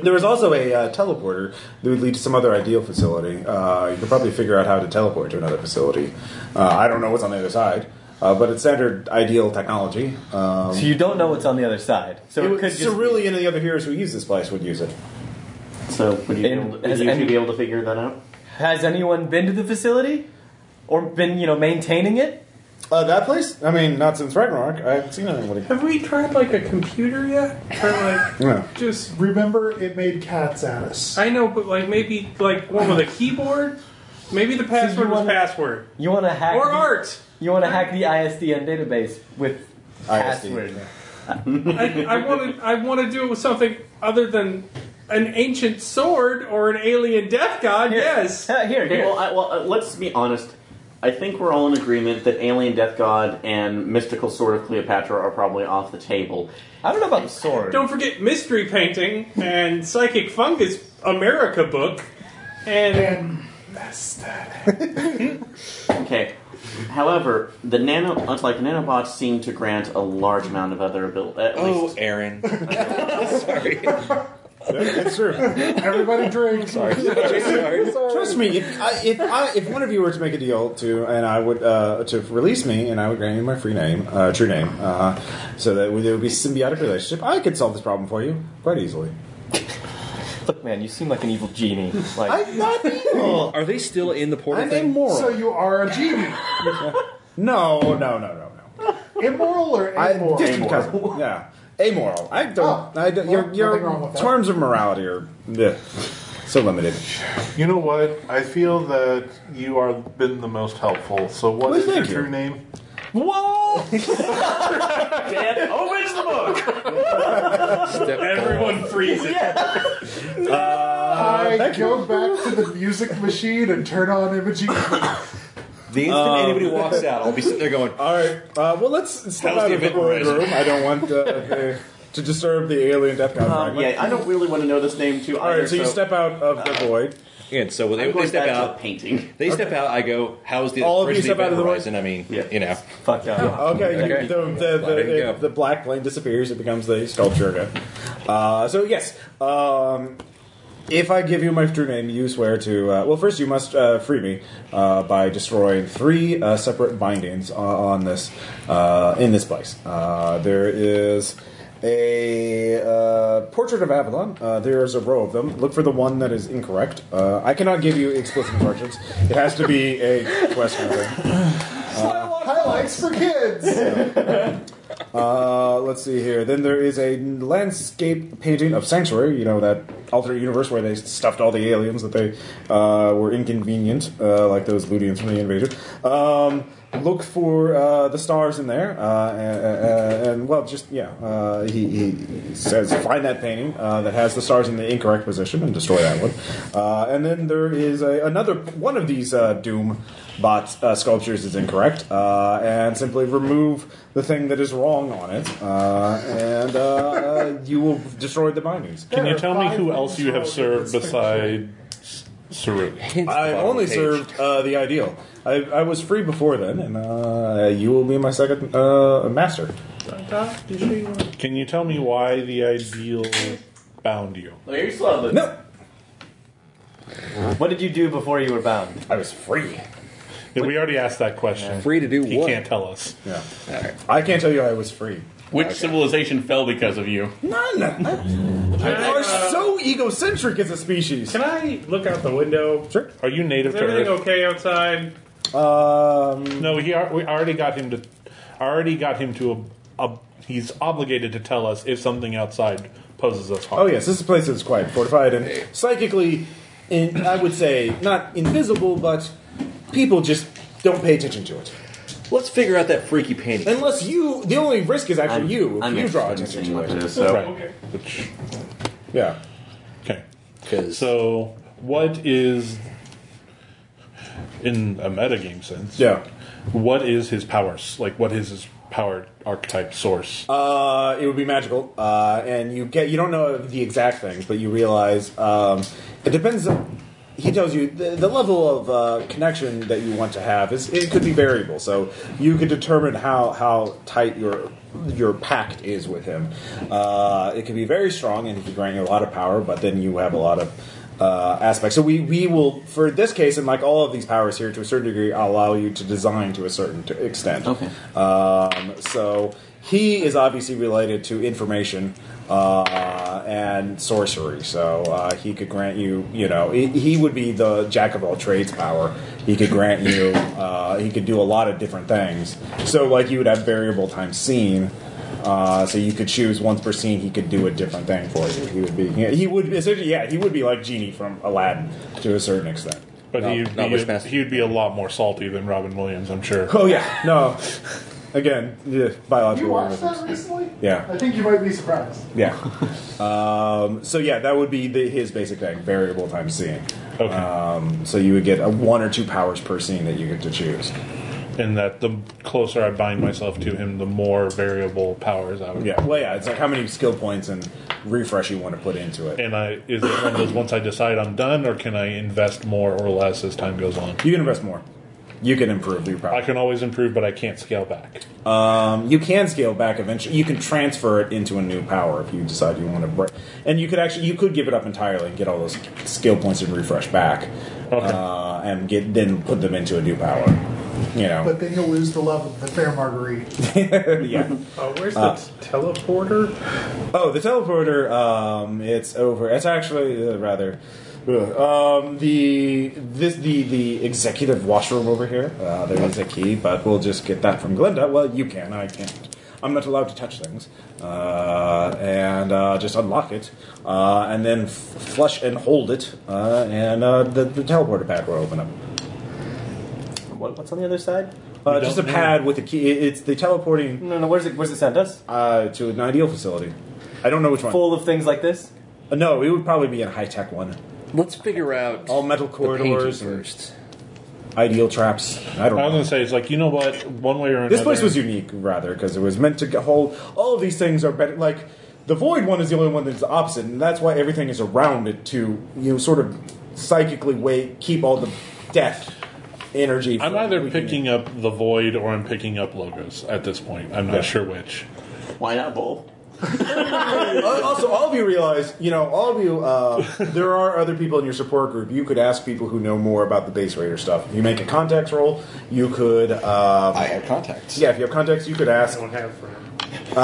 A: There was also a uh, teleporter that would lead to some other ideal facility. Uh, you could probably figure out how to teleport to another facility. Uh, I don't know what's on the other side, uh, but it's standard ideal technology. Um,
G: So you don't know what's on the other side. So it,
A: it,
G: could
A: so
G: just
A: really, any of the heroes who use this place would use it.
E: So would you, be
G: And
E: able, to- would
G: has
E: you
G: any-
E: be able to figure that out?
G: Has anyone been to the facility? Or been, you know, maintaining it?
A: Uh, that place? I mean, not since Ragnarok. I haven't seen
G: *laughs*
A: anybody.
F: Have we tried like a computer yet? Or like
A: No.
F: just
D: Remember, it made cats at us.
F: I know, but like maybe like one with a keyboard. Maybe the password was
G: wanna-
F: password
G: You want to hack
F: or
G: the,
F: art.
G: You want to hack the ISDN database with
A: ISDN.
G: password.
F: I, I want to. I want to do it with something other than an ancient sword or an alien death god. Yes.
G: Uh, Here,
E: Okay,
G: here.
E: well, I, well, uh, let's be honest. I think we're all in agreement that Alien Death God and Mystical Sword of Cleopatra are probably off the table.
G: I don't know about the sword.
F: Don't forget Mystery Painting and Psychic Fungus America book. And
D: And that's that.
E: Okay. However, the nano, like nanobots, seem to grant a large amount of other ability. At
K: Oh,
A: *laughs*
E: least,
K: Aaron.
H: Sorry.
A: That's true.
D: Everybody drinks.
H: Sorry.
A: Trust me, if, I, if, I, if one of you were to make a deal to and I would uh, to release me and I would grant you my free name, uh, true name, uh, so that we- there would be a symbiotic relationship, I could solve this problem for you quite easily.
G: Look, man, you seem like an evil
K: *laughs*
G: genie. Like,
A: I'm not evil.
H: *laughs* Are they still in the portal
A: I'm
H: thing?
A: immoral.
D: So you are a genie.
A: no, no, no, no, no.
D: Immoral or
A: I,
D: amoral?
A: distant
D: *laughs*
A: cousin. Yeah. Amoral. I don't.
D: Oh,
A: I don't
D: well,
A: your your
D: nothing wrong with that.
A: terms of morality are bleh, so limited.
B: You know what? I feel that you are been the most helpful. So what
A: Well,
B: is your
A: thank you.
B: true name?
G: whoa!
E: Dan opens the book.
F: everyone freezes.
D: I go back to the music machine and turn on imaging. *coughs*
K: The instant anybody walks out, I'll be sitting there *laughs* going,
A: All right. Uh, well, let's step
K: How's
A: out
K: the
A: of the
K: event
A: board
K: horizon?
A: room. I don't want uh, *laughs* the, to disturb the alien death god.
E: Um,
A: fragment.
E: yeah, I don't really want to know this name too.
A: All right, so you step out of the void.
K: and so when they,
E: I'm
K: they
E: going
K: step
E: back to
K: out,
E: the *laughs* painting.
K: they step out. I go, how's the
A: All of you
K: original
A: step out of the
K: horizon? I mean,
E: Yeah.
K: you know,
G: Fuck up.
A: Okay,
K: Okay.
A: you- The, the, the,
K: There you
A: it-
K: go.
A: the black plane disappears. It becomes the sculpture again. Uh, so yes, um, if I give you my true name, you swear to. Uh, well, first you must uh, free me uh, by destroying three uh, separate bindings on, on this uh, in this place. Uh, there is. A uh, portrait of Avalon. Uh, there is a row of them. Look for the one that is incorrect. Uh, I cannot give you explicit instructions. It has to be a question.
D: Highlights for kids.
A: Uh, let's see here. Then there is a landscape painting of Sanctuary. You know that alternate universe where they stuffed all the aliens that they uh, were inconvenient, uh, like those Ludians from the invasion. Um, look for uh, the stars in there, uh, and, and well, just yeah. Uh, he, he says find that painting uh, that has the stars in the incorrect position and destroy that one. Uh, and then there is a, another one of these uh, Doom bot uh, sculptures is incorrect, uh, and simply remove the thing that is wrong on it, uh, and uh, uh, you will destroy the bindings.
I: Can
D: There
I: you
D: are
I: tell me
D: five
I: who
D: things
I: else you have
D: wrong
I: served
D: with this
I: beside Saru?
A: I only served uh, the ideal. I, I was free before then, and uh, you will be my second uh, master.
I: Can you tell me why the ideal bound you?
E: There you saw the.
A: No,
G: What did you do before you were bound?
A: I was free.
I: Yeah, we already asked that question.
H: Free to do
I: He
H: what?
I: can't tell us.
A: Yeah, I can't tell you I was free.
E: Which civilization fell because of you?
A: None. We are so egocentric as a species.
F: Can I look out the window? Is
I: Are you native to
F: everything
I: Earth?
F: okay outside?
A: Um,
I: No, he al- we already got him to. Already got him to. A, a, he's obligated to tell us if something outside poses us harm.
A: oh yes, this place is quite fortified and psychically, in, I would say not invisible, but people just don't pay attention to it.
K: let's figure out that freaky painting.
A: Unless you, the only risk is actually you. If
E: I'm
A: you draw
E: interested in
A: attention to
E: seeing what it
A: it.
E: is. So
I: Right.
F: Okay.
I: Which,
A: Yeah.
I: okay.
H: 'Cause-
I: So, what is. In a metagame sense.
A: Yeah.
I: What is his powers? Like, what is his power archetype source?
A: Uh, it would be magical, uh, and you get you don't know the exact things, but you realize um, it depends. On, he tells you the, the level of uh, connection that you want to have is it could be variable, so you could determine how how tight your your pact is with him. Uh, it could be very strong, and he could grant you a lot of power, but then you have a lot of uh, aspect. So we, we will, for this case, and like all of these powers here, to a certain degree, allow you to design to a certain t- extent.
E: Okay.
A: Um, so he is obviously related to information uh, and sorcery. So uh, he could grant you, you know, he, he would be the jack of all trades power. He could grant you, uh, he could do a lot of different things. So like you would have variable time seen. Uh, so you could choose once per scene. He could do a different thing for you. He would be. He would essentially. Yeah, he would be like genie from Aladdin to a certain extent.
I: but
H: no,
I: he'd,
H: not
I: be a,
H: Wishmaster.
I: he'd be a lot more salty than Robin Williams, I'm sure.
A: Oh yeah. No. Again, yeah, biological.
D: You watched
A: organisms.
D: that recently?
A: Yeah.
D: I think you might be surprised.
A: Yeah. um, so yeah, that would be the, his basic thing: variable time seeing.
I: Okay.
A: Um, so you would get a one or two powers per scene that you get to choose.
I: and that the closer I bind myself to him, the more variable powers I would.
A: Yeah, well, yeah, it's like how many skill points and refresh you want to put into it.
I: And I is it one of those once I decide I'm done, or can I invest more or less as time goes on?
A: You can invest more. You can improve your
I: I
A: power.
I: can always improve, but I can't scale back.
A: Um, you can scale back eventually. You can transfer it into a new power if you decide you want to. Break. And you could actually you could give it up entirely and get all those skill points and refresh back, uh, and get then put them into a new power. You know,
D: But then you'll lose the love of the fair Marguerite.
A: yeah.
F: Oh, where's
A: Uh,
F: the teleporter?
A: Oh, the teleporter. Um, it's over. It's actually uh, rather. ugh. Um, the this the the executive washroom over here. Uh, there is a key, but we'll just get that from Glinda. Well, you can. I can't. I'm not allowed to touch things. Uh, and uh, just unlock it, uh, and then f- flush and hold it, uh, and uh, the, the teleporter pad will open up.
G: What, what's on the other side?
A: Uh, just a pad with a key. It- It's the teleporting
G: No, no. Where's it? Where's it send us?
A: uh, to an ideal facility. I don't know which one.
G: Full of things like this.
A: Uh, No, it would probably be a high tech one.
K: Let's figure out
A: All metal
K: the pages
A: corridors and
K: first.
A: ideal traps. I don't
I: I was
A: know.
I: gonna say it's like you know what, one way or another.
A: This place was unique, rather, because it was meant to hold. All of these things are better. Like the void one is the only one that's the opposite, and that's why everything is around it to you know sort of psychically wait, keep all the death energy.
I: I'm
A: from
I: either *laughs*
A: weakening
I: picking
A: it.
I: up the void or I'm picking up logos at this point. I'm not sure which.
E: Why not both?
A: Uh, also, all of you realize, you know, all of you, uh, there are other people in your support group. You could ask people who know more about the base raider stuff. If you make a contacts roll, you could. Uh,
K: I have contacts.
A: yeah, if you have contacts, you could ask. Um,
F: I don't have friends.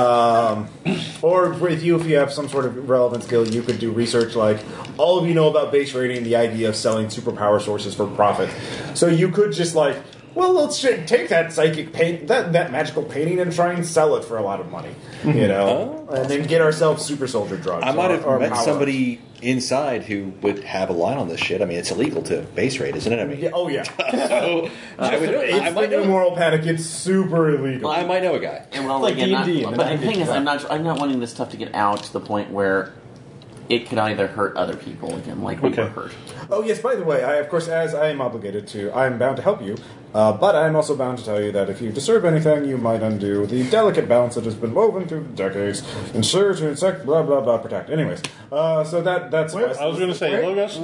A: Or with you, if you have some sort of relevant skill, you could do research like all of you know about base rating, the idea of selling superpower sources for profit. So you could just like, well, let's sh- take that psychic paint, that, that magical painting, and try and sell it for a lot of money, you know, and then get ourselves super soldier drugs.
K: Hmm. Oh. I might
A: or-
K: have
A: or
K: met
A: power.
K: somebody inside who would have a line on this shit. I mean, it's illegal to base rate, isn't it? I mean,
A: Yeah, oh
K: *laughs*
A: yeah,
K: so I, would,
A: it's
K: I,
A: the
K: might
A: new
K: know,
A: moral panic. It's super illegal.
K: I might know a guy.
E: And well,
G: Like
E: again, not,
G: D&D in the
E: but the thing is, I'm not, I'm not wanting this stuff to get out to the point where it could either hurt other people again, like we were
I: Okay.
E: hurt.
A: Oh yes, by the way, I of course, as I am obligated to, I am bound to help you, uh, but I am also bound to tell you that if you disturb anything, you might undo the delicate balance that has been woven through the decades, ensure to insect, blah blah blah, protect. Anyways, uh, so that that's
I: I was gonna say logos.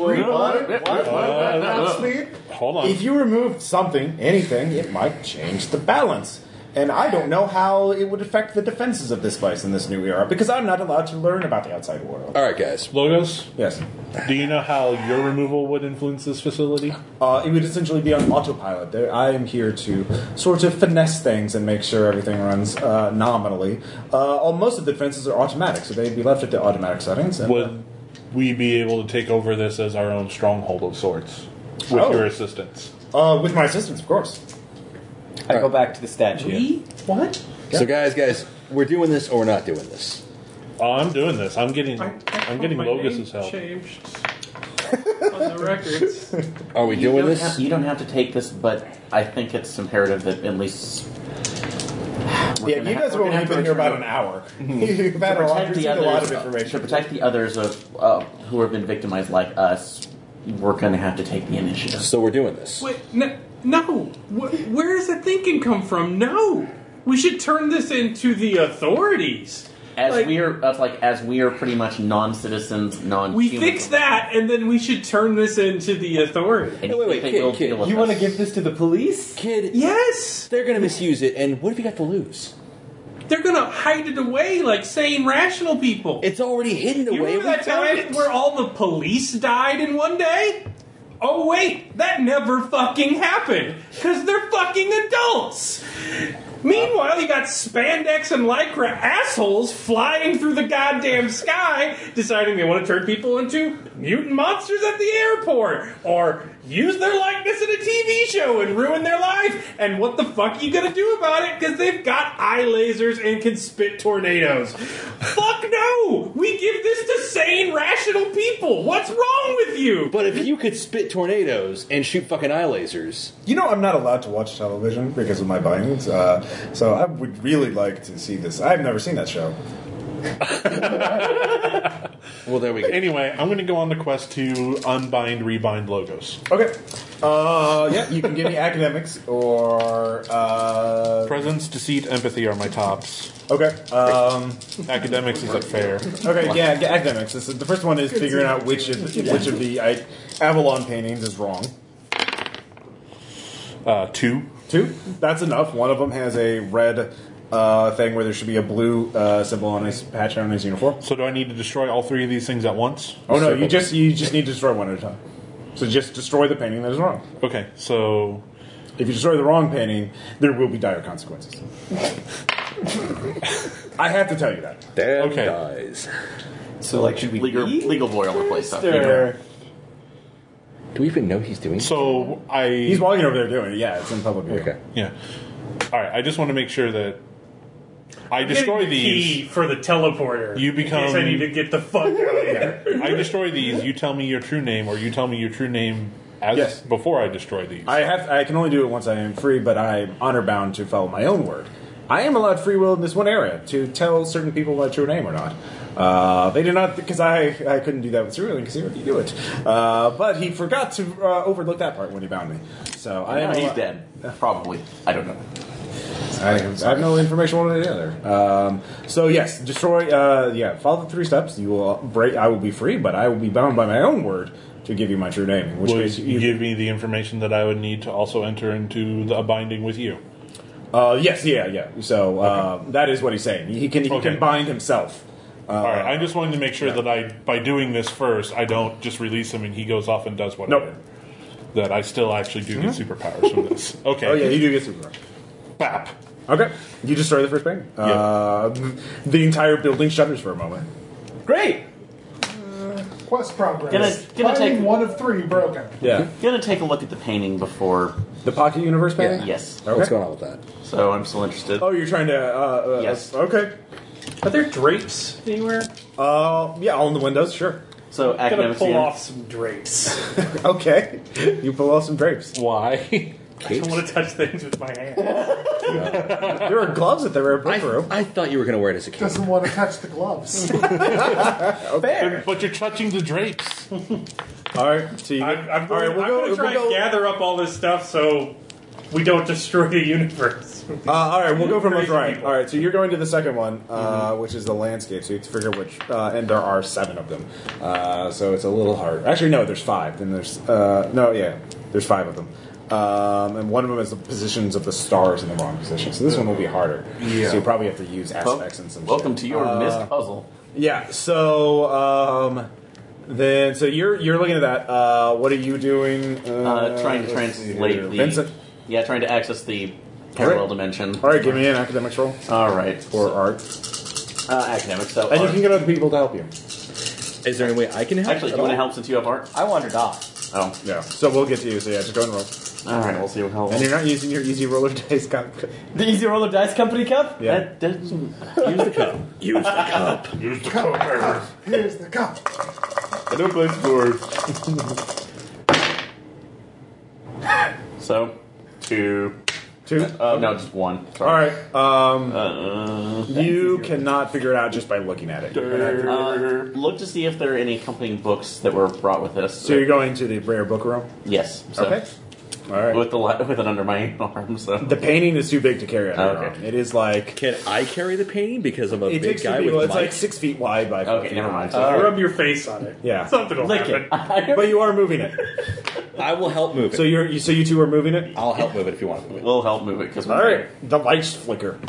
I: Hold on.
A: if you removed something, anything, it might change the balance. And I don't know how it would affect the defenses of this place in this new era because I'm not allowed to learn about the outside world.
H: All right, guys.
I: logos.
A: Yes.
I: Do you know how your removal would influence this facility?
A: Uh, it would essentially be on autopilot. There, I am here to sort of finesse things and make sure everything runs uh, nominally. Uh, all, most of the defenses are automatic, so they'd be left at the automatic settings. And,
I: Would we be able to take over this as our own stronghold of sorts with
A: Oh.
I: your assistance?
A: uh, with my assistance, of course.
G: I go back to the statue.
F: What?
H: So, guys, guys, we're doing this or we're not doing this.
I: Oh, I'm doing this. I'm getting. I, am getting
F: my
I: Logos's
F: name
I: help.
F: Changed on the records.
H: Are we doing
E: don't
H: this?
E: Have, you don't have to take this, but I think it's imperative that at least. we're
A: Yeah,
E: gonna
A: you
E: ha-
A: guys have only
E: we're gonna have
A: been
E: to
A: here about
E: return-
A: an hour. *laughs* You've had a lot,
E: protect
A: you've
E: the
A: seen a lot of
E: others- uh, To
A: information.
E: protect the others of uh, who have been victimized like us, we're going to have to take the initiative.
H: So we're doing this.
F: Wait, no, no. Wh- where does that thinking come from? No, we should turn this into the authorities.
E: As
F: Like-
E: we are, uh, like as we are, pretty much non-citizens, non.
F: We fix that, and then we should turn this into the authorities.
E: And
H: Wait, wait,
E: they
H: kid,
E: will
H: kid,
E: deal with
G: You want to
E: us.
G: give this to the police?
H: Kid,
F: Yes,
H: they're going to misuse it, and what have you got to lose?
F: they're gonna hide it away like sane, rational people.
H: It's already hidden
F: you
H: away.
F: remember that time where all the police died in one day? Oh wait, that never fucking happened because they're fucking adults. Meanwhile, you got spandex and lycra assholes flying through the goddamn sky, deciding they want to turn people into mutant monsters at the airport, or use their likeness in a TV show and ruin their life. And what the fuck are you gonna do about it? Because they've got eye lasers and can spit tornadoes. fuck no! We give this to sane, rational people. What's wrong with you?
H: But if you could spit tornadoes and shoot fucking eye lasers,
A: You know, I'm not allowed to watch television because of my bindings, uh, so I would really like to see this. I've never seen that show.
H: Well, there we go.
B: Anyway, I'm going to go on the quest to unbind, rebind logos.
A: Okay. Uh, yeah, you can give me academics or uh,
B: Presence, deceit, empathy are my tops.
A: okay. Um,
B: Academics is unfair.
A: okay, yeah, yeah, academics. This is, the first one is figuring out which of the, which of the I, Avalon paintings is wrong.
B: Uh, two.
A: Two. That's enough. One of them has a red uh, thing where there should be a blue uh, symbol on his patch on his uniform.
B: So do I need to destroy all three of these things at once?
A: Oh no, you just you just need to destroy one at a time. So just destroy the painting that is wrong.
B: Okay, so
A: If you destroy the wrong painting, there will be dire consequences. I have to tell you that.
L: Damn
B: Okay.
L: guys.
G: So like, should we
E: Legal, legal boil the place
A: *laughs*
E: up.
H: Do we even know he's doing?
B: so I
A: He's walking over there doing it. Yeah, it's in public view.
H: okay.
B: yeah. All right, I just want to make sure that I
F: Getting
B: destroy
F: the
B: these.
F: key for the teleporter.
B: You
F: In case I
B: become-
F: need to get the fuck out of here.
A: *laughs*
B: I destroy these. You tell me your true name, or you tell me your true name as
A: Yes.
B: before I destroy these.
A: I have. I can only do it once I am free, but I'm honor bound to follow my own word. I am allowed free will in this one area to tell certain people my true name or not. Uh, they did not because I, I couldn't do that with Cerulean because he already knew it. Uh, but he forgot to uh, overlook that part when he bound me. So I am.
E: he's
A: allo-
E: dead. Probably. I don't know.
A: I, I have no information one way or the other. Um, so yes, destroy. Uh, yeah, follow the three steps. You will break. I will be free, but I will be bound by my own word to give you my true name. In which
B: Would
A: case,
B: you give me the information that I would need to also enter into the, a binding with you?
A: Uh, yes, yeah, yeah. So uh, that is what he's saying. He can he
B: Okay.
A: can bind himself. Uh,
B: All right, I just wanted to make sure that I, by doing this first, I don't just release him and he goes off and does whatever.
A: Nope. Mm-hmm.
B: That I still actually do get superpowers from
A: *laughs*
B: this. Okay.
A: Oh yeah, you do get super.
B: Bap.
A: Okay, you destroy the first painting. Uh, the entire building shudders for a moment.
G: Great.
D: Quest progress.
E: Gonna- gonna
D: Finding
E: take-
D: one of three broken.
A: Yeah,
E: Gonna take a look at the painting before.
A: the pocket universe painting.
E: Yes.
A: Okay.
H: What's going on with that?
E: So I'm still interested.
A: Oh, you're trying to. Uh, uh,
E: Yes.
A: Okay.
F: Are there drapes anywhere?
A: Uh, yeah, all in the windows. Sure. *laughs*
E: So
F: I'm gonna
E: academics
F: pull
E: again.
F: off some drapes.
A: Okay. you pull off some drapes.
B: Why?
F: I don't want to touch things with my hand.
A: There are gloves at the rare book
H: I,
A: room.
H: I thought you were going to wear it as a kid.
D: Doesn't want to touch the
E: *laughs*
D: gloves.
G: Fair.
B: But you're touching the drapes.
A: All right. So you,
F: I'm, I'm
A: all
F: going,
A: right, we'll
F: I'm
A: go-
F: going to try
A: we'll go-
F: and gather up all this stuff so we don't destroy the
A: *laughs*
F: universe.
A: Uh, all right, we'll go from left
F: Crazy
A: to right.
F: people. Mm-hmm.
A: All right, so you're going to the second one, uh, which is the landscape. So you have to figure which, uh, and there are seven of them. Uh, so it's a little hard. Actually, no, there's five. Then there's uh, no, yeah, there's five of them, um, and one of them is the positions of the stars in the wrong position. So this one will be harder. Yeah. So you probably have to use
E: Well,
A: aspects and some.
E: welcome
A: shit.
E: to your missed puzzle.
A: Yeah. So um, then, so you're you're looking at that. Uh, what are you doing? Uh,
E: Uh, trying to
A: let's see here.
E: translate the.
A: Vincent.
E: Yeah, trying to access the parallel dimension.
A: All right, give me an academics roll
E: All right.
A: or
E: so,
A: art,
E: uh, academics. So
A: and you
E: art.
A: can get other people to help you.
H: Is there any way I can help?
E: actually, do
H: at
E: you want to
H: all?
E: help since you have art?
G: I wandered off.
E: Oh,
A: Yeah. So we'll get to you. So yeah, just go and roll.
E: all right. We'll see what helps.
A: And you're not using your easy roller *laughs* dice cup.
G: The Easy Roller Dice Company cup.
A: Yeah.
E: That doesn't.
H: Use the cup. Use the cup.
D: Here's the cup.
L: I don't play sports.
E: So, two.
A: Two.
E: Uh, no, just one.
A: All
E: Sorry.
A: right. Um,
E: Uh,
A: you cannot figure it out just by looking at it.
E: uh, look to see if there are any accompanying books that were brought with this.
A: So you're going to the rare book room.
E: Yes. So,
A: Okay. All right.
E: With the li- with it under my *laughs* arm. So.
A: The painting is too big to carry out.
E: Oh,
A: your
E: okay.
A: own. It is like
H: Can I carry the painting because I'm a
A: it
H: big
A: takes
H: guy
A: to be,
H: with
A: well,
H: mics?
A: it's like six feet wide by. four
E: okay,
A: feet
E: never
A: high.
E: mind.
F: Rub your face on it.
A: Yeah.
F: Something will
E: Lick
F: happen.
E: it. I
A: But you are moving it.
H: I will help move it.
A: So you're you, so you two are moving it.
H: I'll help move it if you want to move it.
E: will help move it because
A: All right. The lights flicker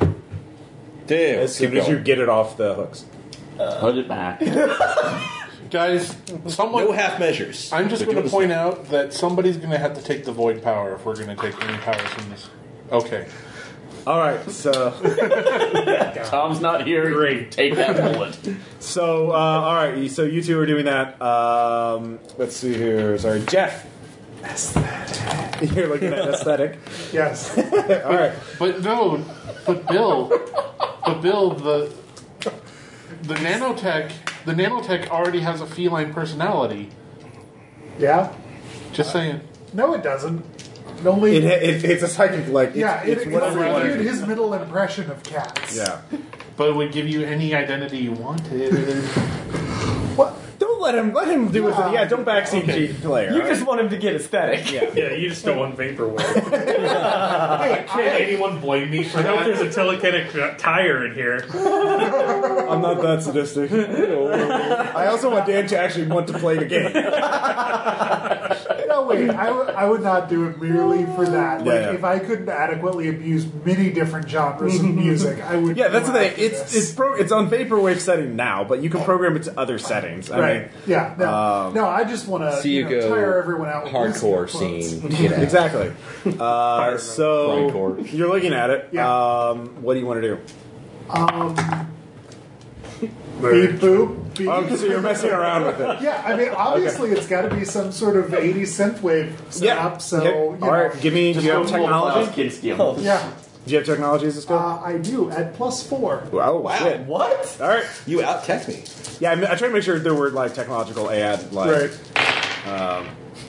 H: Damn.
A: as soon
H: keep
A: as you
H: going.
A: get it off the hooks.
E: put it back.
B: Guys, someone.
L: No half measures.
B: I'm just
L: We're
B: going
L: doing
B: to
L: this
B: point out that somebody's going to have to take the void power if we're going to take any powers from this. Okay.
A: All right. So.
E: Tom's not here.
F: Great.
E: Take that bullet.
A: So, uh, all right. So you two are doing that. Um, let's see here. Sorry, Jeff. Aesthetic. *laughs* You're looking at aesthetic.
D: Yes.
A: all right.
B: But no, but Bill, but Bill, the the nanotech, the nanotech already has a feline personality.
D: Yeah.
B: Just saying.
D: No, it doesn't. It only.
A: It, it, it's a psychic like. It's,
D: yeah, it,
A: it's
D: it,
A: whatever.
B: you want.
D: it's his middle impression of cats.
A: Yeah.
B: But it would give you any identity you wanted.
A: What? Don't let him let him do with it. Yeah, don't backseat
B: Okay.
A: G player.
G: You just want him to get aesthetic.
A: yeah.
F: Yeah, you just don't want
B: *laughs*
F: vaporware.
B: Can anyone blame me for
F: I hope
B: that?
F: there's a
B: uh,
F: telekinetic tire in here.
A: I'm not that sadistic. I also want Dan to actually want to play the game.
D: No, wait. I, w- I would not do it merely for that. Like,
A: Yeah, yeah.
D: if I couldn't adequately abuse many different genres of music, I would.
A: Yeah, that's the
D: go
A: thing.
D: after
A: It's
D: this.
A: it's pro- it's on vaporwave setting now, but you can program it to other settings. I
D: right.
A: mean,
D: yeah. No,
A: um,
D: no. I just want to
H: So you
D: know,
H: go
D: tire everyone out. With
H: hardcore
D: this influence.
H: scene. You know.
A: exactly. Uh, so
H: Grindcore.
A: you're looking at it.
D: Yeah.
A: Um, what do you want to do?
D: Beep boop. Beep.
A: Um, so you're messing around with it.
D: yeah, I mean, obviously, it's got to be some sort of 80 synthwave setup.
A: Yeah.
D: So,
A: Okay.
D: you know,
A: all right. Give me. Do you have
G: *laughs*
E: Wow,
A: technology?
E: kid
G: Oh,
E: stealing.
D: yeah,
A: Do you have technology as a skill?
D: uh, I do at plus four.
A: oh
K: Wow.
A: shit!
G: What?
A: All right.
K: You out tech me.
A: Yeah, I, mean, I try to make sure there were like technological ad like.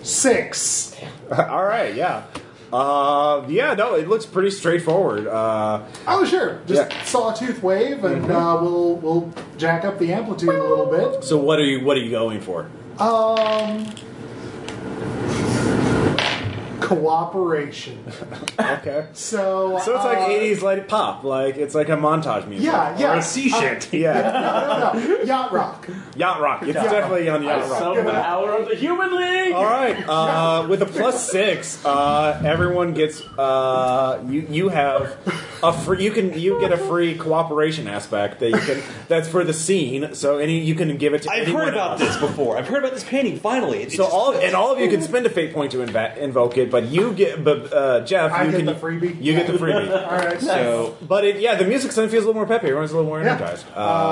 D: Six.
A: all right. Yeah. Uh, yeah. No, it looks pretty straightforward. Uh,
D: Oh, sure. Just
A: Yeah. Mm-hmm.
D: sawtooth wave, and uh, we'll we'll jack up the amplitude a little bit.
A: so what are you what are you going for?
D: Um, cooperation.
A: Okay.
D: So,
A: So it's like
D: uh,
A: 80s like pop, like it's like a montage music.
D: Yeah, yeah.
F: Or a sea shanty.
A: Yeah.
D: No, no, yacht rock.
A: yacht rock. It's definitely on yacht rock.
E: Some power of the human
F: Oh,
E: league.
A: All right. Uh, with a plus six, uh, everyone gets uh, you. You have a free. You can you get a free cooperation aspect that you can. That's for the scene. So any you can give it to.
K: I've
A: anyone
K: heard about
A: else.
K: this before. I've heard about this painting. Finally, It- it
A: So
K: just-
A: all and all of you can spend a fate point to inv- invoke it, but you get but uh, Jeff,
D: I
A: you
D: get
A: can
D: the freebie?
A: You get the freebie.
D: All right.
K: so
A: But it, yeah, the music suddenly feels a little more peppy. Everyone's a little more
D: Yeah.
A: energized. Uh,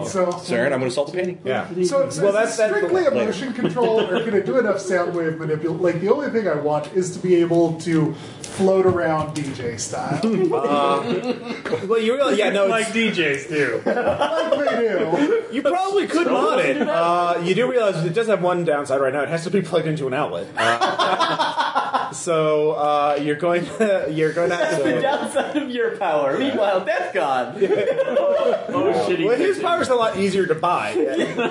D: Um, so,
K: Saren, I'm going to solve the painting.
A: yeah.
D: So, so
A: Well,
D: well,
A: that's-
D: that's,
A: that's the-
D: strictly a motion control, or can it do enough sound wave manipulation? Like the only thing I want is to be able to float around DJ
A: *laughs*
D: style,
A: Well, you realize, yeah, no,
F: like
A: it's,
F: DJs do.
D: like they do.
A: you probably could mod it. Uh, you do realize it does have one downside right now. It has to be plugged into an outlet. Uh, *laughs* so uh, you're going, to, you're going to.
G: That's the
A: So,
G: downside of your power. Meanwhile, Death God.
E: Oh, shitty.
A: well, his power's a lot easier to buy. Yeah,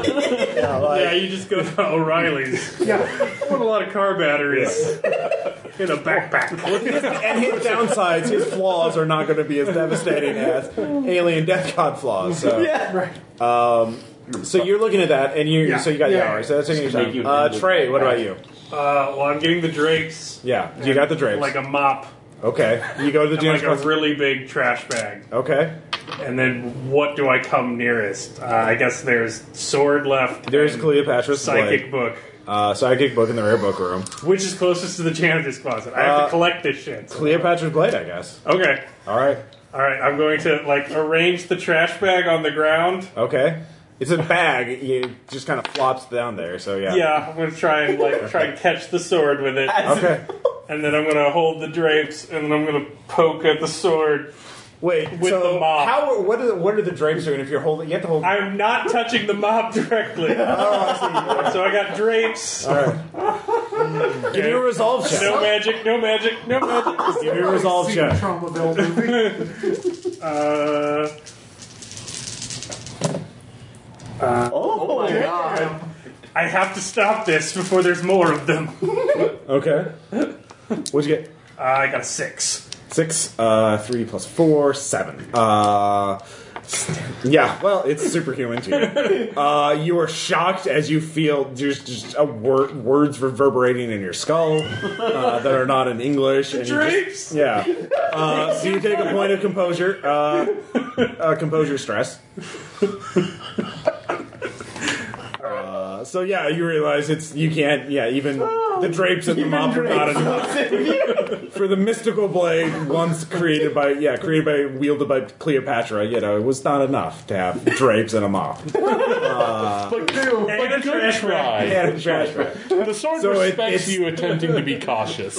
A: Yeah, like-
F: Yeah, you just go to
D: *laughs*
F: O'Reilly's.
D: Yeah,
F: Put a lot of car *laughs* batteries in a backpack.
A: and his downsides, his flaws are not going to be as devastating as Alien Death God flaws. So,
D: right.
A: so you're looking at that, and you,
D: Yeah.
A: so you got the
D: Yeah.
A: hour. So that's taking your
E: Make you
A: time. Uh,
E: angry.
A: Trey, what about you?
F: Uh, well, I'm getting the drapes.
A: Yeah, you got the drapes.
F: Like a mop.
A: okay, you go to the
F: And *laughs* like
A: dinner.
F: a really big trash bag.
A: okay.
F: And then what do I come nearest? Uh, I guess there's sword left.
A: There's
F: and
A: Cleopatra's
F: psychic
A: blade.
F: book,
A: Uh, psychic book in the rare book room.
F: which is closest to the janitor's closet. I have
A: Uh,
F: to collect this shit.
A: Cleopatra's blade, I guess.
F: Okay.
A: All right.
F: All right, I'm going to like arrange the trash bag on the ground.
A: Okay. It's a bag. It just kind of flops down there. So yeah.
F: Yeah, I'm going to try and like try and catch the sword with it,
A: Okay.
F: and then I'm going to hold the drapes, and then I'm going to poke at the sword.
A: Wait.
F: With
A: so
F: the mop.
A: how? What are the, what are the drapes doing? If you're holding, you have to hold.
F: I'm not touching the
A: *laughs*
F: mob directly, so I got drapes.
A: All right. Give me a resolve check.
F: No magic, no magic, no magic.
A: Give me a resolve
D: Like,
A: check.
D: Trauma bill movie.
F: Uh,
G: Oh, my God.
F: I have to stop this before there's more of them.
A: Okay. What'd you get?
F: Uh, I got a six.
A: Six, uh, three plus four, seven. Uh, yeah, well, it's superhuman to you. Uh, you are shocked as you feel there's just a wor- words reverberating in your skull uh, that are not in English. and you just-
F: Drapes.
A: yeah. Uh, so you take a point of composure, uh, uh, composure stress. Uh, so yeah, you realize it's you can't. Yeah, even
F: Oh,
A: the drapes at the mop are not enough for the mystical blade once created by yeah created by wielded by Cleopatra. You know, it was not enough to have drapes and a mop
F: And a trash bag.
A: and a trash bag.
I: The sword
A: So it-
I: respects
A: it's-
I: you attempting to be cautious.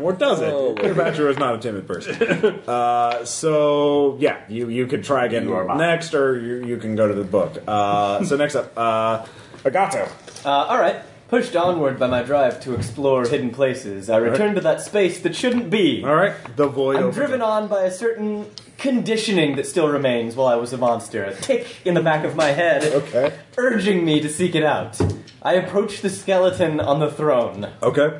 A: Or does it?
G: Oh,
A: Cleopatra is not a timid person.
G: *laughs*
A: Uh, so yeah, you you could try again next, or you, you can go to the book. Uh, so next up, uh, Agato.
G: Uh, all right. Pushed onward by my drive to explore hidden places, I return to that space that shouldn't be.
A: All right, the void.
G: I'm
A: opens
G: driven
A: up.
G: on by a certain conditioning that still remains while I was a monster, a tick in the back of my head,
A: Okay.
G: urging me to seek it out. I approach the skeleton on the throne.
A: Okay.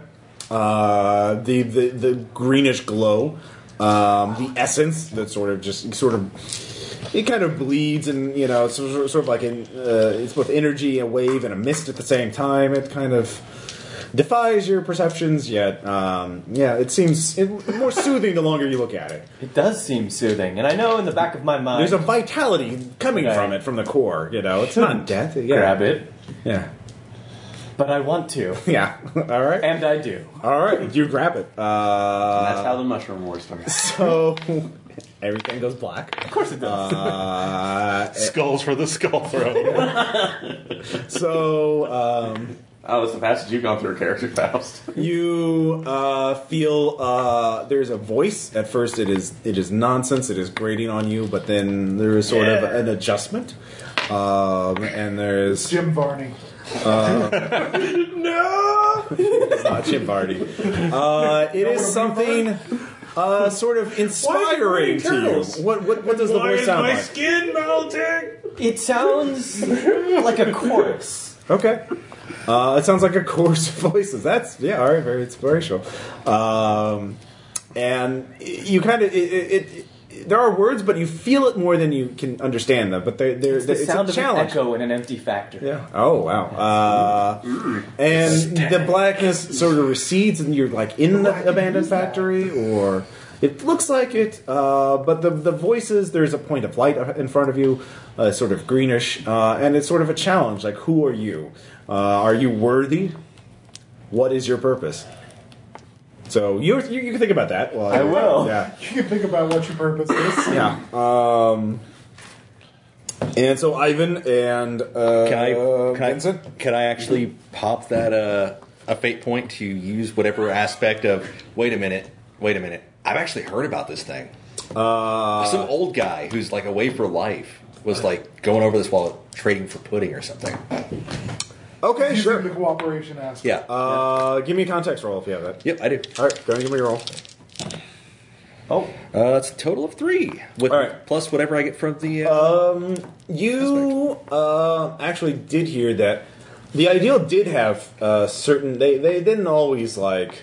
A: Uh, the, the the greenish glow, um, the essence that sort of just sort of it kind of bleeds and you know sort of, sort of like an, uh, it's both energy, a wave, and a mist at the same time. It kind of defies your perceptions. Yet, um, yeah, it seems it, more soothing the longer you look at it.
G: It does seem soothing, and I know in the back of my mind.
A: There's a vitality coming
G: Right. Hmm.
A: from it from the core. You know, it's not death. Yeah,
G: grab it,
A: yeah, *laughs*
G: but I want to,
A: yeah. *laughs* All right,
G: and I do.
A: all right. You grab it. Uh,
E: That's how the mushroom war
J: *laughs*
E: starts.
A: So *laughs* everything goes black.
G: Of course it does.
A: Uh,
I: Skulls for the skull throw.
A: *laughs* so um,
E: Oh, it's the fastest you've gone through a character, *laughs* Faust.
A: you uh, feel uh, there's a voice. At first, it is it is nonsense. It is grating on you, but then there is sort of an adjustment. Um, and there's
D: Jim Varney.
A: it's not Jim Vardy. Uh, it is something. Uh, sort of inspiring to you. What what, what does the voice sound like?
F: skin melting?
G: It sounds like a chorus.
A: Okay. Uh, it sounds like a chorus of voices. That's yeah, all right, very inspirational. Um, and you kind of it, it, it. There are words, but you feel it more than you can understand them. But they're, they're,
G: The
A: it's
G: sound
A: a
G: of an
A: challenge.
G: echo in an empty factory.
A: Yeah. Oh wow. Uh, and the blackness sort of recedes, and you're like in the abandoned factory, or it looks like it. Uh, but the the voices. There's a point of light in front of you, uh, sort of greenish, uh, and it's sort of a challenge. Like, who are you? Uh, are you worthy? What is your purpose? So you you, you can think about that. While I
G: will.
A: Yeah.
D: You can think about what your purpose is.
A: Yeah. Um, and so Ivan and uh,
K: Can I, can,
A: Vincent.
K: I, can I actually pop that uh, a fate point to use whatever aspect of, wait a minute, wait a minute. I've actually heard about this thing. Uh, Some old guy who's like away for life was like going over this while trading for pudding or something.
A: Okay,
D: Using
A: sure.
D: the cooperation aspect.
K: Yeah.
A: Uh, give me a context roll if you have that.
K: yep, I do.
A: All right, go ahead and give me a roll.
G: Oh,
K: Uh, that's a total of three. With
A: All right.
K: plus whatever I get from the. Uh,
A: You uh, actually did hear that the ideal did have uh, certain. They they didn't always like,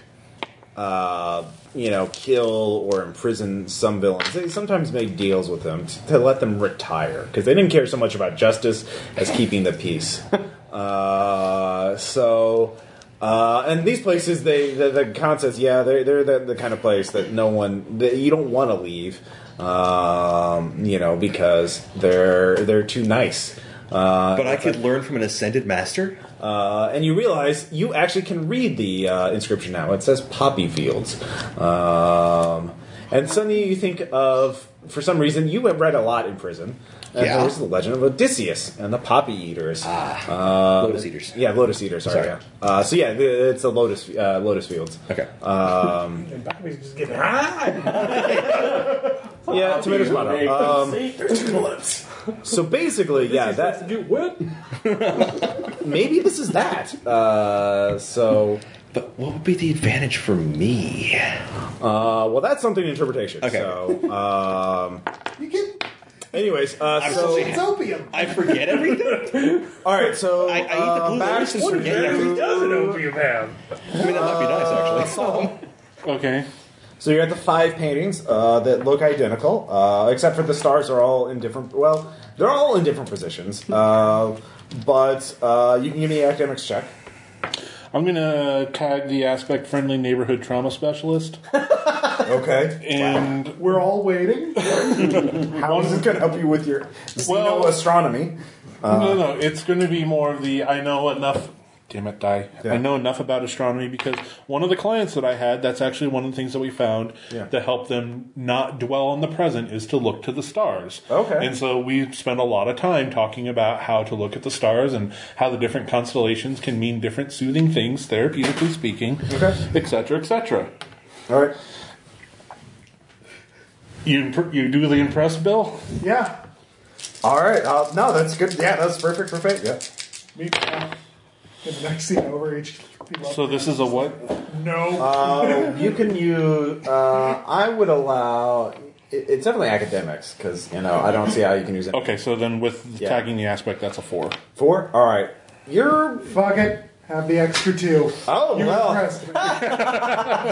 A: uh, you know, kill or imprison some villains. They sometimes made deals with them t- to let them retire because they didn't care so much about justice as keeping
K: *laughs*
A: the peace. uh, so. Uh, and these places, they the, the con says, yeah, they're they're the, the kind of place that no one that you don't want to leave, um, you know, because they're they're too nice. Uh,
K: but I could learn from an ascended master.
A: uh, and you realize you actually can read the uh, inscription now. It says poppy fields. Um, and suddenly you think of, for some reason, you have read a lot in prison. And
K: Yeah.
A: There was the legend of Odysseus and the poppy eaters.
K: Lotus Eaters.
A: Yeah, lotus eater. Sorry.
K: Sorry.
A: Yeah. Uh, so yeah, the- it's the lotus uh, lotus
K: *laughs*
A: fields.
K: Okay.
D: And Bobby's just getting
K: Ah!
A: Yeah, tomato tomato. Um, *laughs* so basically, yeah, that
F: Do what?
A: *laughs* maybe this is that. Uh, so,
K: But what would be the advantage for me?
A: uh, well, that's something interpretation.
K: Okay.
A: So, um,
D: You get
A: anyways, uh,
K: *laughs* I'm
A: so
D: it's opium.
K: I forget everything.
A: all right, so
K: I, I eat the
A: uh,
K: blue
A: back-
K: lotus and forget everything.
F: doesn't opium have?
K: I mean, that might be nice actually.
B: Okay.
A: So you're at the five paintings uh, that look identical, uh, except for the stars are all in different. Well, they're all in different positions. Uh, but uh, you can give me an academics check.
B: I'm going to tag the aspect friendly neighborhood trauma specialist.
A: Okay.
B: And
D: We're all
A: *laughs*
D: waiting.
A: How is this going to help you with your
B: Well-
A: astronomy?
B: no,
A: Uh,
B: no, it's going to be more of the I know enough. Damn it, die. I know enough about astronomy because one of the clients that I had, that's actually one of the things that we found
A: Yeah.
B: to help them not dwell on the present is to look to the stars.
A: Okay.
B: And so we spent a lot of time talking about how to look at the stars and how the different constellations can mean different soothing things, therapeutically speaking,
A: Okay.
B: et cetera, et cetera.
A: All right.
B: You, imp- you duly impressed, Bill?
D: yeah.
A: All right. Uh, no, that's good. Yeah, that's perfect for fate. Yeah.
D: Me uh, in the next scene over each.
B: So this is a what?
D: no.
A: Um, Uh, you can use. Uh, I would allow. it- it's definitely academics because you know I don't see how you can use it.
E: Okay, so then with
A: Yeah.
E: tagging the aspect, that's a four.
A: Four. All right. You're
D: Fuck it. Have the extra two.
A: Oh
D: you
A: well.
D: impressed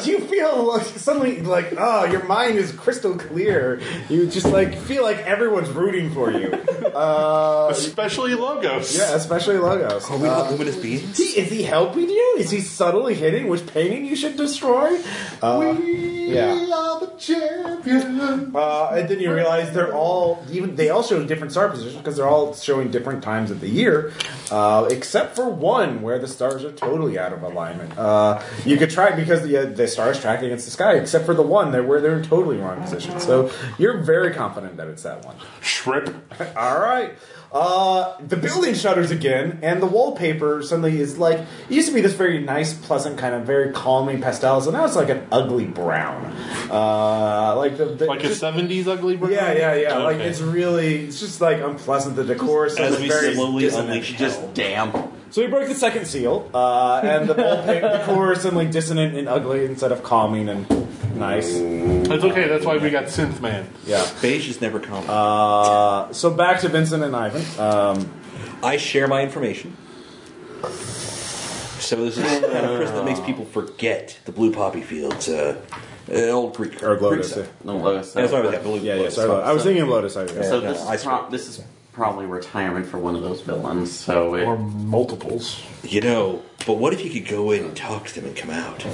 D: me.
A: you feel like, suddenly like oh your mind is crystal clear you just like feel like everyone's rooting for you uh,
E: Especially logos.
A: yeah especially logos
H: Are we
A: Uh,
H: not luminous
A: is,
H: beings?
A: he, is he helping you is he subtly hinting which painting you should destroy uh, yeah
D: We are the champions.
A: uh, and then you realize they're all even they all show different star positions because they're all showing different times of the year uh, except for one where the stars are totally out of alignment uh, you could try because the, uh, the stars track against the sky except for the one that where they're in totally wrong position so you're very confident that it's that one
E: Shrip.
A: all right. Uh, the building shudders again, and the wallpaper suddenly is like it used to be this very nice, pleasant kind of very calming pastels, and now it's like an ugly brown, uh, like the, the
B: Like a
A: just-
B: '70s ugly brown.
A: yeah, yeah, yeah. Like
B: Okay.
A: it's really, it's just like unpleasant. The decor is
J: As
A: suddenly
J: we
A: very
J: slowly
A: dissonant.
J: unleash just damn.
A: So he broke the second seal, uh, and the wallpaper, the core is suddenly dissonant and ugly instead of calming and nice.
B: That's okay. That's why we got Synth Man.
A: Yeah.
H: Beige is never common.
A: Uh, so back to Vincent and Ivan. Um,
H: I share my information. So this is the kind of person
A: *laughs*
H: that makes people forget the blue poppy fields. Uh, uh, old Greek.
A: or
H: Greek
A: Glotus.
H: side.
J: No,
E: uh,
J: Lois.
H: That's why I was that blue.
A: Yeah, yeah.
H: Lotus.
A: Sorry about, I was thinking of Lotus. I guess.
J: So
H: Yeah,
J: this,
H: no, I
J: is pro- this is probably retirement for one of those villains. So it,
E: Or multiples.
H: You know, but what if you could go in and talk to them and come out?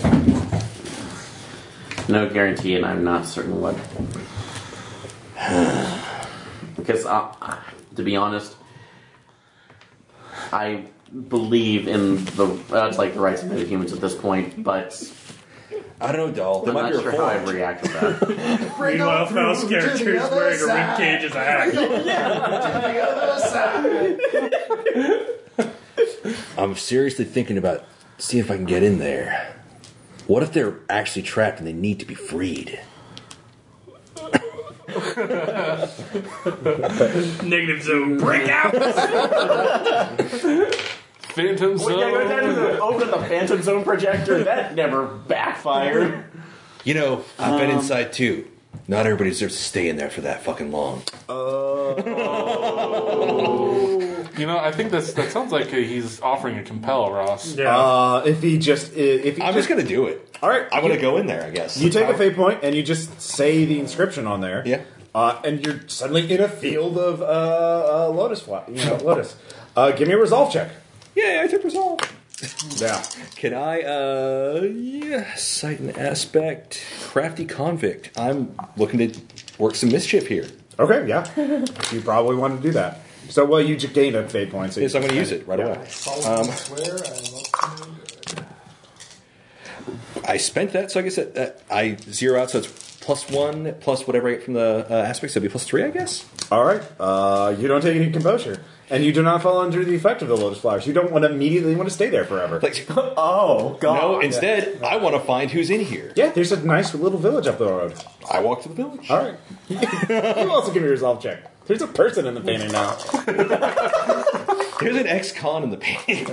J: no guarantee, and I'm not certain what. *sighs* because I, to be honest, I believe in the uh, like the rights of humans at this point, but
H: I don't know, doll. There
J: I'm
H: might
J: not
H: be a
J: sure how I
H: reform.
J: react to that.
D: Bring
F: Meanwhile,
D: them through
F: Faust
D: to the
F: character is
D: other
F: wearing a rib
D: side.
F: cage as a hat.
D: The other side.
H: I'm seriously thinking about seeing if I can get in there. What if they're actually trapped and they need to be freed?
F: Negative zone. Break out. We
B: Phantom
J: Yeah, go down to
B: Zone.
J: the- open the Phantom Zone projector. That never backfired.
H: You know, I've been
J: Um,
H: inside too. Not everybody deserves to stay in there for that fucking long.
B: You know, I think that's that sounds like uh he's offering a compel, Ross.
F: Yeah.
A: Uh, if he just if he
H: I'm just gonna do it.
A: all right,
H: I'm gonna go in there, I guess.
A: you take a fate point and you just say the inscription on there.
H: Yeah.
A: Uh, and you're suddenly in a field of uh, uh, lotus fly, you know, lotus. Uh, give me a resolve check.
H: Yeah, I took resolve.
A: Yeah.
H: Can I, uh, yeah, sight and aspect, crafty convict. I'm looking to work some mischief here.
A: Okay. Yeah. you probably want to do that. So well, you just gained a fate point. So
H: Yes, I'm gonna use it right
A: Yeah.
H: away.
D: Follow swear and love
H: I spent that, so I guess that, that I zero out, so it's plus one, plus whatever I get from the uh, aspects, so it'd be plus three, I guess.
A: All right. Uh, you don't take any composure, and you do not fall under the effect of the lotus flowers. You don't want to immediately want to stay there forever.
H: Like,
J: Oh God!
H: no, instead, I want to find who's in here.
A: yeah, there's a nice little village up the road.
H: I walk to the village.
A: All right. *laughs* you also give me a resolve check. There's a person in the painting now.
H: There's an ex-con in the *laughs* painting.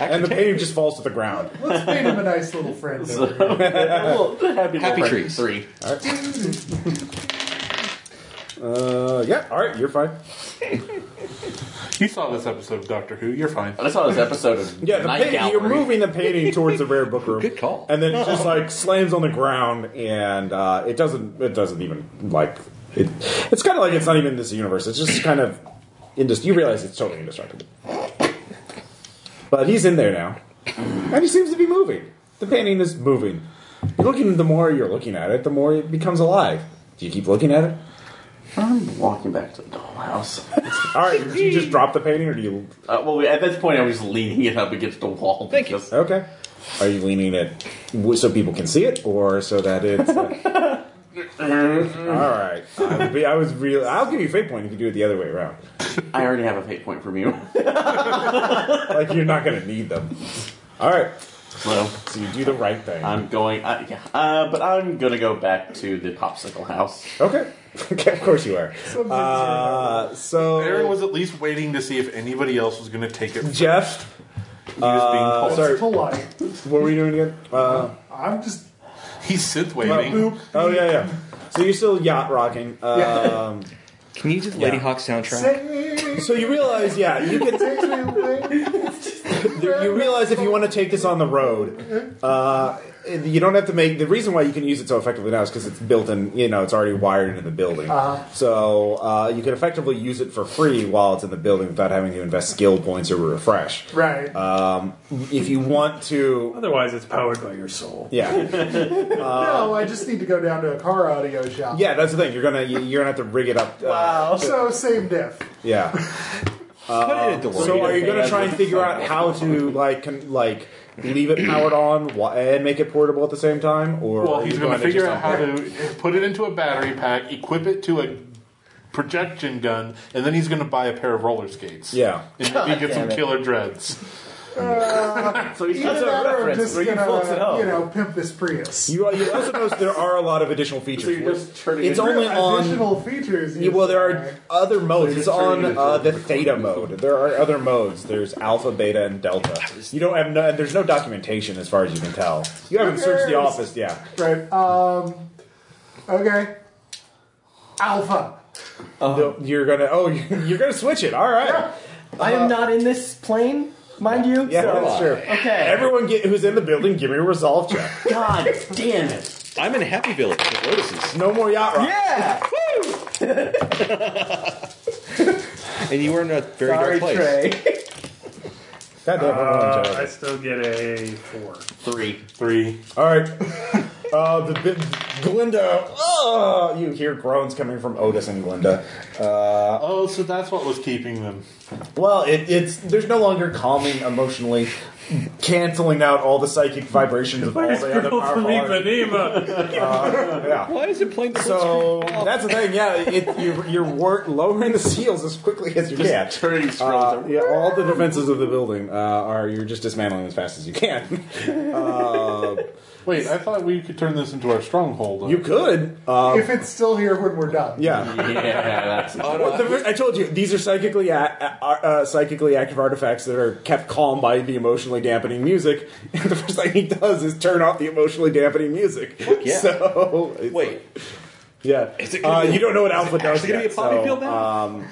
A: And the painting just falls to the ground.
D: you. Let's paint him a nice little friend.
J: Well, happy
H: Happy
J: Lord,
H: trees.
J: three.
A: Uh, yeah, all right, you're fine.
B: You saw this episode of Doctor Who. You're fine.
J: I saw this episode of
A: Yeah, the
J: Night
A: painting, you're
J: Gallery.
A: moving the painting towards the rare book room.
H: Good call.
A: And then it just like slams on the ground, and uh, it doesn't. It doesn't even like. It, it's kind of like it's not even in this universe. It's just kind of. Indest- you realize it's totally indestructible. But he's in there now, and he seems to be moving. The painting is moving. You're looking. The more you're looking at it, the more it becomes alive. Do you keep looking at it?
J: I'm walking back to the dollhouse. *laughs*
A: All right, do you just drop the painting, or do you?
J: Uh, well, at this point, I was leaning it up against the wall. Thank you.
A: Okay. Are you leaning it w- so people can see it, or so that it's? uh, All right. I, would be, I was real. I'll give you a fate point if you do it the other way around.
J: I already have a fate point from you.
A: Like you're not going to need them. All right.
J: so
A: So you do the right thing.
J: I'm going. Uh, yeah, uh, but I'm gonna go back to the popsicle house.
A: okay. *laughs* okay. Of course you are. Uh,
B: Aaron
A: so
B: was at least waiting to see if anybody else was going to take it. He was
A: Jeff,
B: being
A: uh,
B: polite.
A: sorry.
D: Polite.
A: what were we doing again? Uh,
D: I'm just
B: He's synth
A: Well,
B: waving.
A: oh yeah, yeah. So you're still yacht rocking. Um,
K: Can you do the Lady Hawk soundtrack?
A: So you realize, yeah, you could you realize if you want to take this on the road, uh, you don't have to make. The reason why you can use it so effectively now is because it's built in. You know, it's already wired into the building,
D: Uh-huh.
A: so uh, you can effectively use it for free while it's in the building without having to invest skill points or refresh.
D: Right.
A: Um, if you want to,
F: Otherwise, it's powered by your soul.
A: yeah,
D: no, I just need to go down to a car audio shop.
A: yeah, that's the thing. You're gonna you're gonna have to rig it up. uh,
G: Wow.
D: So same diff.
A: Yeah. Uh, so are you going to try and figure out how to like con- like leave it powered on wh- and make it portable at the same time, or
B: Well,
A: are
B: he's
A: you
B: going to figure
A: just
B: out how to put it into a battery pack, equip it to a projection gun, and then he's going to buy a pair of roller skates.
A: Yeah.
B: And
A: *laughs*
B: maybe get
G: damn
B: some
G: it.
B: killer dreads.
G: So he's
D: Either
G: got some
D: that or I'm
G: reference
D: just
G: where you folks at
D: gonna,
G: home.
D: you know, pimp this Prius.
A: You, you also notice there are a lot of additional
E: so
A: features.
E: you're just turning
A: It's
E: it-
A: only on.
D: Additional features.
A: yeah,
D: you
A: Well, there are
D: say.
A: other modes. It's on
E: turning it
A: uh, the theta mode. There are other modes. There's alpha, beta, and delta. You don't have no. And there's no documentation as far as you can tell. You haven't searched the
D: cares?
A: office, yeah.
D: Right. Um. Okay. Alpha.
A: You're gonna. Oh, *laughs* you're gonna switch it. All right.
G: I am not in this plane, mind you.
A: Yeah,
G: so-
A: that's true.
G: Okay.
A: Everyone get, who's in the building, give me a resolve check.
G: God damn it.
K: I'm in Happy Village with lotuses,
A: No more yacht rock.
G: Yeah.
K: and you were in a very
G: Sorry,
K: dark place.
G: Trey.
A: God damn, everyone
F: Uh,
A: enjoyed
F: I
A: it.
F: still get a four.
J: *laughs*
E: three.
B: Three.
A: All right. *laughs* Uh, the big Glinda. Oh, you hear groans coming from Otis and Glinda. Uh,
B: Oh, so that's what was keeping them.
A: well, it, it's there's no longer calming emotionally, canceling out all the psychic vibrations of all the other
F: Girl from
A: powerful. arts.
F: Ipanema.
A: Yeah.
K: Why is it playing the
A: So that's the thing. Yeah, it, you're, you're wor- lowering the seals as quickly as you can.
E: Turning
A: Uh, yeah, all the defenses of the building uh, are you're just dismantling as fast as you can.
B: Wait, I thought we could turn this into our stronghold.
A: You could. Uh,
D: if it's still here when we're done.
A: yeah.
E: Yeah, that's
A: Well, the- I told you these are psychically a- a- ar- uh, psychically active artifacts that are kept calm by the emotionally dampening music. *laughs* And the first thing he does is turn off the emotionally dampening music.
K: yeah.
A: *laughs* So it's-
K: Wait,
A: yeah,
K: Is it
A: uh,
K: gonna be-
A: you don't know what
K: is it
A: alpha does.
K: actually gonna
A: yet,
K: be a poppy
A: so,
K: field now?
A: Um,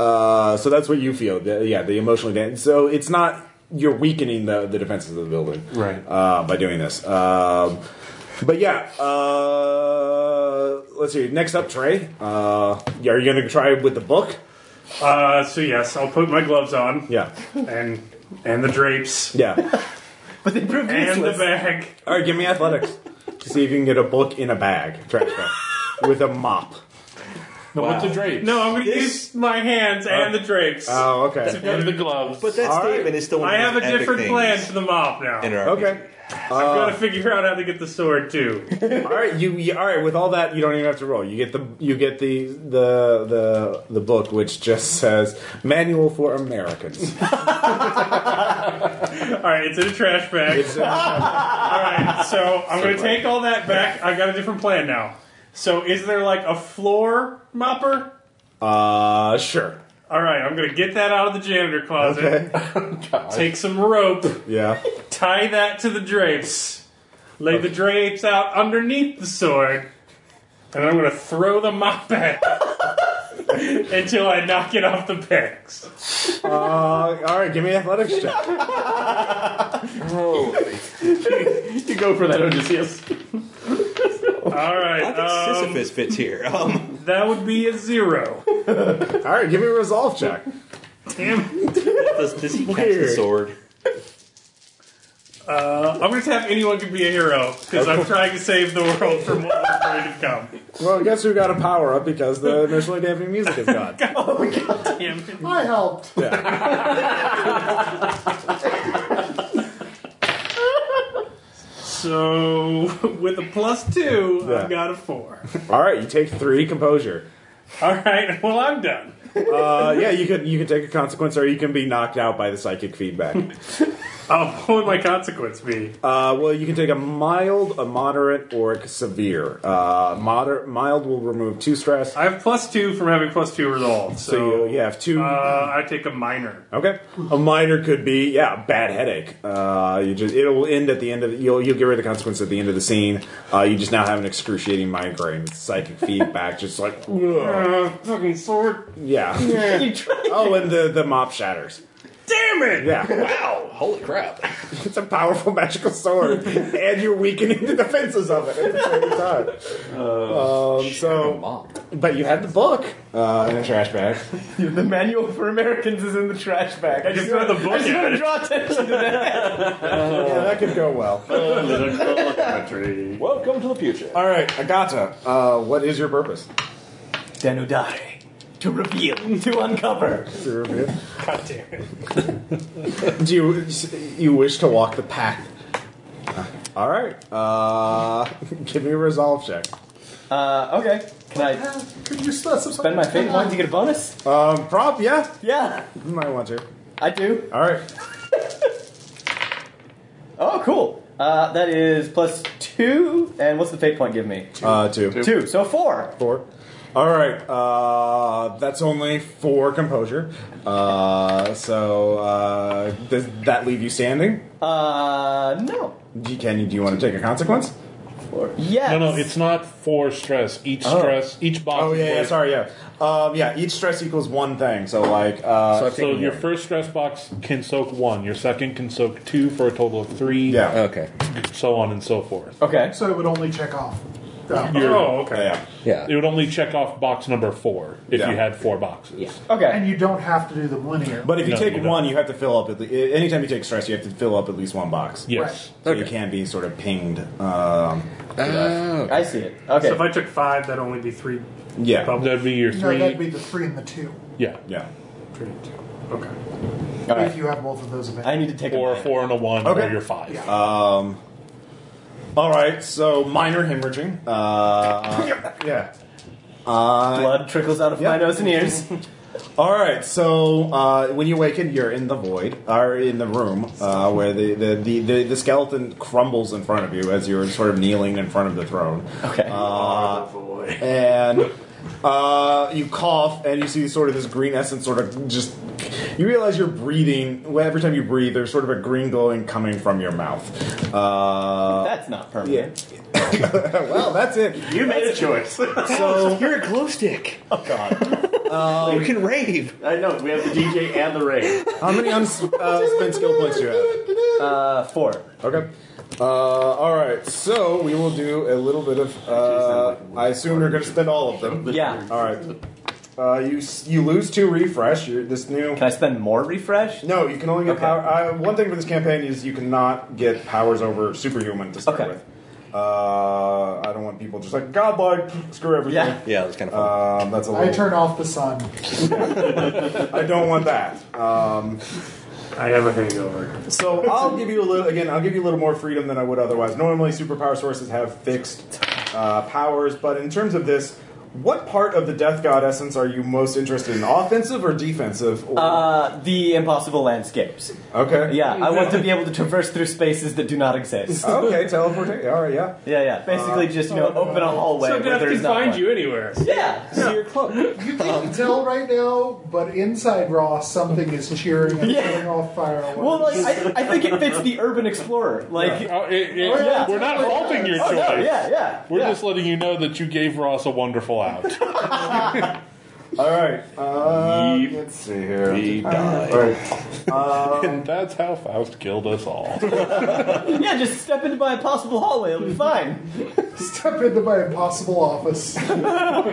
A: uh, so that's what you feel. The- yeah, the emotionally dampening. So it's not you're weakening the the defenses of the building,
B: Right.
A: Uh, by doing this. Um, but yeah, uh, let's see. Next up, Trey. Uh, yeah, are you going to try with the book?
F: Uh, so yes, I'll put my gloves on
A: Yeah,
F: and and the
K: *laughs*
F: drapes
A: yeah.
G: But they proved
F: and the
G: useless.
F: bag.
A: All right, give me athletics to see if you can get a book in a bag, trash bag, with a mop.
B: No, with the drapes.
F: No, I'm going to use my hands and the drapes.
A: Oh, okay,
B: Uh, and the gloves.
K: but that
A: All right.
K: statement is still. One
F: I
K: of
F: have a
K: those epic
F: different
K: things
F: plan for the mop now.
K: in our
A: okay.
F: I've got to
B: uh,
F: figure out how to get the sword
B: *laughs*
F: too.
A: All right, you, you all right with all that? You don't even have to roll. You get the you get the the the the book, which just says "Manual for Americans."
F: All right, it's in a trash bag.
A: It's, uh,
F: All right, so I'm going to take all that back. I got a different plan now. So is there like a floor mopper?
A: uh, sure. *laughs*
F: All right, I'm going to get that out of the janitor closet. Take some rope,
A: Yeah.
F: tie that to the drapes, lay the drapes out underneath the sword, and I'm going to throw the mop at *laughs* it until I knock it off the pegs.
A: Uh, all right, give me athletics check.
E: You go for that, Odysseus.
F: All right,
K: I think
F: um,
K: Sisyphus fits here. Um,
F: that would be a zero.
A: All right, give me a resolve check.
F: Damn.
K: does, does he catch the
A: Weird.
K: sword?
F: Uh, I'm going to tap anyone can be a hero because I'm trying to save the world from what was going to come.
A: Well, guess who got a power up because the emotionally dampening music is gone.
F: Damn.
D: I helped.
F: So *laughs* with a plus two,
A: Yeah.
F: I've got a four. *laughs*
A: All right, you take three composure.
F: All right. Well, I'm done.
A: Uh, yeah, you can you can take a consequence, or you can be knocked out by the psychic feedback.
F: Oh, *laughs* what would my consequence be?
A: Uh, well, you can take a mild, a moderate, or a severe. Uh, moder- mild will remove two stress.
F: I have plus two from having plus two resolved. So,
A: So, you, you have two.
F: uh, I take a minor.
A: okay. A minor could be yeah, bad headache. Uh, you just it'll end at the end of the, you'll you'll get rid of the consequence at the end of the scene. Uh, you just now have an excruciating migraine, It's psychic feedback, just like *laughs* ugh.
F: Uh, fucking sword.
A: yeah.
G: You try- *laughs*
A: Oh, and the the mop shatters.
F: Damn it!
A: Yeah,
K: Wow! Holy crap!
A: it's a powerful *laughs* magical sword, and you're weakening the defenses of it at the same time.
G: Uh,
A: um, so,
K: Mom.
A: But you had the book uh, in a trash bag.
G: the manual for Americans is in the trash bag. I just
F: throw
G: want
F: the book
G: I just
F: at
G: want
F: it.
G: to draw attention to *laughs* that.
A: yeah, that could go
G: *laughs*
A: well.
G: Oh,
H: Welcome to the future.
A: All right, Agata, uh, what is your *laughs* purpose?
G: Denudare. To reveal, to uncover.
A: Do you you wish to walk the path? All right, uh, *laughs* give me a resolve check.
G: Uh, okay. Can I
D: Could you spend some
G: spend my fate point to get a bonus?
A: Um, prop, yeah,
G: Yeah,
A: you might want to.
G: I do.
A: All right,
G: Oh, cool. Uh, that is plus two, and what's the fate point give me?
A: uh, two.
G: Two, so four.
A: Four. All right. Uh, that's only four composure. Uh, so uh, does that leave you standing?
G: Uh, no.
A: Do you, can you, do you want to take a consequence?
G: Four. Yes.
I: No, no, it's not for stress. Each
G: Oh.
I: stress, each box.
A: Oh
I: is
A: yeah, yeah.
I: worth-
A: Sorry, yeah. Um, yeah. Each stress equals one thing. So like, uh,
K: So I've
I: So
K: taken
I: your
K: your
I: first stress box can soak one. Your second can soak two for a total of three.
A: yeah.
K: okay.
I: So on and so forth.
G: Okay.
D: So it would only check off.
F: Oh, okay.
A: Yeah.
K: Yeah.
I: It would only check off box number four if
A: Yeah.
I: you had four boxes.
E: Yeah.
G: Okay.
D: And you don't have to do them linear.
A: But if you
I: No,
A: take
I: you don't.
A: one, you have to fill up. At le- anytime you take stress, you have to fill up at least one box.
I: Yes.
A: So you
K: Okay.
A: can be sort of pinged. Um,
K: Oh,
G: I see it. Okay.
F: So if I took five, that'd only be three.
A: yeah.
I: That'd be your
D: no,
I: three.
D: that'd be the three and the two.
I: yeah.
A: Yeah.
F: Three, two. Okay.
G: All right.
D: If you have both of those available.
G: I need to take
I: Or a
G: minor.
I: four and a one,
A: Okay.
I: or your five.
A: All right. So minor hemorrhaging. Uh, yeah.
G: Uh, Blood trickles out of my
A: Yep.
G: nose and ears. *laughs*
A: All right, so uh, when you awaken, you're in the void, or in the room uh, where the, the, the, the, the skeleton crumbles in front of you as you're sort of kneeling in front of the throne.
G: Okay.
A: Uh, and uh, you cough, and you see sort of this green essence, sort of just. You realize you're breathing. well, Every time you breathe, there's sort of a green glowing coming from your mouth. Uh,
G: That's not
A: yeah.
G: permanent.
A: well, that's
K: *laughs*
A: it.
F: You made a choice.
A: So
K: you're a glow stick. Oh God. you can rave.
E: I know. We have the DJ and the rain.
A: how many uns- uh, spent skill points do you have?
G: Uh, four.
A: Okay. Uh, all right. So we will do a little bit of. Uh, I assume you're going to spend all of them.
G: Yeah.
A: All right. Uh, you s- you lose two refresh. You're, this new.
G: Can I spend more refresh?
A: No, you can only get
G: Okay.
A: power. Uh, one thing for this campaign is you cannot get powers over superhuman to start
G: Okay.
A: with. Uh, I don't want people just like godlike. Screw everything.
G: Yeah.
K: Yeah, that's kind of fun.
A: Um, that's a
D: I
A: little.
D: turn off the sun.
A: I don't want that. Um,
F: I have a hangover.
A: so I'll give you a little. Again, I'll give you a little more freedom than I would otherwise. Normally, superpower sources have fixed uh, powers, but in terms of this, what part of the Death God essence are you most interested in? Offensive or defensive? Or,
G: Uh, the impossible landscapes.
A: okay.
G: Yeah, I want to be able to traverse through spaces that do not exist.
A: *laughs* Okay. Teleportation. All right. Yeah.
G: Yeah, yeah. Basically, just you know, open a hallway
F: So
G: where
F: death
G: there's
F: can
G: not
F: find
G: one.
F: you anywhere.
G: Yeah. See your cloak.
D: You can't tell right now, but inside Ross, something is cheering and
G: Yeah.
D: setting off fireworks.
G: Well, like I, I think it fits the urban explorer. Like,
I: Oh, it- it-
G: Oh, yeah.
I: We're not faulting your
G: oh
I: choice.
G: no, yeah, yeah.
I: We're
G: yeah.
I: just letting you know that you gave Ross a wonderful out. *laughs*
A: All right. Uh,
F: Yeep.
A: let's see here.
K: He
J: Uh,
K: died.
A: All right.
I: and that's how Faust killed us all.
G: yeah. Just step into my impossible hallway. It'll be fine.
D: Step into my impossible office.
A: All right.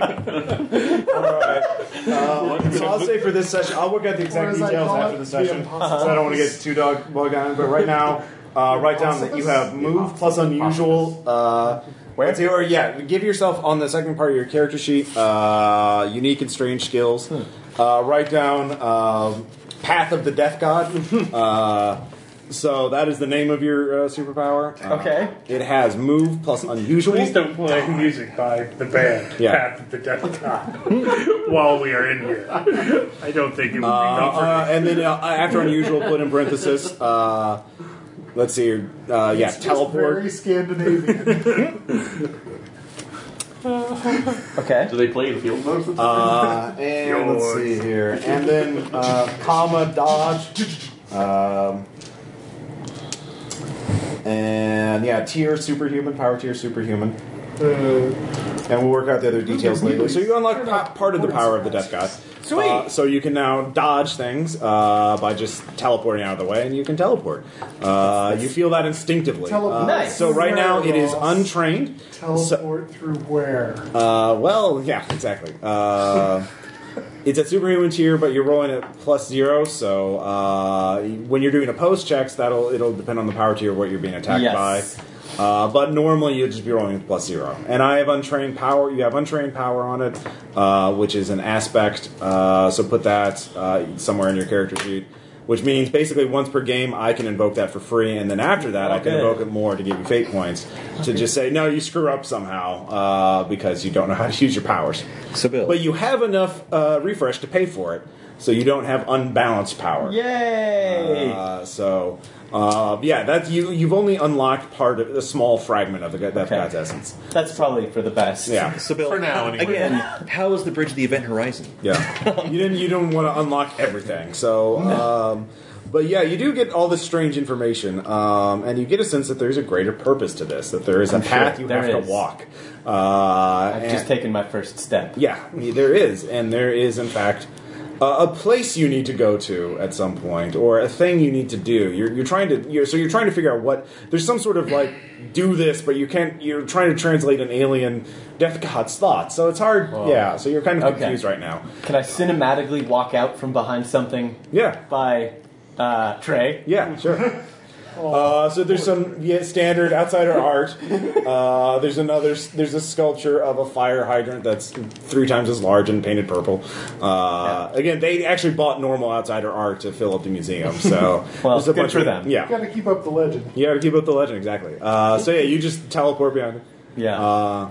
A: Uh, so I'll say for this session, I'll work out the
D: Or
A: exact
D: as I
A: details
D: call
A: after
D: it,
A: the
D: the
A: session.
D: impossible.
A: So I don't want to get too dog bogged down. But right now, uh, write down that you have move plus unusual. Uh, Where? Or yeah, give yourself on the second part of your character sheet uh, unique and strange skills. Uh, write down um, path of the death god. uh, so that is the name of your uh, superpower. Uh,
G: Okay.
A: It has move plus unusual.
F: Please don't *laughs* play music by the band
A: Yeah.
F: Path of the Death *laughs* God while we are in *laughs* here. I don't think it would be
A: Uh,
F: comfortable.
A: uh, and then uh, after unusual, put in parenthesis uh, Let's see. your- Uh, yeah,
D: It's just
A: teleport.
D: very Scandinavian.
G: Okay.
E: Do they play in field modes?
J: Uh, and let's see here. And then, uh, comma, dodge. Um, and yeah, tier superhuman, power tier superhuman. And we'll work out the other details later.
A: So you unlock pa- part of the power of the Death God. Sweet. so you can now dodge things uh, by just teleporting out of the way, and you can teleport. Uh, you feel that instinctively.
D: Teleport.
A: Uh,
G: Nice.
A: So right now it is
D: Ross.
A: untrained.
D: Teleport through where?
A: Uh, well, yeah, exactly. Uh, it's at superhuman tier, but you're rolling at plus zero. So uh, when you're doing a post checks, that'll it'll depend on the power tier of what you're being attacked
G: Yes.
A: by. Uh, but normally you'd just be rolling at plus zero. And I have untrained power. You have untrained power on it, uh, which is an aspect. Uh, so put that uh, somewhere in your character sheet. Which means basically once per game I can invoke that for free, and then after that I can
G: Okay.
A: invoke it more to give you fate points to just say no, you screw up somehow uh, because you don't know how to use your powers.
K: So, Bill,
A: Uh, But you have enough uh, refresh to pay for it, so you don't have unbalanced power.
G: Yay!
A: Uh, so, uh, yeah, that's you. You've only unlocked part of a small fragment of the that
G: Okay.
A: god's essence.
G: That's probably for the best.
A: Yeah,
K: so Bill,
B: For now, anyway.
K: again, how is the bridge of the event horizon?
G: *laughs*
A: yeah. you didn't. You don't want to unlock everything. So, um, but yeah, you do get all this strange information, um, and you get a sense that there's a greater purpose to this. That there is a
G: sure
A: path you
G: there
A: have
G: is.
A: to walk. Uh,
G: I've
A: and-
G: just taken my first step.
A: Yeah, I mean, there is, and there is, in fact, a, a place you need to go to at some point, or a thing you need to do. You're, you're trying to, you're, so you're trying to figure out what. There's some sort of like do this, but you can't. You're trying to translate an alien death god's thoughts, so it's hard. Yeah, so you're kind of
G: Okay.
A: confused right now.
G: Can I cinematically walk out from behind something
A: Yeah,
G: by uh, Trey?
A: yeah,
G: *laughs*
A: sure.
G: Oh.
A: Uh, so there's some yeah, standard outsider
G: *laughs*
A: art. Uh, there's another. s- There's a sculpture of a fire hydrant that's three times as large and painted purple. Uh, Again, they actually bought normal outsider art to fill up the
G: *laughs*
A: museum. So
G: Well,
A: there's a
G: good
A: bunch
G: for
A: of,
G: them.
A: Yeah,
D: Gotta keep up the legend.
A: you got to keep up the legend exactly. Uh, so yeah, you just teleport beyond. it.
G: Yeah.
A: Uh,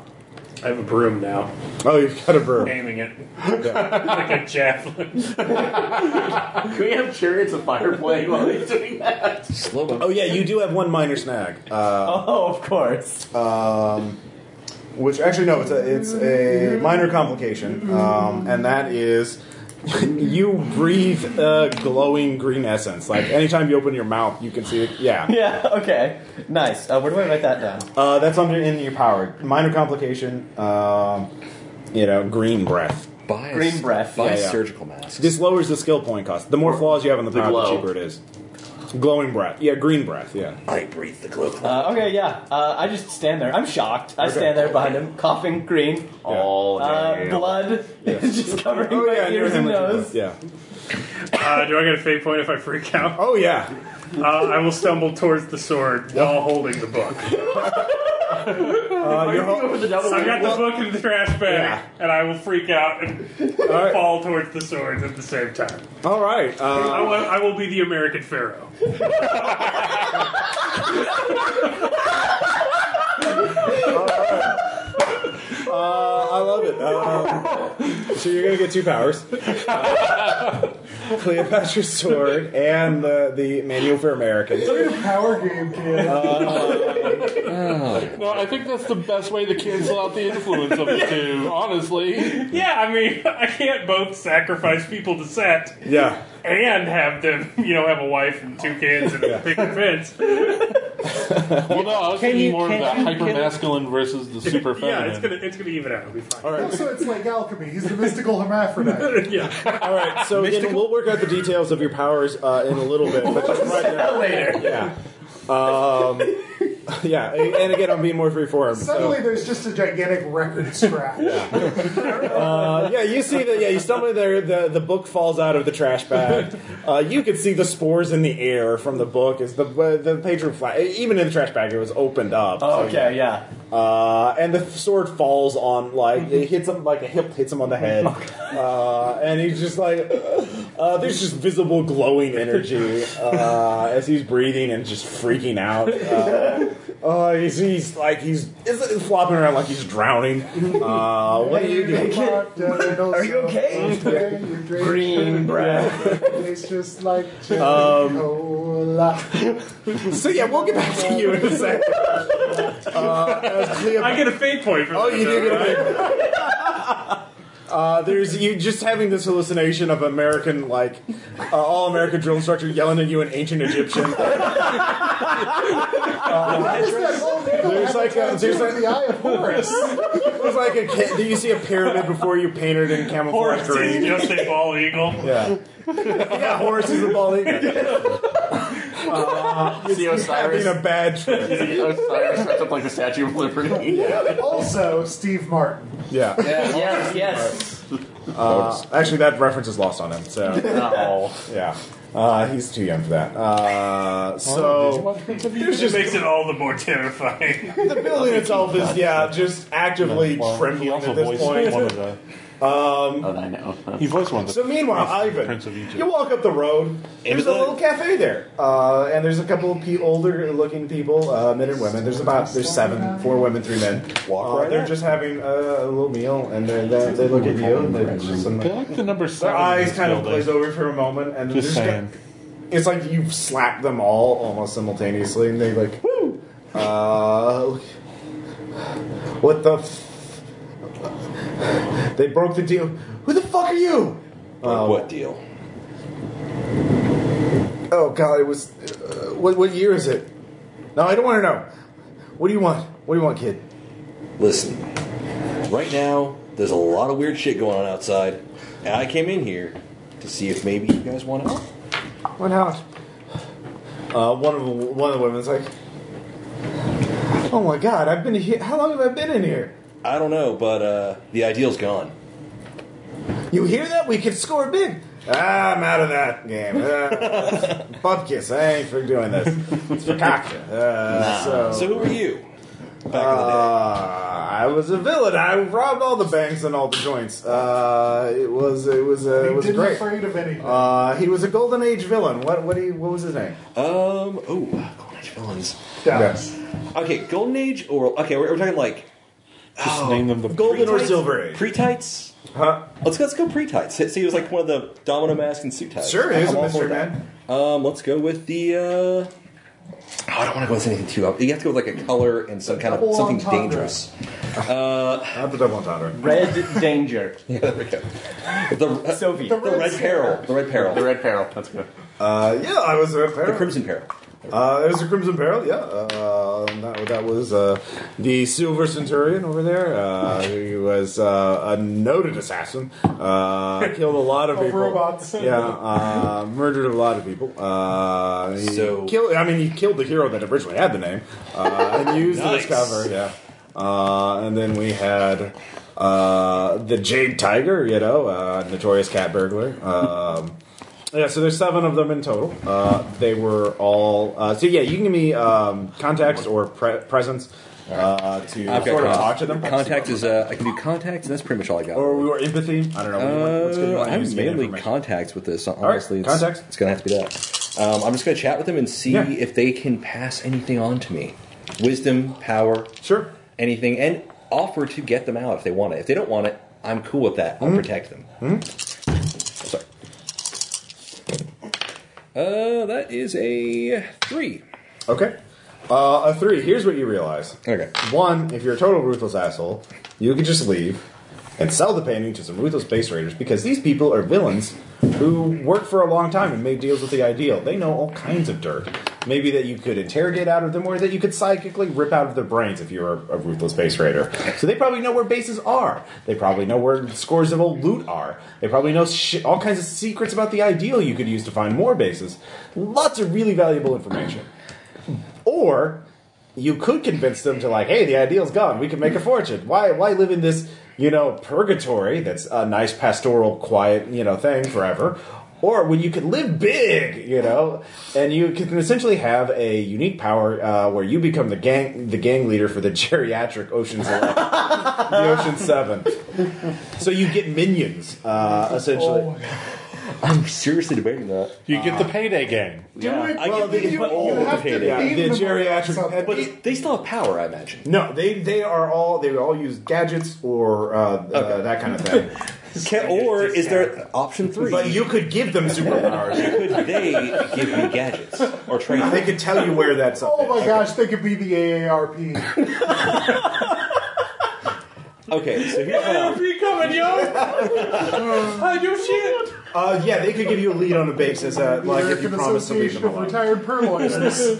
F: I have a broom now.
A: oh, you've got a verb.
F: Aiming it like
A: uh,
F: a javelin.
E: Can we have chariots of fire playing while he's doing that?
K: Slow mo.
A: Oh yeah, you do have one minor snag. Uh,
G: *laughs* oh, of course. *laughs*
J: Um, which actually no, it's a, it's a minor complication, um, and that is
A: *laughs* you breathe uh, glowing green essence. Like anytime you open your mouth, you can see it. Yeah.
G: Yeah, okay. Nice. Uh, where do I write that down?
A: Uh, that's under in your power.
J: minor complication. Um,
A: You know, green breath.
K: Buy a-
G: Green breath.
K: Buy a
A: Yeah, yeah.
K: surgical mask.
A: This lowers the skill point cost. The more flaws you have on the
E: The
A: power, the,
E: glow.
A: cheaper it is. Glowing breath. Yeah, green breath. Yeah.
K: I breathe the glow.
G: Uh, okay, yeah. Uh, I just stand there. I'm shocked. I stand there behind him, coughing green.
J: Oh,
E: All
G: Uh,
E: day.
G: blood *laughs* is just covering my
A: and
G: ears and
A: hemorrhaging
G: nose.
A: breath, Yeah.
F: Uh, do I get a fate point if I freak out?
A: Oh yeah.
F: Uh, I will stumble towards the sword while holding the book.
A: Uh, you're
E: Over the double.
F: I got the book in the trash bag, and I will freak out and
A: right.
F: fall towards the swords at the same time.
A: ho- all right. Uh,
F: I will, I will be the American Pharaoh.
A: uh, I love it. Uh, *laughs* so you're gonna get two powers: Uh, Cleopatra's sword and the the manual for Americans.
D: Play a power game, kid.
B: No, I think that's the best way to cancel out the influence of the two, honestly.
F: Yeah, I mean, *laughs* I can't both sacrifice people to Set
A: Yeah.
F: and have them, *laughs* you know, have a wife and two kids and a picket fence.
B: Well, no, I was thinking more of
E: can
B: the
E: you-
B: hyper masculine versus the super
F: Yeah, it's
B: feminine.
F: gonna it's gonna even out. It'll be fine.
D: also, it's like alchemy. He's the mystical hermaphrodite.
F: Yeah,
A: All right. So again, we'll work out the details of your powers uh, in a little bit. But just right now,
G: Later.
A: yeah. Um, yeah. And again, I'm being more freeform. So.
D: Suddenly, there's just a gigantic record scratch.
A: Uh, yeah, you see that. Yeah, you stumble in there. The, the book falls out of the trash *laughs* bag. Uh, you can see the spores in the air from the book. Is the uh, the patron flat even in the trash bag? It was opened up. so,
G: Oh, okay, yeah.
A: Uh, and the sword falls on like
E: Mm-hmm.
A: it hits him like a hip hits him on the
E: *laughs*
A: head, uh, and he's just like uh, there's just visible glowing energy uh, as he's breathing and just freaking out. Uh,
E: Uh, he's, he's like he's, he's flopping around like he's drowning. Uh, what do you do?
D: Are you okay?
G: *laughs*
E: Green breath.
D: *laughs* It's just like
E: Um,
D: Cola.
E: *laughs*
D: *laughs*
E: So yeah, we'll get back to you in a second. Uh, as Cleop-
F: I get a fate point for
E: oh,
F: that.
E: you
F: though,
E: do get a
F: right?
E: big Uh, there's you just having this hallucination of American, like uh, all American drill instructor yelling at you in ancient
D: *laughs*
E: Egyptian. Uh, There's like a, there's like
D: the eye of Horus.
E: *laughs* there's like a ca- do you see a pyramid before you painted in camouflage
F: It's
D: *laughs*
E: green?
F: just a bald
B: *laughs*
F: eagle.
E: Yeah, yeah, Horus is a bald
D: *laughs*
E: eagle.
J: The Osiris.
E: Having a bad trip.
J: The Osiris dressed up like the Statue of *laughs* Liberty.
D: Also, Steve Martin.
E: Yeah,
J: yes, yes.
E: Uh, actually, that reference is lost on him. So
J: No.
E: yeah, uh, he's too young for that. Uh, so
F: It just makes it all the more
B: *laughs*
F: terrifying.
E: the building itself is yeah, just actively
B: He
E: trembling
B: also
E: at this
B: voiced
E: point.
B: one of the.
J: Oh, I know.
B: He voiced one of the.
E: So meanwhile, Ivan,
B: Prince of Egypt.
E: you walk up the road.
A: There's a little cafe there, uh, and there's a couple of pe- older-looking people, uh, men and women. There's about there's seven, four women, three men.
H: Walk
A: Uh,
H: right
A: they're
H: up.
A: just having a, a little meal, and they're, they they look at you. And they're just some,
B: I like the number seven.
A: their eyes
B: in
A: kind of
B: this
A: glaze
B: building.
A: over for a moment, and
B: Just
A: they're
B: saying.
A: it's like you've slapped them all almost simultaneously, and they like, woo! Uh, what the? F- they broke the deal. Who the fuck are you?
H: what deal?
A: Oh God, it was. Uh, what what year is it? No, I don't want to know. What do you want? What do you want, kid?
H: Listen, right now there's a lot of weird shit going on outside, and I came in here to see if maybe you guys want to help.
A: What house? Uh, one of the, one of the women's like, oh my God, I've been here. How long have I been in here?
H: I don't know, but uh, the ideal's gone.
A: You hear that? We could score big. Ah, I'm out of that
H: *laughs*
A: game. Uh, bump kiss. I ain't for doing this. It's for cock. Uh, So,
H: So who are you? Back
A: uh, I was a villain. I robbed all the banks and all the joints. Uh, it was it was uh, it was
D: didn't
A: great.
D: afraid of anything.
A: Uh, he was a golden age villain. What what do you, what was his name?
H: in the day. Um. Oh, Golden Age villains.
D: Dallas.
H: Okay, Golden Age or okay, we're, we're talking like
B: Just name them the.
A: Oh, Golden or
H: pre-tights?
A: silver age?
H: Pre-tights.
A: Huh?
H: Let's let's go pre-tights. So he was like one of the domino mask and suit types.
A: Sure, he was
H: I'm
A: a
H: all for
A: mystery
H: that.
A: man.
H: Um, let's go with the. uh oh, I don't want to go with anything too up. You have to go with like a color and some kind of
D: Double
H: something
D: entendre.
H: dangerous.
A: Not the double entendre.
G: Red danger.
H: Yeah, *laughs* there we go. The, uh,
G: Sophie.
H: the red peril. The red peril.
J: The Red Peril. That's good.
A: Uh, yeah, I was a
H: The
A: cleric.
H: crimson peril.
A: Uh, there's a Crimson Barrel, yeah. Uh, that, that was uh, the Silver Centurion over there. Uh, he was uh, a noted assassin. Uh, killed a lot of
D: *laughs* Of
A: people.
D: robots.
A: *laughs* Yeah, uh, murdered a lot of people. Uh, he
H: So-
A: killed, I mean, he killed the hero that originally had the name uh, and used
H: Nice.
A: the discover, yeah. Uh, and then we had uh, the Jade Tiger, you know, uh, notorious cat burglar. Um, yeah, so there's seven of them in total. Uh, they were all. Uh, so yeah, you can give me um, contacts or pre- presence uh, to
H: I've got
A: sort of
H: con-
A: talk to them.
H: Contact is. Uh, I can do contacts, and that's pretty much all I got.
A: or we were empathy. I don't know. what- what's good you
H: Uh,
A: want to
H: I'm
A: use to get
H: mainly
A: information?
H: contacts with this.
A: right,
H: Honestly, it's,
A: contacts.
H: it's gonna have to be that. Um, I'm just gonna chat with them and see
A: Yeah.
H: if they can pass anything on to me, wisdom, power,
A: Sure.
H: anything, and offer to get them out if they want it. If they don't want it, I'm cool with that. I'll
A: Hmm.
H: protect them. Sorry. Uh, that is a three.
A: Okay. Uh, a three. Here's what you realize.
H: Okay.
A: One, if you're a total ruthless asshole, you could just leave and sell the painting to some ruthless base raiders because these people are villains who worked for a long time and made deals with the ideal. They know all kinds of dirt. Maybe that you could interrogate out of them or that you could psychically rip out of their brains if you're a, a ruthless base raider. So they probably know where bases are. They probably know where scores of old loot are. They probably know shi all kinds of secrets about the ideal you could use to find more bases. Lots of really valuable information. Or you could convince them to like, hey, the ideal's gone. We can make a fortune. Why? Why live in this, you know, purgatory? That's a nice pastoral, quiet, you know, thing forever. Or when you could live big, you know, and you can essentially have a unique power uh, where you become the gang, the gang leader for the *laughs* geriatric Ocean's Eleven,
D: Oh,
A: the Ocean Seven. So you get minions, uh, essentially.
H: I'm seriously debating that.
B: You get the payday gang.
D: Do it.
H: I
D: well,
H: get the-
D: you,
H: but-
D: you
H: oh,
D: have to
H: potato.
D: beat
A: the
D: them
A: geriatric- but
D: up.
H: But they still have power, I imagine.
A: No, they they are all they all use gadgets or uh, uh, that kind of thing.
H: Can, or is there option three?
A: but you could give them superpowers.
H: Could they give you gadgets or training?
A: they could tell you where that's up.
D: Oh my gosh, they could be
A: *laughs*
D: the AARP.
H: Okay, so here's what I'll-
M: coming, yo! Hide your shit!
A: Uh, yeah, they could give you a lead on a basis that like if you
D: American
A: promise to leave
D: Association
A: them
D: of
A: alone.
D: Retired Prayer
A: *laughs*
D: Lawyers.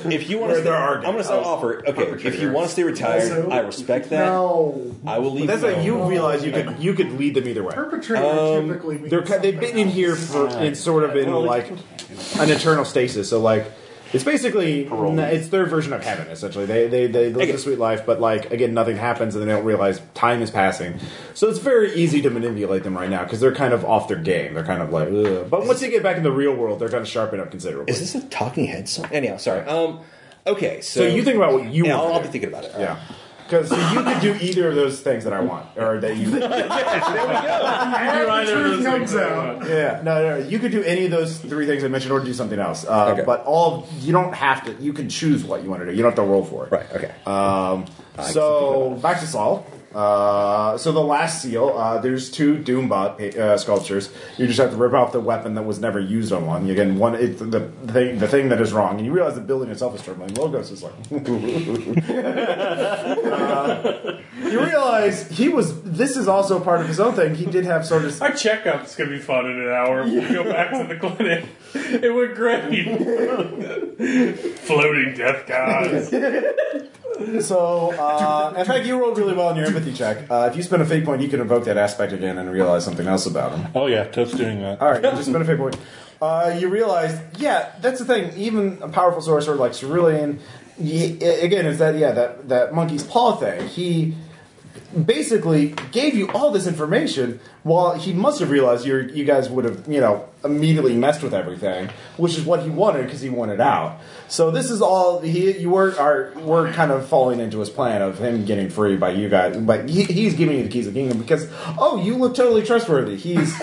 H: if you want to,
A: there are
H: I'm going to stop offer. Okay, if you want to stay
D: Also-
H: retired, I respect that.
D: no.
H: I will leave.
A: That's how
H: alone.
A: you realize you could you could lead them either way.
D: Perpetrator
H: Um,
D: typically means
A: They're ki- they've
D: something
A: been in here *laughs*
D: else.
A: for in sort of in like an eternal stasis. So like it's basically n- it's their version of heaven essentially. They they they live
H: Okay.
A: the sweet life, but like again nothing happens and they don't realize time is passing. So it's very easy to manipulate them right now because they're kind of off their game. They're kind of like Ugh. but once they get back in the real world, they're going to sharpen up considerably.
H: Is this a talking head song? Anyhow, sorry. Um, okay, so,
A: So you think about what you
H: Yeah,
A: want
H: I'll,
A: to
H: I'll
A: do.
H: be thinking about it.
A: Yeah. Because so you could do either of those things that I want, or that you.
D: And the truth comes out.
A: Yeah, no, no, no. You could do any of those three things I mentioned, or do something else. Uh,
H: Okay.
A: But all you don't have to. You can choose what you want to do. You don't have to roll for it.
H: Right. Okay.
A: Um, so back to Saul. Uh, so the last seal, uh, there's two Doombot uh, sculptures. You just have to rip off the weapon that was never used on one. Again, one it's the thing, the thing that is wrong, and you realize the building itself is trembling. Logos is like, *laughs* Uh, you realize he was. This is also part of his own thing. He did have sort of
M: Our checkup's gonna be fun in an hour if we go back to the clinic. It went great. Floating death gods.
A: So, uh, in fact, you rolled really well on your empathy check. Uh, if you spend a fate point, you can invoke that aspect again and realize something else about him.
B: Oh yeah, Toad's doing that.
A: All right, you just spend a fate point. Uh, you realize, yeah, that's the thing. Even a powerful sorcerer like Cerulean, y- again, is that yeah, that that monkey's paw thing. He basically gave you all this information while he must have realized you you guys would have you know immediately messed with everything which is what he wanted because he wanted out so this is all he you were are we're kind of falling into his plan of him getting free by you guys but he, he's giving you the keys of the kingdom because oh you look totally trustworthy he's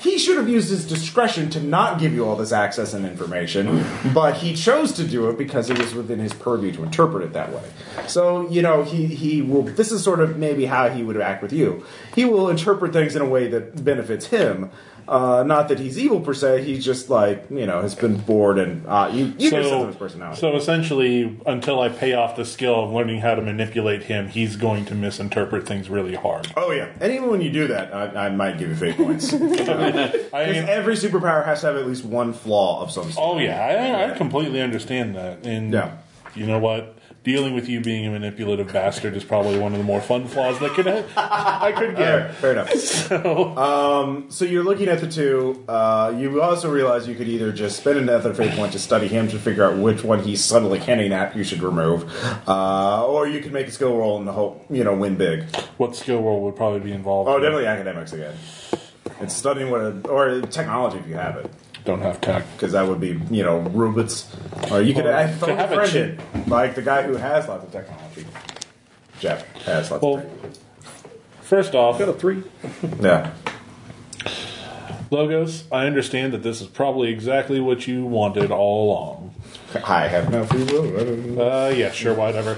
A: he should have used his discretion to not give you all this access and
B: *laughs*
A: information but he chose to do it because it was within his purview to interpret it that way so you know he he will this is sort of maybe how he would act with you. He will interpret things in a way that benefits him. Uh, not that he's evil per se. He's just like you know has been bored and uh, you you just his personality.
B: so essentially, until I pay off the skill of learning how to manipulate him, he's going to misinterpret things really hard.
A: oh yeah, and even when you do that, I, I might give you fake points.
B: *laughs*
A: 'Cause
B: I mean,
A: every superpower has to have at least one flaw of some sort.
B: oh yeah, I, I completely understand that. And
A: Yeah.
B: you know what? Dealing with you being a manipulative bastard is probably one of the more fun flaws that could I could
A: All
B: get.
A: right, fair
B: *laughs*
A: enough. um, so you're looking at the two. Uh, you also realize you could either just spend an ether fate point to study him to figure out which one he's subtly hinting at you should remove, uh, or you could make a skill roll and hope you know win big.
B: What skill roll would probably be involved?
A: Oh,
B: in that?
A: definitely academics again. It's studying what a, or technology if you have it,
B: Don't have tech.
A: because that would be you know robots. Or you could
B: Well,
A: I
B: to
A: totally
B: have a
A: friend
B: chip-
A: it, like the guy who has lots of technology. Jeff has lots
B: Well,
A: of technology.
B: First off,
H: three.
A: Yeah.
B: Logos, I understand that this is probably exactly what you wanted all along.
A: I have no free will. I don't-
B: Uh, yeah,
A: *laughs*
B: sure, whatever.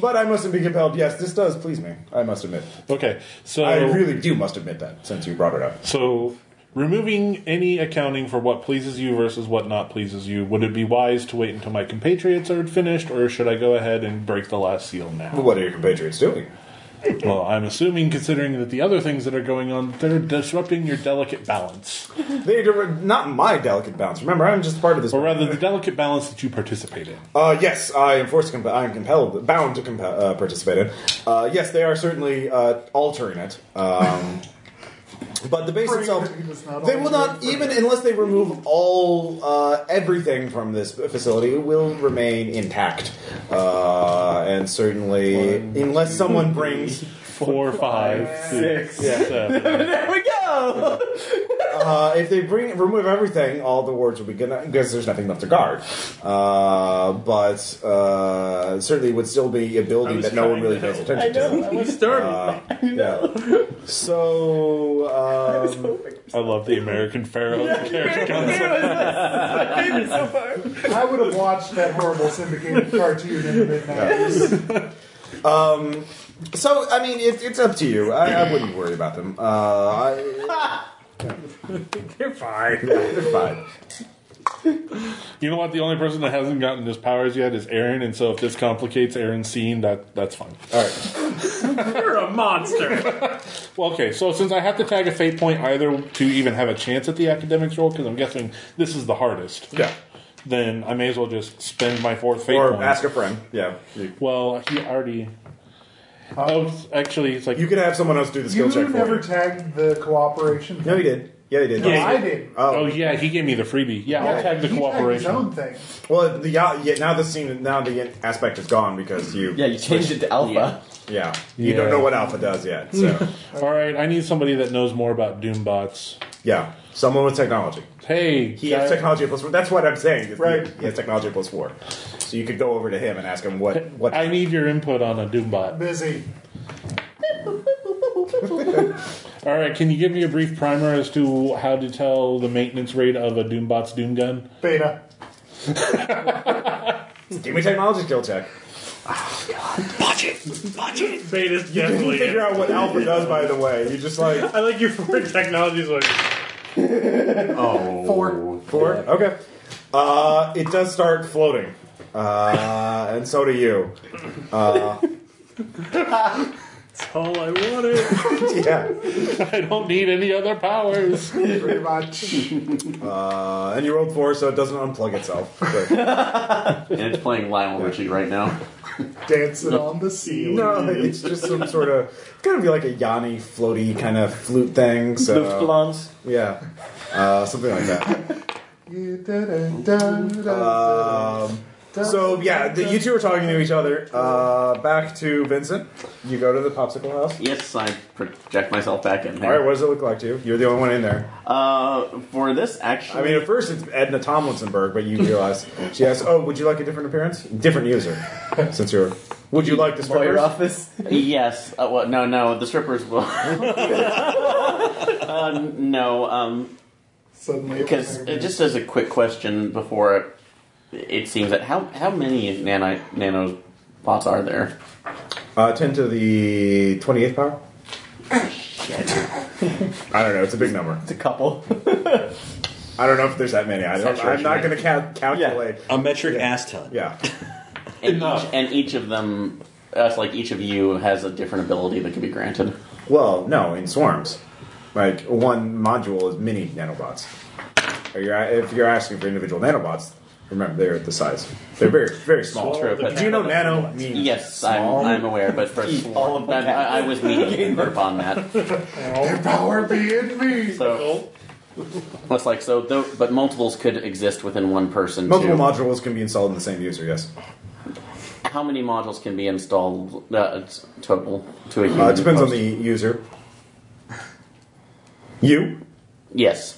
A: But I mustn't be compelled. Yes, this does please me. I must admit.
B: Okay, so
A: I really do must admit that since you brought it up.
B: so removing any accounting for what pleases you versus what not pleases you, would it be wise to wait until my compatriots are finished, or should I go ahead and break the last seal now?
A: What are your compatriots doing?
B: Well, I'm assuming, considering that the other things that are going on, they're disrupting your delicate balance,
A: They are not my delicate balance. Remember, I'm just part of this.
B: or rather, the delicate balance that you participate in.
A: Uh, yes, I am forced. To comp- I am compelled, bound to comp- uh, participate in. Uh, yes, they are certainly uh, altering it. Um, *laughs* but the base
D: Free
A: itself,
D: energy does not
A: they will
D: alter
A: not
D: it.
A: even unless they remove all uh, everything from this facility. It will remain intact, uh, and certainly unless someone brings. *laughs*
B: Four, five, six, seven.
N: There we go!
A: Uh, if they bring remove everything, all the wards will be good because there's nothing left to guard. Uh, but uh, certainly would still be a building that no one really pays attention to. Uh,
O: *laughs* I was starting.
A: Yeah.
O: *laughs*
A: So um,
B: I love the American Pharaoh character concept.
O: my favorite so far.
D: I would have watched that horrible syndicated cartoon in the mid 90s.
A: um, so I mean, it, it's up to you. I, I wouldn't worry about them. Uh, I,
O: *laughs* They're fine.
A: they're fine.
B: You know what? The only person that hasn't gotten his powers yet is Aaron, and so if this complicates Aaron's scene, that that's fine. Uh,
A: All right.
O: You're a monster.
B: Well, okay, so since I have to tag a fate point either to even have a chance at the academics roll, because I'm guessing this is the hardest.
A: Yeah.
B: Then I may as well just spend my fourth fate
A: Or
B: point.
A: ask a friend. Yeah. You,
B: well, he already. oh, actually, it's like
A: you could have someone else do the skill
D: You
A: check for
D: never
A: you.
D: tagged the cooperation.
A: No, he did. Yeah, he did.
D: No, I did.
B: Oh yeah, he gave me the freebie. Yeah, I'll tag the
D: he tagged his
B: cooperation.
D: own thing.
A: Well, the yeah, yeah, now the scene now the aspect is gone because you
J: Yeah, you changed it to alpha.
A: yeah you
B: Yeah.
A: don't know what alpha does yet. So
B: All right, I need somebody that knows more about Doombots.
A: yeah, someone with technology.
B: Hey,
A: He
B: guy-
A: has technology plus four. That's what I'm saying. is he-
D: Right.
A: He has technology plus four. So you could go over to him and ask him what what.
B: I need your input on a Doombot.
D: Busy.
B: All right, can you give me a brief primer as to how to tell the maintenance rate of a Doombot's Doom gun?
D: Beta.
A: give me technology skill check.
O: Beta's
A: You didn't
O: definitely.
A: figure out what alpha does, by the way. You just like
O: *laughs* I like your foreign technologies. Like
D: Four.
A: four. Okay. Uh, it does start floating, uh, and so do you. *laughs*
O: that's all I wanted.
A: Yeah.
B: I don't need any other powers.
D: Pretty much.
A: Uh, and you rolled four, so it doesn't unplug itself. Good.
E: and it's playing Lionel Richie right now.
D: Dancing on the ceiling.
A: No, it's just some sort of it's gotta be like a Yanni floaty kind of flute thing. So
J: Luftballons.
A: yeah, uh, something like that. Um, so yeah, the, you two are talking to each other. Uh, back to Vincent. You go to the popsicle house.
E: Yes, I project myself back in
A: All right,
E: there.
A: what does it look like to you? You're the only one in there.
E: Uh, for this, actually,
A: I mean, at first it's Edna Tomlinsonberg, but you realize she asks, "Oh, would you like a different appearance? Different user, *laughs* since you're." Would you like this
J: Lawyer
A: strippers?
J: office.
E: *laughs* yes. Uh, well, no, no, the strippers will. *laughs* uh, no, um,
D: Suddenly. it was
E: because
D: there.
E: just as a quick question before it, it seems that how how many nano nano bots are there?
A: Uh, 10 to the 28th power? I don't know. It's a big number.
J: It's a couple.
A: I don't know if there's that many. I don't, I'm
E: Saturation
A: not going to ca- calculate.
H: A metric ass ton.
A: Yeah.
E: And
B: Enough.
E: Each, and each of them, that's like each of you has a different ability that can be granted.
A: Well, no, in swarms. Like, one module is mini nanobots. Or you're, if you're asking for individual nanobots, remember they're at the size. They're very, very small.
E: True, but-
A: Do you know nano means
E: Yes,
A: small?
E: I'm, I'm aware, but for
J: All of
E: I, I, I was meaning to upon that.
D: Their power be in me.
E: So it's like so, though, but multiples could exist within one person.
A: Multiple
E: too.
A: modules can be installed in the same user, yes.
E: How many modules can be installed uh, t- total to a human?
A: Uh, it depends on
E: host?
A: the user. *laughs* You?
E: Yes.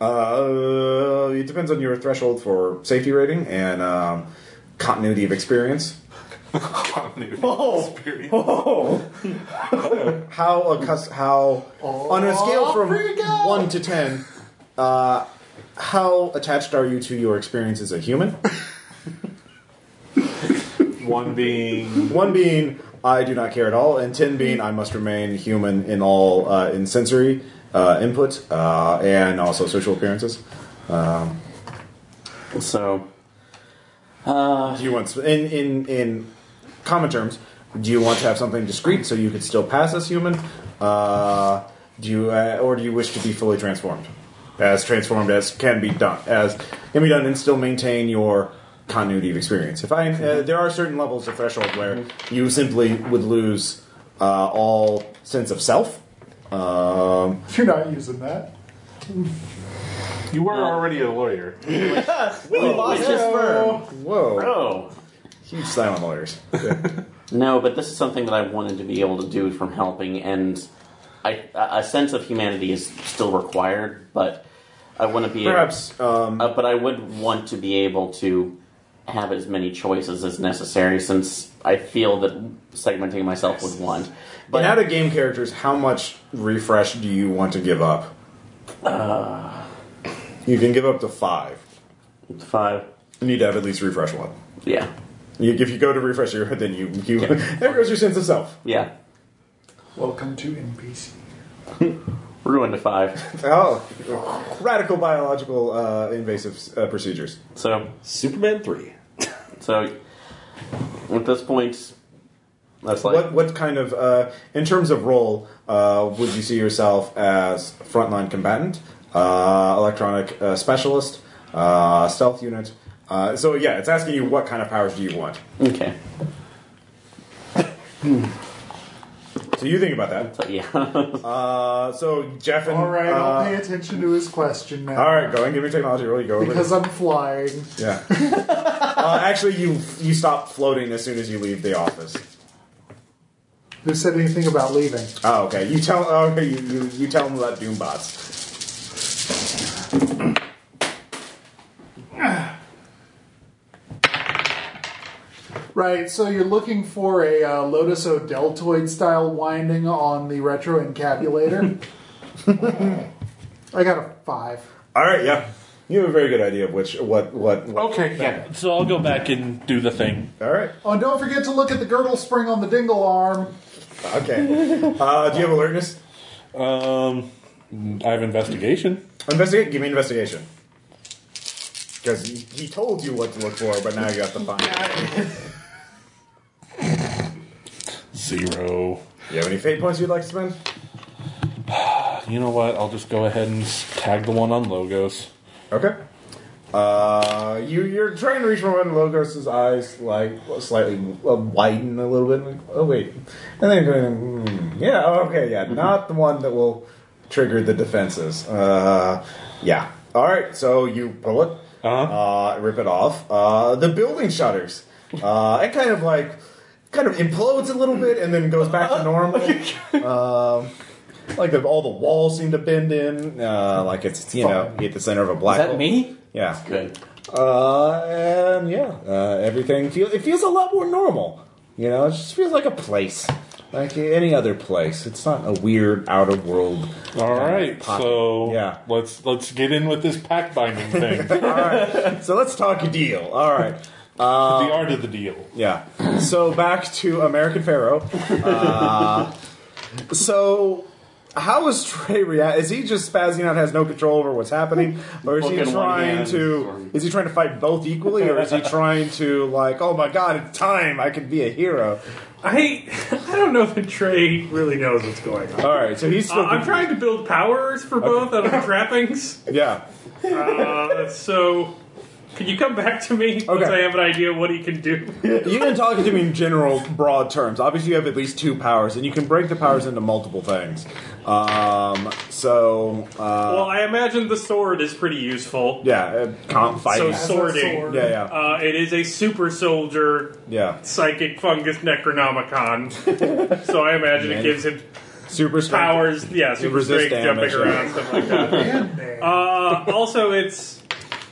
A: Uh, it depends on your threshold for safety rating and um, continuity of experience.
O: *laughs*
A: How accus- how on a scale from one to ten, uh, how attached are you to your experience as a human?
F: One being
A: one being I do not care at all, and ten being I must remain human in all uh, in sensory uh, input uh, and also social appearances. Um,
E: So
A: Do you want in in in common terms? Do you want to have something discreet so you could still pass as human? Uh, do you uh, or do you wish to be fully transformed, as transformed as can be done, as can be done, and still maintain your continuity of experience? If I uh, there are certain levels of threshold where you simply would lose uh, all sense of self. Um,
D: If you're not using that.
F: you were already a lawyer.
J: we lost his sperm.
A: whoa!
E: oh
A: Huge silent lawyers.
E: no, but this is something that I wanted to be able to do from helping, and
J: I, a a sense of humanity is still required, but I want to be
A: Perhaps,
J: Um, uh, but I would want to be able to have as many choices as necessary, since I feel that segmenting myself would want.
A: But out of game characters, how much refresh do you want to give up? you can give up to five.
J: Five.
A: You need to have at least refresh one.
J: Yeah,
A: You, if you go to refresh your, then you you *laughs* there goes your sense of self.
J: yeah.
D: Welcome to NPC.
J: We're going to five.
A: Oh, *sighs* radical biological uh, invasive uh, procedures.
J: *laughs* So,
G: Superman three.
J: so at this point, that's like
A: What what kind of uh, in terms of role uh, would you see yourself as frontline combatant, uh, electronic uh, specialist, uh, stealth unit? Uh, so yeah, it's asking you what kind of powers do you want.
J: okay.
A: So you think about that.
J: So *laughs* yeah,
A: Uh, so Jeff and
D: All right,
A: uh,
D: I'll pay attention to his question now.
A: all right, go and give me technology roll. You go over.
D: Because I'm flying.
A: Yeah. uh, actually, you you stop floating as soon as you leave the office.
D: Who said anything about leaving?
A: Oh, okay. You tell oh, okay you, you, you tell them about Doombots.
D: Right, so you're looking for a uh, Lotus O'Deltoid style winding on the retro encabulator. I got a five.
A: All right, yeah. You have a very good idea of which what what. what.
B: Okay, yeah. So I'll go back and do the thing.
A: All right.
D: Oh, and don't forget to look at the girdle spring on the dingle arm.
A: Okay. Uh, do you have alertness?
B: Um, I have investigation.
A: Investigate. Give me investigation. Because he, he told you what to look for, but now you have to find. it.
B: Zero.
A: Do you have any fate points you'd like to spend?
B: You know what? I'll just go ahead and tag the one on logos.
A: Okay. Uh, you you're trying to reach for one. Logos' eyes like slightly uh, widen a little bit. Like, oh wait, and then going, mm, yeah, oh, okay, yeah, not the one that will trigger the defenses. Uh, yeah. All right, so you pull it,
B: Uh-huh.
A: uh, rip it off. Uh, the building shutters. Uh, it kind of like kind of implodes a little bit and then goes back to normal. um, like the, all the walls seem to bend in, uh, like it's you know you hit the center of a black. hole.
J: me?
A: Yeah.
J: Good.
A: Uh, and yeah, uh, everything feels it feels a lot more normal. You know, it just feels like a place, like any other place. It's not a weird out of world.
B: All right,
A: pocket.
B: so
A: Yeah.
B: let's let's get in with this pack binding *laughs* thing. the
A: So let's talk a deal. All right.
B: art of the deal.
A: Yeah. So back to American Pharaoh. Uh, so. How is Trey react? Is he just spazzing out, has no control over what's happening, or is he
J: Book in one
A: trying
J: hand.
A: to? Is he trying to fight both equally, or is
F: *laughs*
A: he trying to like, oh my god, it's time I can be a hero?
F: I *laughs* I don't know if Trey really knows what's going on.
A: All right, so he's
F: Uh,
A: still.
F: I'm trying to build powers for both out
A: *laughs*
F: of trappings.
A: Yeah.
F: Uh, so, can you come back to me once
A: Okay.
F: I have an idea what he can do?
A: You can talk to me in general, broad terms. Obviously, you have at least two powers, and you can break the powers into multiple things. Um, so, uh,
F: Well, I imagine the sword is pretty useful.
A: yeah, uh, comp
F: So
A: fighting.
F: swording.
D: sword.
A: yeah, yeah,
F: Uh, it is a super soldier
A: yeah.
F: psychic fungus Necronomicon.
A: *laughs*
F: so I imagine it gives him
A: Super strength.
F: powers. Yeah, super
A: resist
F: strength,
A: damage,
F: jumping around, stuff like that. Uh, also, it's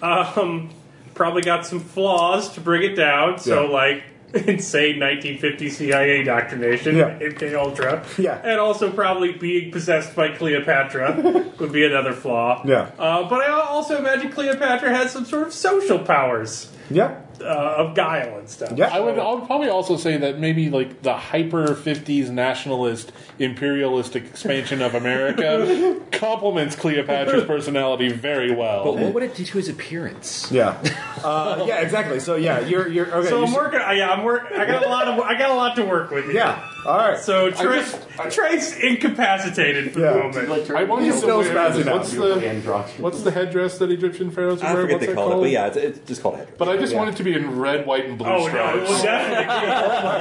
F: um, probably got some flaws to bring it down. So
A: Yeah.
F: like. *laughs* Insane 1950 CIA indoctrination,
A: Yeah.
F: MK Ultra,
A: Yeah.
F: and also probably being possessed
A: *laughs*
F: by Cleopatra would be another flaw.
A: Yeah.
F: uh, but I also imagine Cleopatra has some sort of social powers
A: Yeah,
F: uh, of guile and stuff.
A: yeah.
B: I would I would probably also say that maybe like the hyper '50s nationalist imperialistic expansion of *laughs* America complements Cleopatra's personality very
G: But
B: well.
G: what would it do to his appearance?
A: yeah, uh, yeah, exactly. So yeah, you're you're okay.
F: So
A: you
F: I'm
A: should-
F: working. I, yeah, I'm work. I got a lot of. I got a lot to work with. Here.
A: Yeah, all right.
F: So Trey,
B: just-
F: Trey's incapacitated for
A: Yeah.
F: the moment.
B: I want you
A: He's still
B: to
A: spazzing out.
B: what's the what's the headdress that Egyptian pharaohs
H: I
B: wear?
H: forget
B: What's
H: they
B: that
H: call it, but
B: called?
H: yeah, it's, it's just called a headdress.
B: Oh, But I just want it to be in red, white, and blue
F: Oh no!
B: stripes.
F: Well, definitely.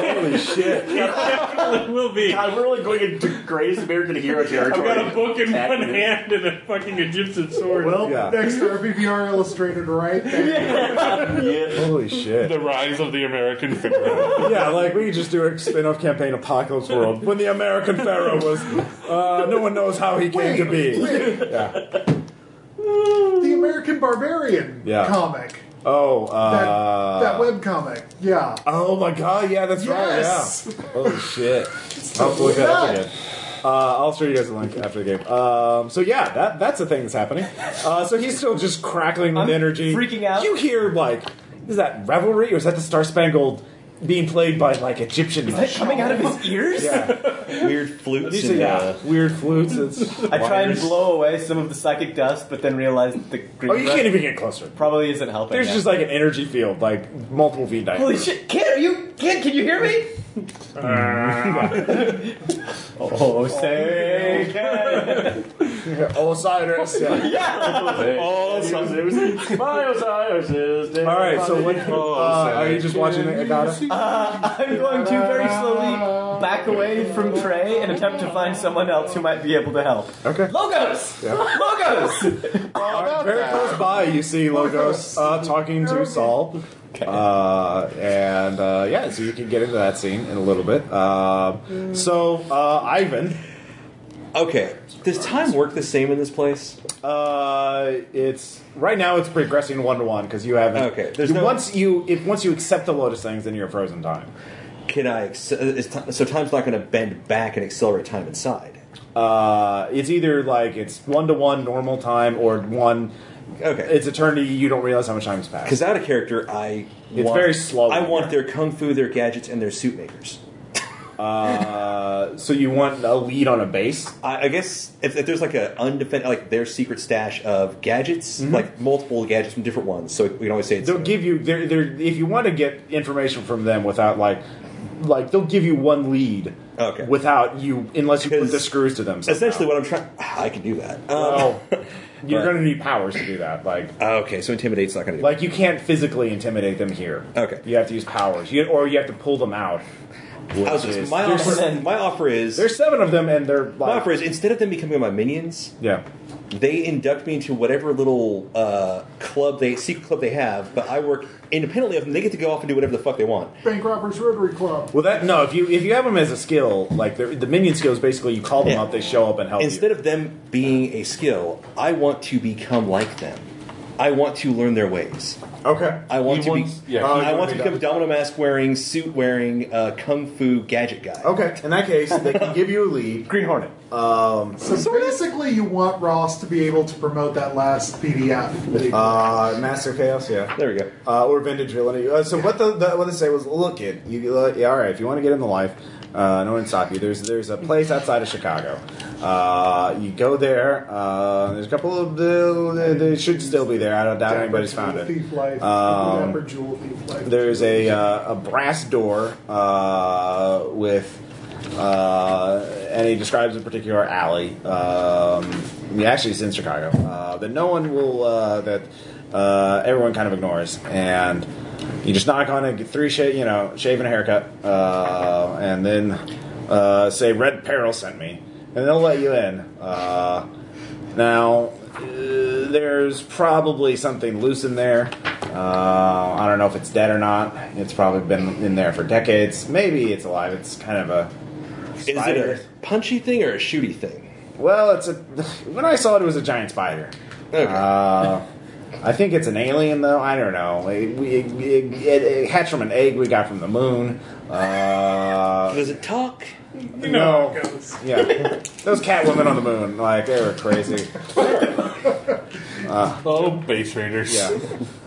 P: Holy shit.
F: *laughs* It definitely will be.
J: God, we're only going into greatest American hero
F: I've
J: territory.
F: got a book in
J: At
F: one
J: this.
F: hand and a fucking Egyptian sword.
D: Well,
P: Yeah.
D: next to our PPR illustrated *laughs* right there.
P: Holy shit.
B: The rise of the American Pharaoh.
P: Yeah, like we could just do a spin off campaign Apocalypse World when the American Pharaoh was. Uh, no one knows how he came to be. Yeah.
D: *laughs* The American Barbarian
P: Yeah.
D: comic.
P: Oh,
D: That,
P: uh.
D: that web comic. Yeah.
P: Oh my god, yeah, that's
D: Yes.
P: right, yeah. Holy Oh, shit. I'll have to look that up again. Uh, I'll show you guys the link after the game. Um, so yeah, that that's a thing that's happening. Uh, so he's still just crackling with
G: I'm
P: energy,
G: freaking out.
P: You hear like, is that revelry or is that the Star Spangled being played by like Egyptian?
G: Is that coming out of his ears?
P: yeah,
G: *laughs*
H: Weird flutes
P: These
H: and
P: are-
H: uh,
P: yeah, weird flutes. It's
G: I try and blow away some of the psychic dust, but then realize that the green
P: Oh, you
G: breath
P: can't even get closer.
G: probably isn't helping.
P: There's
G: yeah.
P: just like an energy field, like multiple V dice.
G: holy shit! Kid, are you kid? Can you hear me? oh, say Ken.
P: *laughs*
G: *laughs*
P: Osiris. Yeah.
J: Oh, *laughs* All Osiris. My Osiris is dead.
P: All right. So what?
B: Oh,
P: uh,
B: sorry.
P: are you just watching it? Agata?
G: I'm going to very slowly back away from Trey and attempt to find someone else who might be able to help.
P: Okay.
G: Logos.
P: Yeah.
G: Logos.
P: Uh, very close by, you see Logos uh, talking to Saul. Uh, and uh, yeah, so you can get into that scene in a little bit. Uh, so, uh, Ivan,
H: Okay. Does time work the same in this place?
P: uh, it's right now it's progressing one to one because you haven't.
H: Okay, there's
P: you-
H: no-
P: once you if once you accept the Lotus things, then you're frozen time.
H: Can I? acce- Is time, so time's not going to bend back and accelerate time inside.
P: Uh, it's either like it's one to one normal time or one.
H: Okay.
P: It's eternity. You don't realize how much time has passed.
H: Because out of character, I
P: It's
H: want,
P: very slow.
H: I want their kung fu, their gadgets, and their suit makers.
P: Uh, so you want a lead on a base.
H: I, I guess if, if there's like a undefended, like their secret stash of gadgets, like multiple gadgets from different ones, so we can always say it's
P: They'll give you they're, they're, if you want to get information from them without like like they'll give you one lead
H: Okay.
P: without you unless you put the
H: Because
P: screws to them. somehow.
H: essentially what I'm trying. *sighs* I can do that. Um, *laughs*
P: well, you're
H: Right.
P: going to need powers to do that. Like
H: oh, okay, so intimidate's not going to do.
P: like you can't physically intimidate them here.
H: Okay.
P: you have to use powers, you, or you have to pull them out.
H: I was just-
P: Which is-
H: my,
G: There's
H: offer,
G: seven.
H: my offer is
P: There's seven of them, and they're
H: my
P: like
H: offer is instead of them becoming my minions,
P: yeah.
H: they induct me into whatever little uh, club they secret club they have, but I work independently of them. They get to go off and do whatever the fuck they want.
D: Bank Robbers Rotary Club.
P: Well, that no. If you if you have them as a skill, like they're- the minion skill is basically you call them
H: Yeah.
P: up, they show up and help you.
H: Instead of them being a skill, I want to become like them. I want to learn their ways.
P: Okay.
H: I want
B: He
H: to
B: wants-
H: be.
B: yeah, he
H: I want
B: wants
H: to
B: to
H: become domino mask wearing, suit wearing, uh, kung fu gadget guy.
A: Okay, in that case, they can give you a lead.
G: Green Hornet.
D: So basically, you want Ross to be able to promote that last PDF.
A: Uh, Master Chaos, yeah.
H: There we go.
A: Uh, or Vintage Villainy. Uh, so what the, the what they say was, look it, you uh, yeah, all right. If you want to get in the life, uh, no one can stop you. There's there's a place outside of Chicago. Uh, you go there. Uh, there's a couple of uh, they should still be there. I don't doubt anybody's found it.
D: Thief Life.
A: Um,
D: Remember Jewel Thief Life.
A: There's a, uh, a brass door uh, with, uh, and he describes a particular alley. Um, he actually, it's in Chicago uh, that no one will uh, that uh, everyone kind of ignores, and you just knock on it, get three shave, you know, shave and a haircut, uh, and then uh, say Red Peril sent me, and they'll let you in. Uh, now, uh, there's probably something loose in there. Uh, I don't know if it's dead or not. It's probably been in there for decades. Maybe it's alive. It's kind of a.
H: Is it a
A: spider.
H: punchy thing or a shooty thing?
A: Well, it's a. When I saw it, it was a giant spider.
H: Okay.
A: Uh, I think it's an alien, though. I don't know. It, we- it, it, it, hatched from an egg we got from the moon. Uh,
H: Does it talk?
F: You know how
A: no. *laughs*
F: it goes.
A: yeah, those cat women on the moon, like they were crazy. Uh,
B: Oh, base raiders.
A: Yeah.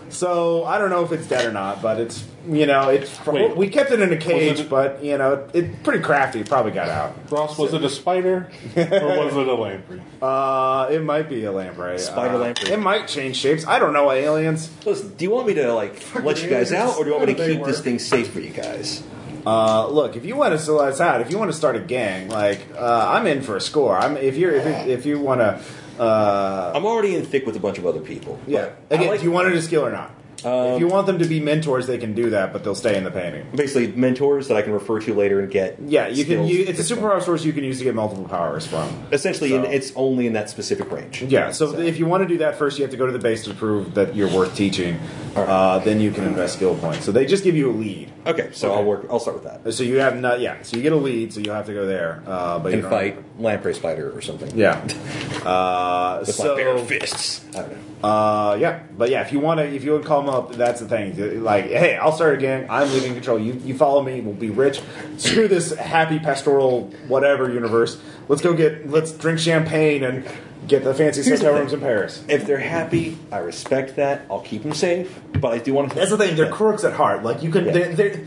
A: So I don't know if it's dead or not, but it's you know it's
B: Wait.
A: we kept it in a cage,
B: Was it-
A: but you know it pretty crafty. Probably got out.
B: Ross, was it a spider or was it a lamprey?
A: Uh, it might be a lamprey,
H: Spider
A: Uh,
H: lamprey.
A: It might change shapes. I don't know aliens.
H: Listen, do you want me to like let you guys out, or do you want me to
D: They
H: keep this
D: work.
H: thing safe for you guys?
A: Uh, look, if you want to sell us out, if you want to start a gang, like uh, I'm in for a score. I'm if you're if, it- if you want to. Uh,
H: I'm already in thick with a bunch of other people.
A: yeah.
H: I
A: Again,
H: like-
A: if you wanted a skill or not. if you want them to be mentors, they can do that, but they'll stay in the painting.
H: Basically, mentors that I can refer to later and get.
A: Yeah, you can.
H: skills
A: You, it's a
H: from.
A: superpower source you can use to get multiple powers from.
H: Essentially,
A: So-
H: and it's only in that specific range.
A: Yeah, so, if you want to do that first, you have to go to the base to prove that you're worth teaching. Uh, then you can invest skill points. So they just give you a lead. Uh,
H: Okay, so I'll work. I'll start with that.
A: So you have not. Yeah, so you get a lead, so you have to go there. Uh, but you
H: and
A: don't-
H: fight Lamprey's fighter or something.
A: Yeah. *laughs* Uh,
H: With
A: so
H: my bare fists. I don't know.
A: Uh, yeah, but yeah, if you want to, if you would call them up, that's the thing. Like, hey, I'll start a gang. I'm leaving control. You, you follow me. We'll be rich. Screw this happy pastoral whatever universe. Let's go get. Let's drink champagne and get the fanciest
H: Here's the
A: hotel
H: thing.
A: rooms in Paris.
H: If they're happy, I respect that. I'll keep them safe, but I do want to.
A: That's the thing. They're crooks at heart. Like you can,
H: Yeah.
A: they're, they're,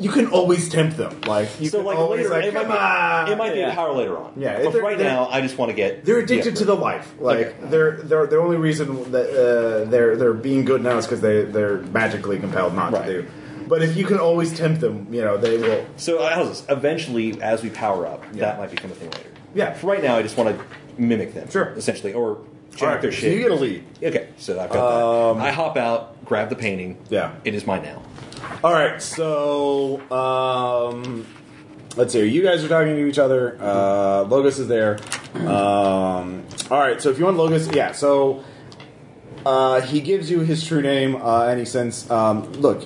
A: you can always tempt them. Like you
H: so
A: can
H: like
A: always
H: later,
A: like,
H: it might,
A: "Come on."
H: be, it might be
A: Yeah.
H: a power later on.
A: Yeah,
H: but
A: they're-
H: for right
A: they're-
H: now, I just want to get.
A: They're addicted to the life. Like they're, they're they're only reason that uh, they're they're being good now is because they they're magically compelled not
H: Right.
A: to do. But if you can always tempt them, you know they will.
H: So how's this? Eventually, as we power up, that might become a thing later.
A: Yeah.
H: For right now, I just want to mimic them. Sure. Essentially, or check
A: Alright,
H: their
A: so
H: shit.
A: you get a lead. Um,
H: Okay, so I've got that. I hop out, grab the painting.
A: Yeah.
H: It is mine now.
A: All right, so um, let's see. You guys are talking to each other. Uh, Logos is there. Um, all right, so if you want Logos, yeah. So uh, he gives you his true name, uh, and he sends. Um, look,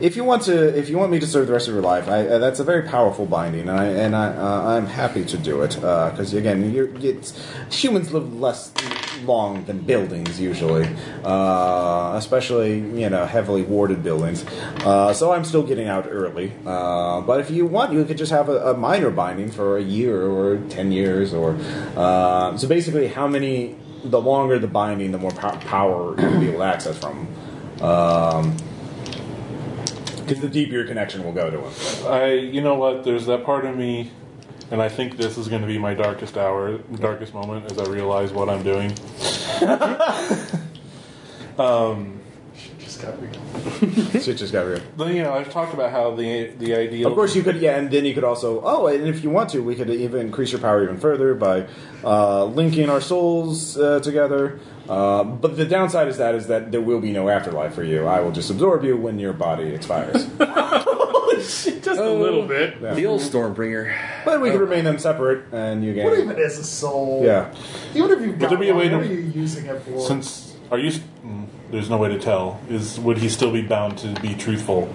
A: if you want to, if you want me to serve the rest of your life, I, uh, that's a very powerful binding, and I and I, uh, I'm happy to do it because again, you're, it's, humans live less long than buildings usually, uh, especially you know heavily warded buildings. Uh, so I'm still getting out early, uh, but if you want, you could just have a, a minor binding for a year or ten years, or uh, so basically, how many? The longer the binding, the more pow- power you'll be able to access from. Um, because the deeper your connection will go to him.
B: I, you know what? There's that part of me, and I think this is going to be my darkest hour, darkest moment, as I realize what I'm doing. um,
D: Just got real.
A: Shit just got real.
B: but, you know, I've talked about how the the ideal.
A: Of course, you could, yeah, and then you could also, oh, and if you want to, we could even increase your power even further by uh, linking our souls uh, together. Uh, but the downside is that is that there will be no afterlife for you. I will just absorb you when your body *laughs* expires.
F: Just a little bit.
A: Yeah.
H: The old Stormbringer.
A: But we can remain them separate, and you
D: What
A: gain.
D: even is a soul?
A: Yeah.
D: Even if you've
B: Would
D: got
B: there be a
D: one,
B: way to-
D: what are you using it for?
B: Since are you? mm, There's no way to tell. Is would he still be bound to be truthful?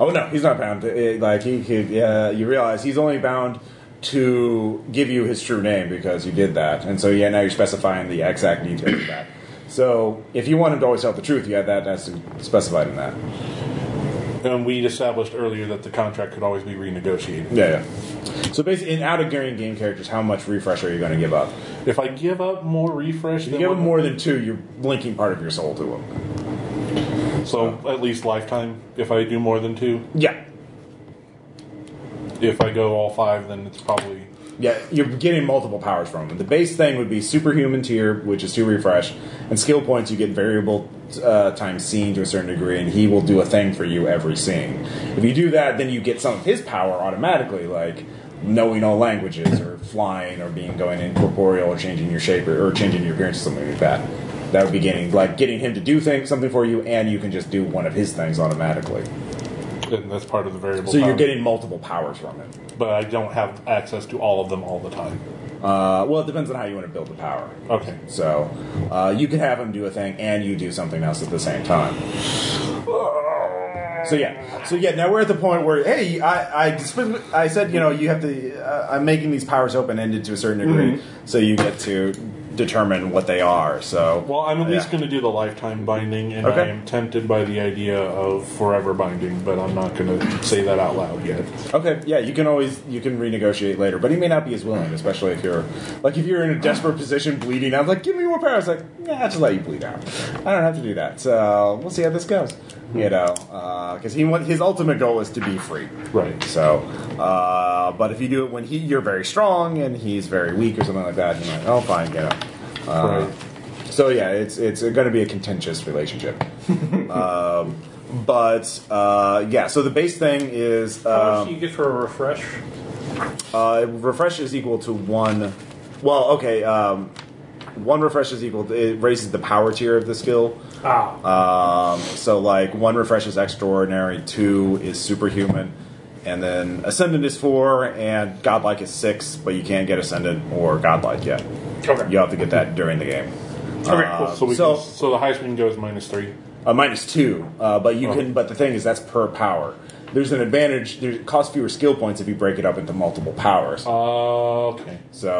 A: Oh no, he's not bound. To, it, like he could. Yeah, you realize he's only bound to give you his true name because you did that, and so yeah, now you're specifying the exact details of that. So if you want him to always tell the truth, you have that as specified in that.
B: And we established earlier that the contract could always be renegotiated.
A: Yeah, yeah. So basically, in out of game game characters, how much refresh are you going to give up?
B: If I give up more refresh,
A: If you
B: than
A: give
B: what-
A: him more than two, you're linking part of your soul to him.
B: so
A: uh,
B: at least lifetime. If I do more than two,
A: Yeah,
B: if I go all five, then it's probably
A: Yeah, you're getting multiple powers from them. The base thing would be superhuman tier, which is two refresh, and skill points you get variable uh, times scene to a certain degree, and he will do a thing for you every scene. If you do that, then you get some of his power automatically, like knowing all languages, or flying, or being going incorporeal, or changing your shape, or, or changing your appearance, or something like that. That would be getting like getting him to do things, something for you, and you can just do one of his things automatically.
B: then that's part of the variable.
A: So you're
B: power.
A: getting multiple powers from it.
B: but I don't have access to all of them all the time.
A: Uh, well, it depends on how you want to build the power.
B: Okay.
A: So uh, you can have him do a thing and you do something else at the same time. So yeah, so yeah. Now we're at the point where hey, I I, disp- I said you know you have to. Uh, I'm making these powers open ended to a certain degree,
B: Mm-hmm.
A: so you get to determine what they are. So
B: Well, I'm at least
A: Yeah.
B: going to do the lifetime binding, and
A: Okay.
B: I am tempted by the idea of forever binding, but I'm not going to say that out loud yet.
A: Okay, yeah, you can always you can renegotiate later, but he may not be as willing, especially if you're like if you're in a desperate position, bleeding. out, like, give me more power. It's like, nah, just let you bleed out. I don't have to do that. So we'll see how this goes. You know, because he want his ultimate goal is to be free.
B: Right.
A: So, uh, but if you do it when he you're very strong and he's very weak or something like that, you're like, oh, fine, get out. Uh,
B: Right.
A: so yeah, it's it's going to be a contentious relationship. *laughs* um, but uh, yeah, so the base thing is
F: How
A: um,
F: much do you get for a refresh?
A: uh, refresh is equal to one. Well, okay. Um, one refresh is equal. It raises the power tier of the skill.
F: Ah.
A: Um, so like one refresh is extraordinary, two is superhuman, and then ascendant is four, and godlike is six. But you can't get ascendant or godlike yet.
B: Okay.
A: You have to get that during the game.
B: Okay,
A: Uh,
B: cool. So we
A: so-
B: can, so the highest we can go is minus three.
A: Uh, minus two, uh, but you can. But the thing is, that's per power. There's an advantage. There it costs fewer skill points if you break it up into multiple powers.
B: Uh, Okay.
A: So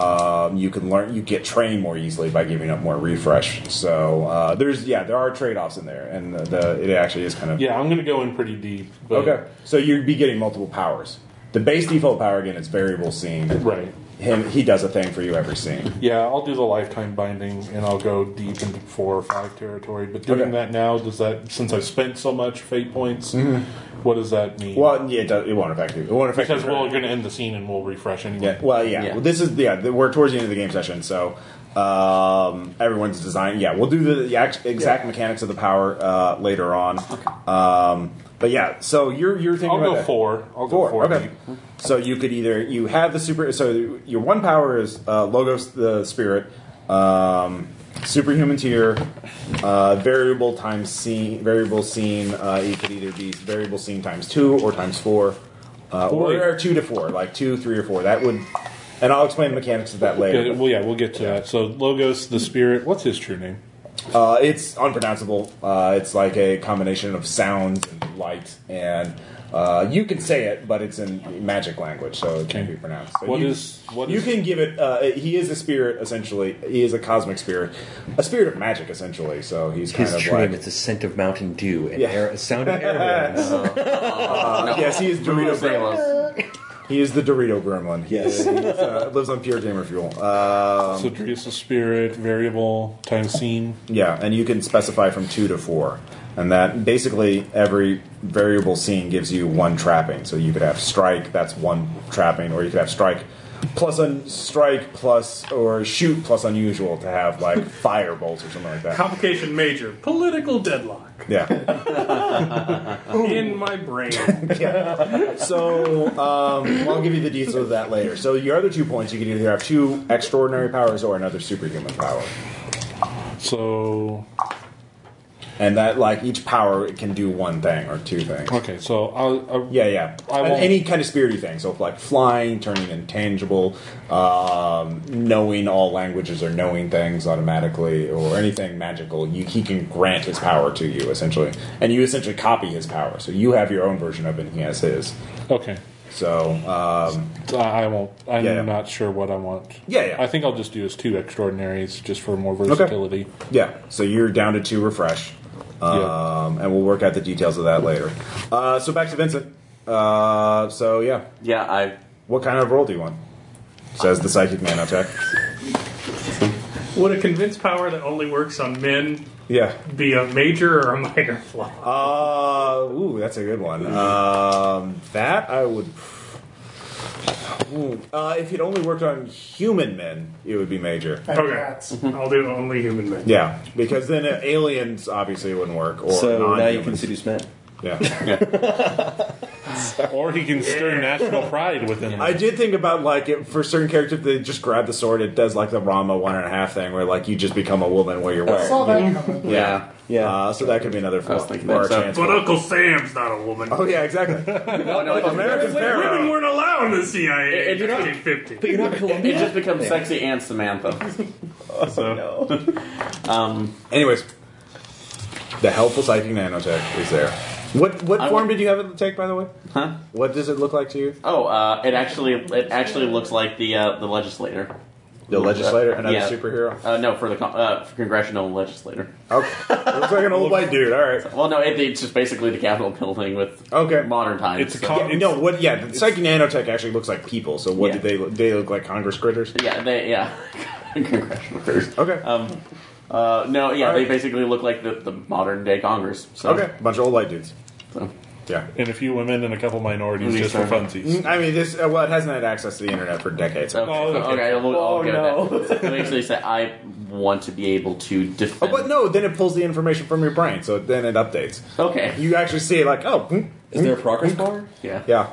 A: um, you can learn. You get trained more easily by giving up more refresh. So uh, there's yeah, there are trade offs in there, and the, the it actually is kind of
B: Yeah, I'm going to go in pretty deep. But
A: okay. So you'd be getting multiple powers. The base default power again, it's variable scene.
B: Right.
A: Him he does a thing for you every scene.
B: Yeah, I'll do the lifetime binding and I'll go deep into four or five territory. But doing
A: Okay.
B: that now, does that since I've spent so much fate points, what does that mean?
A: Mm-hmm. Well, yeah, it, does, it won't affect you. It won't affect
B: because
A: you.
B: we're going to end the scene and we'll refresh anyway.
A: Yeah. Well, yeah.
B: Yeah.
A: Well, this is yeah. the- We're towards the end of the game session, so um, everyone's design. Yeah, we'll do the, the act, exact mechanics of the power uh, later on. Um, but yeah, so you're you're thinking
B: I'll
A: about
B: go
A: that.
B: four. I'll go
A: Four,
B: four.
A: okay. So you could either you have the super. So your one power is uh, logos the spirit, um, superhuman tier, uh, variable times scene, variable scene. Uh, you could either be variable scene times two or times four, uh, or, or two to four, like two, three, or four. That would, and I'll explain the mechanics of that
B: Yeah,
A: later.
B: well, yeah, we'll get to that. So Logos, the spirit. What's his true name?
A: Uh, it's unpronounceable. Uh, it's like a combination of sounds and light, and uh, you can say it, but it's in magic language, so it can't be pronounced. So
B: What
A: you,
B: is- what
A: you
B: is-
A: can give it? Uh, he is a spirit, essentially. He is a cosmic spirit, a spirit of magic, essentially. So he's kind
H: His
A: of
H: true name
A: like.
H: is the scent of Mountain Dew and
A: Yeah.
H: air, sound of
A: *laughs*
H: airwaves.
A: Uh, Yes, he is Dorito Gremlin. He is the Dorito Gremlin. Yes, he is, uh, lives on pure gamer fuel. Um,
B: So Dreus, the spirit, variable times scene.
A: Yeah, and you can specify from two to four. And that basically every variable scene gives you one trapping. So you could have strike, that's one trapping, or you could have strike plus un- strike plus or shoot plus unusual to have like fire bolts or something like that.
F: Complication major. Political deadlock.
A: Yeah.
F: In my brain. *laughs*
A: So um, well, I'll give you the details of that later. So your other two points, you can either have two extraordinary powers or another superhuman power.
B: So
A: And that like each power can do one thing or two things.
B: okay, so I'll, I'll
A: Yeah, yeah.
B: I
A: And
B: won't-
A: any kind of spirity thing. So, like flying, turning intangible, um, knowing all languages or knowing things automatically, or anything magical. You, he can grant his power to you, essentially. And you essentially copy his power. So, you have your own version of it, and he has his.
B: okay.
A: So, um,
B: So I I won't. I'm
A: Yeah, yeah.
B: not sure what I want.
A: Yeah, yeah.
B: I think I'll just do as two extraordinaries just for more versatility.
A: yeah. So, you're down to two refresh. Um, And we'll work out the details of that later. Uh, so, back to Vincent. Uh, so, yeah.
J: Yeah, I
A: What kind of role do you want? Says the psychic man check.
F: Would a convinced power that only works on men
A: Yeah.
F: be a major or a minor flaw?
A: Uh, ooh, that's a good one. Um, that I would. Ooh, uh, if it only worked on human men, it would be major.
F: Okay.
D: That's-
F: I'll do only human men.
A: Yeah, because then uh, aliens obviously wouldn't work. *laughs* Or
Q: So now you can
A: non-humans.
Q: seduce men.
A: Yeah,
B: Or he can stir national pride within him.
A: I did think about like it, for certain characters, they just grab the sword. It does like the Rama one and a half thing, where like you just become a woman where you're
D: I saw
A: wearing.
D: that coming.
A: Yeah,
Q: Yeah.
A: Uh, so that could be another
J: was
A: flaw
J: thinking
A: or a
J: that, so-
A: chance.
F: But *laughs* Uncle Sam's not a woman.
A: Oh yeah, exactly. America's
F: Women
A: Pharaoh.
F: weren't allowed in the CIA
J: And
F: in
J: you're not-
F: 1950.
J: It just becomes sexy and Samantha.
A: Anyways, the helpful psychic nanotech is there. What what
J: I
A: form
J: want-
A: did you have it take, by the way?
J: Huh?
A: What does it look like to you?
J: Oh, uh, it actually it actually looks like the uh, the legislator.
A: The legislator, another
J: Yeah.
A: superhero.
J: Uh, no, for the con- uh, for congressional legislator.
A: Okay, it looks like an old white dude. All right.
J: Well, no, it, it's just basically the Capitol building with
A: Okay.
J: modern times.
B: It's a
J: so-
B: con-
A: Yeah, no, what? Yeah, the psychic nanotech actually looks like people. So what
J: Yeah.
A: did they? look They look like Congress critters.
J: yeah, they yeah, *laughs* congressional leaders.
A: Okay.
J: Um, uh, no, yeah,
A: All
J: they
A: right.
J: basically look like the, the modern day Congress. So,
A: Okay, bunch of old white dudes.
J: so-
A: Yeah.
B: and a few women and a couple minorities
J: Really
B: just for
J: sorry.
B: funsies.
A: I mean, this. Uh, well, it hasn't had access to the internet for decades.
J: Okay,
B: Oh,
J: so-
B: okay.
J: okay, I'll, I'll
R: Oh,
J: give
R: no.
J: it that. So basically, say I want to be able to
A: Oh,
J: defend.
A: but no, then it pulls the information from your brain, so then it updates.
J: Okay.
A: You actually see it like, oh, hmm,
Q: Is there a progress bar?
J: Yeah.
A: *laughs* yeah.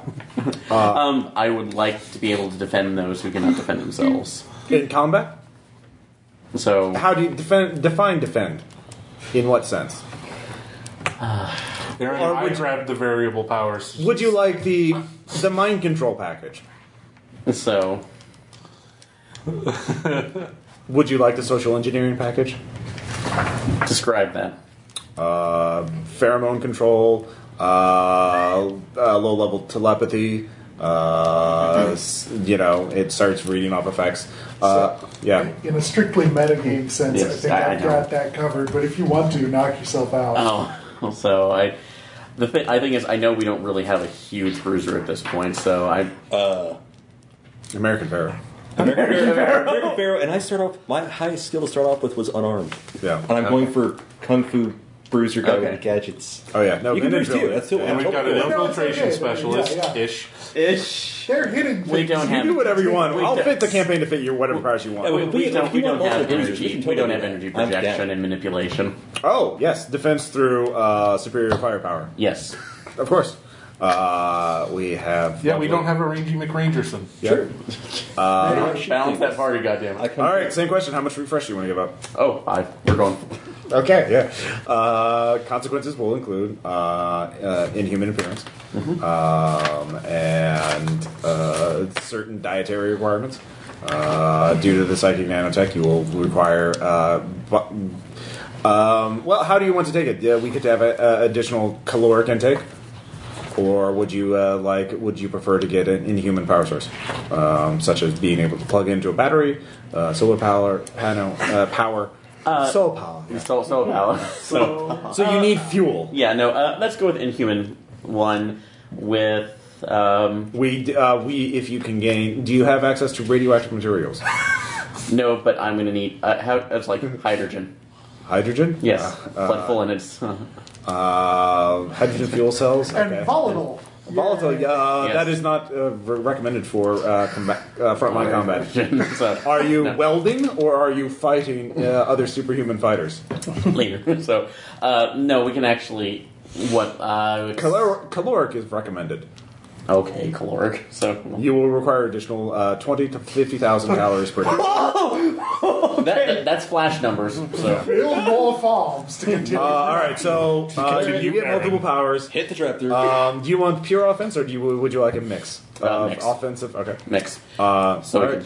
J: Um, I would like to be able to defend those who cannot defend themselves.
A: In combat,
E: So
A: How do you defend, define defend? In what sense?
B: Aaron,
A: Or
B: I
A: would-
B: grabbed the variable powers.
A: Would you like the the mind control package?
E: so
A: *laughs* Would you like the social engineering package?
E: describe that.
A: Uh, pheromone control, uh, uh, low level telepathy. Uh, s- you know, it starts reading off effects. Uh, yeah.
D: In a strictly metagame sense, I
E: Yes,
D: think
E: I- I
D: I've
E: know.
D: got that covered. But if you want to, knock yourself out.
E: Oh, *laughs* so I. The thing I think is, I know we don't really have a huge bruiser at this point, so I.
H: Uh,
A: American Pharaoh.
H: American Pharaoh. and I start off. My highest skill to start off with was unarmed,
A: Yeah.
H: and I'm going for kung fu bruiser guy
E: Okay.
H: with gadgets.
A: Oh yeah. No,
H: you can do
A: Vintage
H: it too.
A: Villain.
H: That's still
B: And we've got an
H: totally-
B: infiltration
D: Yeah, yeah.
B: specialist ish.
E: Ish.
D: They're hitting.
E: We
D: things.
E: don't
A: You
E: have.
A: do whatever you want.
E: We
A: I'll
E: don't-
A: fit the campaign to fit your whatever price you want.
H: Yeah,
E: We,
H: If
E: we
H: if
E: don't.
H: you
E: We
H: want
E: don't have
H: multiple users, you
E: energy.
H: can
E: We
H: totally
E: don't
H: do
E: have
H: that.
E: energy
H: I'm down.
E: projection and manipulation.
A: Oh yes, defense through uh, superior firepower.
E: Yes.
A: Of course. Uh, we have.
B: Yeah, we don't have a Rangy McRangerson.
A: Yeah.
H: Sure.
E: Balance that party, goddamn
H: I
E: it.
H: come
A: All right. Same question. How much refresh do you want to give up?
E: Oh, five. We're going.
A: Okay. Yeah. Uh, consequences will include uh, uh, inhuman appearance um, and uh, certain dietary requirements. Uh, due to the psychic nanotech, you will require. Uh, bu- um, well, how do you want to take it? Yeah, we could have a, a additional caloric intake, or would you uh, like? Would you prefer to get an inhuman power source, um, such as being able to plug into a battery, uh, solar power, panel, uh, power, solar power?
E: So, so power.
J: *laughs*
A: So, so
E: Uh,
A: you need fuel.
E: Yeah, no, uh, let's go with Inhuman one with. Um,
A: We uh, we if you can gain. Do you have access to radioactive materials?
E: no, but I'm gonna need. Uh, how, it's like hydrogen.
A: Hydrogen.
E: Yes.
A: Uh,
E: plentiful and it's.
A: uh, hydrogen fuel cells.
D: And
A: Okay.
D: volatile.
A: Volatile. Uh,
E: Yes.
A: That is not uh, re- recommended for uh, combat, uh, frontline *laughs* combat.
E: *laughs* so,
A: Are you welding or are you fighting uh, other superhuman fighters?
E: later. So, uh, no, we can actually. What? Uh, it's-
A: Calor- caloric is recommended.
E: okay, caloric. So
A: You will require additional uh, twenty to fifty thousand calories per day.
E: that, that- that's flash numbers. So
A: *laughs*
D: Build more farms to continue.
A: Uh, all right, so uh, you get multiple powers.
H: Hit the trap through.
A: Um, do you want pure offense, or do you would you like a mix?
E: Uh,
A: of
E: mix.
A: Offensive. Okay.
E: mix.
A: Uh,
E: So
A: all
E: we
A: right.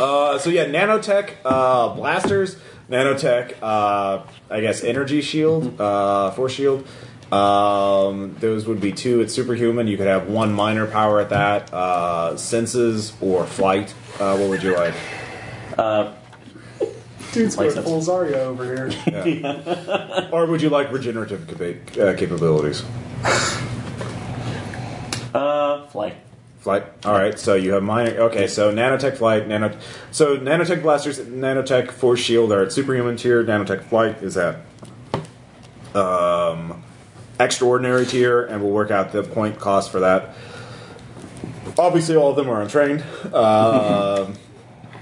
A: Uh, so yeah, nanotech uh, blasters, nanotech. Uh, I guess energy shield, uh, force shield. Um, those would be two. It's superhuman. You could have one minor power at that. Uh, senses or flight. Uh, what would you like?
D: Dude's going
E: License.
D: full Zarya over here.
A: Or would you like regenerative capa- uh, capabilities?
E: uh, flight.
A: Flight. All right. So you have minor. Okay. So nanotech flight. Nano. So nanotech blasters, nanotech force shield are at superhuman tier. Nanotech flight is at um, extraordinary tier, and we'll work out the point cost for that. Obviously, all of them are
G: *laughs*
A: untrained. Um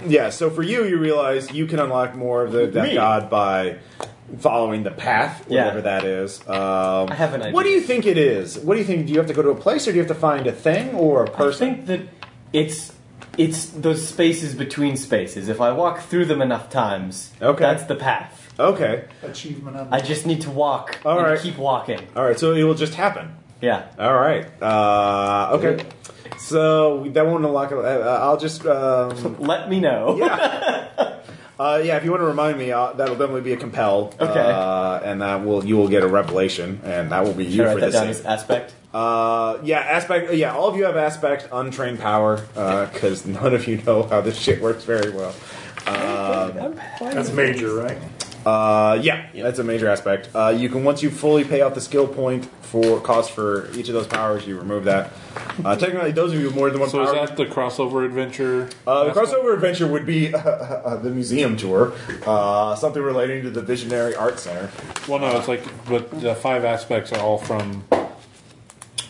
A: yeah. So for you, you realize you can unlock more of the, that
G: Me.
A: god by following the path,
G: Yeah.
A: whatever that is. Um,
G: I have an idea.
A: What do you think it is? What do you think? Do you have to go to a place, or do you have to find a thing or a
G: I
A: person?
G: think that it's it's those spaces between spaces. If I walk through them enough times,
A: Okay.
G: that's the path.
A: Okay.
D: Achievement
G: I
D: on
G: just need to walk
A: All
G: and
A: right.
G: keep walking.
A: All right. So it will just happen.
G: Yeah.
A: All right. Uh, okay. So we- that won't unlock. it. Uh, I'll just.
G: *laughs*
A: Um,
G: Let me know.
A: yeah. Uh, yeah. If you want to remind me, uh, that'll definitely be a compel.
G: Okay.
A: Uh, and that will you will get a revelation, and that will be you
G: Should I
A: for
G: write that
A: this.
G: down
A: thing.
G: as aspect?
A: Uh, yeah, aspect. Yeah, all of you have aspect untrained power because none of you know how this shit works very well.
F: That's major, right?
A: Uh, yeah, that's a major aspect. Uh, you can once you fully pay out the skill point for cost for each of those powers, you remove that. *laughs* Uh, technically, those of you with more than one
B: So is
A: power.
B: that the crossover adventure?
A: uh, the crossover adventure would be *laughs* uh, the museum tour, uh, something relating to the Visionary Art Center.
B: Well, no, it's like, but the five aspects are all from.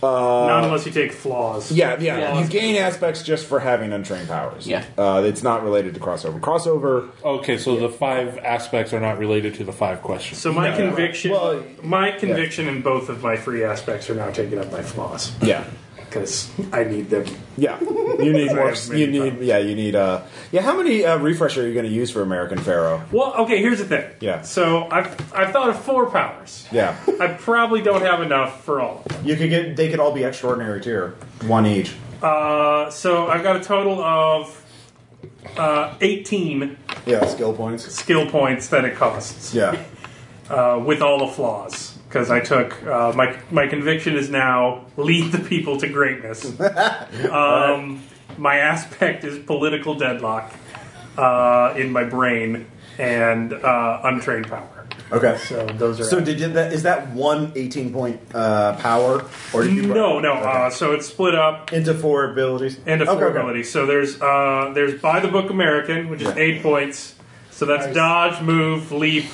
F: Not unless you take flaws.
A: Yeah, yeah. You gain aspects just for having untrained powers.
E: Yeah.
A: uh, it's not related to crossover. Crossover.
B: Okay, so the five aspects are not related to the five questions.
F: So my conviction,
A: Well,
F: my conviction in both of my free aspects are now taken up by flaws.
A: Yeah.
F: because I need them.
A: *laughs* Yeah, you need
F: Sorry,
A: more.
F: I've made
A: You
F: it
A: need yeah. You need uh yeah. How many uh, refresh are you going to use for American Pharaoh?
F: Well, okay, here's the thing.
A: Yeah.
F: So I've, I've thought of four powers.
A: Yeah,
F: I probably don't have enough for all of them.
A: you could get. They could all be extraordinary tier, one each.
F: Uh, so I've got a total of uh, 18
A: Yeah, skill points.
F: skill points that it costs.
A: Yeah,
F: uh, with all the flaws because I took uh, my my conviction is now lead the people to
A: *laughs*
F: greatness. um, my aspect is political deadlock uh, in my brain and uh, untrained power.
A: Okay.
F: *laughs* So those are
A: So did you, that is that one 18 point uh, power or did you
F: no no. Uh, so it's split up
A: into four abilities
F: into
A: Okay,
F: four
A: okay.
F: abilities. So there's uh, there's by the book American, which is eight points. So that's
D: Nice.
F: dodge, move, leap,